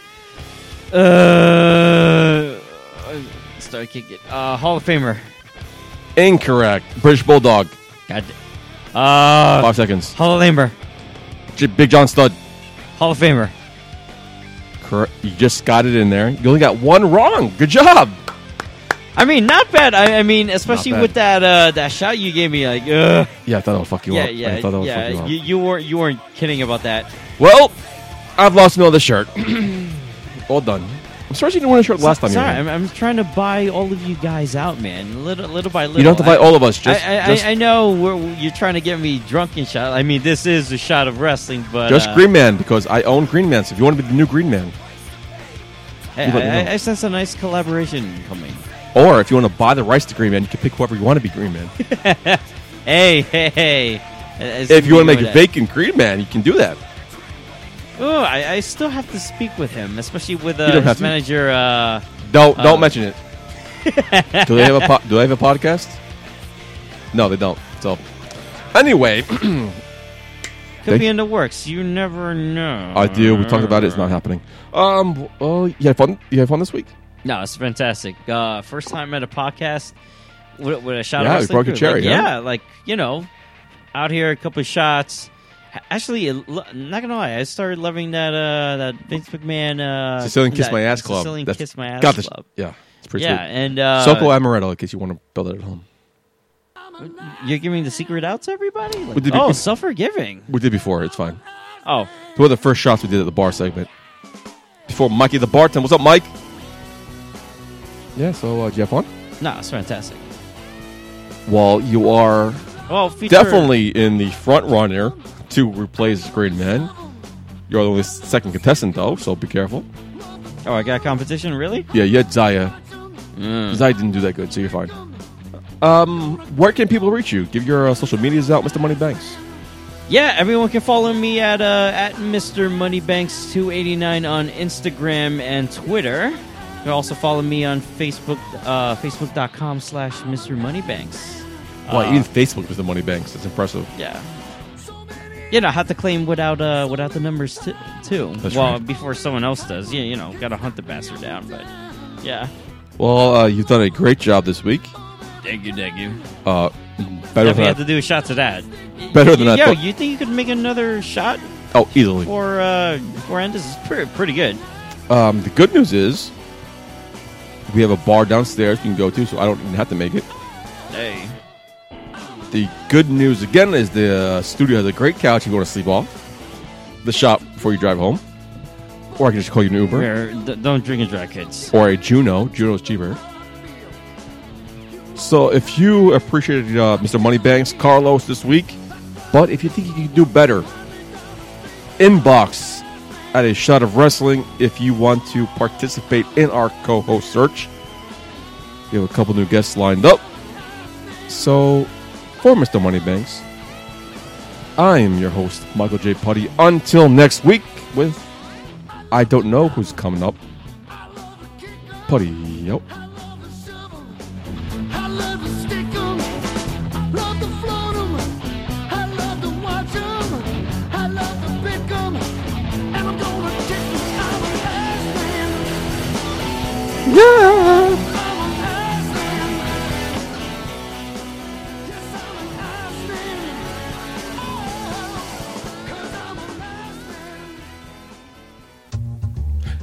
S3: Uh, start kicking. Uh, Hall of Famer.
S1: Incorrect. British Bulldog.
S3: God. da- Uh,
S1: Five seconds.
S3: Hall of Lamer.
S1: J- Big John Stud.
S3: Hall of Famer.
S1: Correct. You just got it in there. You only got one wrong. Good job.
S3: I mean, not bad. I, I mean, especially
S1: bad.
S3: with that uh, that shot you gave me, like, uh,
S1: Yeah, I thought that would fuck you
S3: yeah,
S1: up.
S3: yeah,
S1: I thought that would
S3: yeah.
S1: fuck you
S3: You,
S1: up.
S3: you weren't you weren't kidding about that.
S1: Well, I've lost another shirt. All done. I'm sorry you didn't win a shirt last time. you were
S3: Sorry,
S1: here.
S3: I'm, I'm trying to buy all of you guys out, man. Little little by little.
S1: you don't have to
S3: I-
S1: fight all of us. Just,
S3: I, I,
S1: just,
S3: I, I know we're, you're trying to get me drunk and shot. I mean, this is a shot of wrestling, but
S1: just
S3: uh,
S1: Green Man because I own Green Man. So if you want to be the new Green Man,
S3: hey,
S1: you let me
S3: I,
S1: know.
S3: I, I sense a nice collaboration coming.
S1: Or if you want to buy the rights to Green Man, you can pick whoever you want to be Green Man.
S3: Hey, hey, hey! I- I see
S1: if you want to
S3: where
S1: make
S3: you're
S1: a
S3: at.
S1: bacon Green Man, you can do that.
S3: oh, I, I still have to speak with him, especially with uh,
S1: don't have
S3: his
S1: to.
S3: manager. Uh,
S1: Don't don't
S3: Uh,
S1: mention it. do they have a po- do they have a podcast? No, they don't. So anyway,
S3: could
S1: They-
S3: be in the works. You never know.
S1: I do. We talked about it. It's not happening. Um. Oh, you had fun. You had fun this week.
S3: No, it's fantastic. Uh, first time at a podcast with, with a shot.
S1: Yeah,
S3: of
S1: we
S3: wrestling
S1: broke a
S3: crew.
S1: cherry,
S3: Like,
S1: huh?
S3: Yeah, like you know, out here a couple of shots. H- Actually, it lo- not gonna lie, I started loving that uh, that Vince McMahon uh,
S1: Sicilian kiss
S3: that
S1: my ass club.
S3: Sicilian
S1: That's-
S3: kiss my ass
S1: got the sh-
S3: club.
S1: Yeah, it's pretty
S3: yeah,
S1: sweet.
S3: and uh,
S1: Soko amaretto, in case you want to build it at home.
S3: you're giving the secret out to everybody. Like,
S1: We did-
S3: oh,
S1: we-
S3: self forgiving.
S1: We did before. It's fine.
S3: Oh,
S1: It's one of the first shots we did at the bar segment. Before Mikey the bartender. What's up, Mike? Yeah. So uh, did you have fun?
S3: no, it's fantastic.
S1: Well, you are
S3: Well, feature,
S1: definitely in the front runner to replace Green Man. You're the only second contestant, though, so be careful.
S3: Oh, I got competition. Really?
S1: Yeah, you had Zaya.
S3: Mm.
S1: Zaya didn't do that good, so you're fine. Um, where can people reach you? Give your uh, social medias out, Mr. Money Banks.
S3: Yeah, everyone can follow me at uh, at Mr. Moneybanks289 on Instagram and Twitter. You can also follow me on Facebook, uh, facebook.com slash Mr. Moneybanks.
S1: Wow,
S3: Uh,
S1: even Facebook Mr. Money Banks. That's impressive.
S3: Yeah. You know, I have to claim without uh, without the numbers t- too.
S1: That's
S3: well,
S1: right.
S3: before someone else does. Yeah, you know, gotta hunt the bastard down. But yeah,
S1: Well, uh, you've done a great job this week.
S3: thank you, thank you.
S1: Uh, better
S3: Definitely
S1: than
S3: have
S1: I,
S3: to do a shot to that.
S1: Better than
S3: Yo,
S1: I thought.
S3: you think you could make another shot
S1: oh, easily.
S3: for uh, for end? This is pretty pretty good.
S1: Um, the good news is we have a bar downstairs you can go to, so I don't even have to make it.
S3: Hey.
S1: The good news again is the uh, studio has a great couch if you want to sleep off. The shop before you drive home, or I can just call you an Uber
S3: Here, d- don't drink and drive, kids.
S1: or a Juno. Juno's cheaper. So if you appreciated uh, Mr. Moneybanks, Carlos this week, but if you think you can do better, inbox at a shot of wrestling if you want to participate in our co-host search. We have a couple new guests lined up. So for Mr. Moneybanks, I am your host, Michael J. Putty. Until next week with I don't know who's coming up. Putty out.
S7: I love to stick 'em. love to float 'em. I love to watch 'em. I love to pick 'em.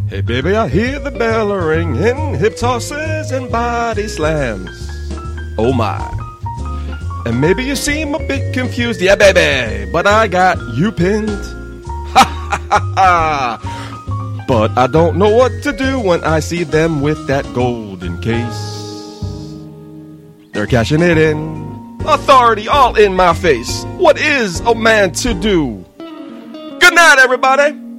S1: Hey, baby, I hear the bell ringing, hip tosses and body slams. Oh my. And maybe you seem a bit confused, yeah, baby, but I got you pinned. Ha ha ha ha! But I don't know what to do when I see them with that golden case. They're cashing it in. Authority all in my face. What is a man to do? Good night, everybody.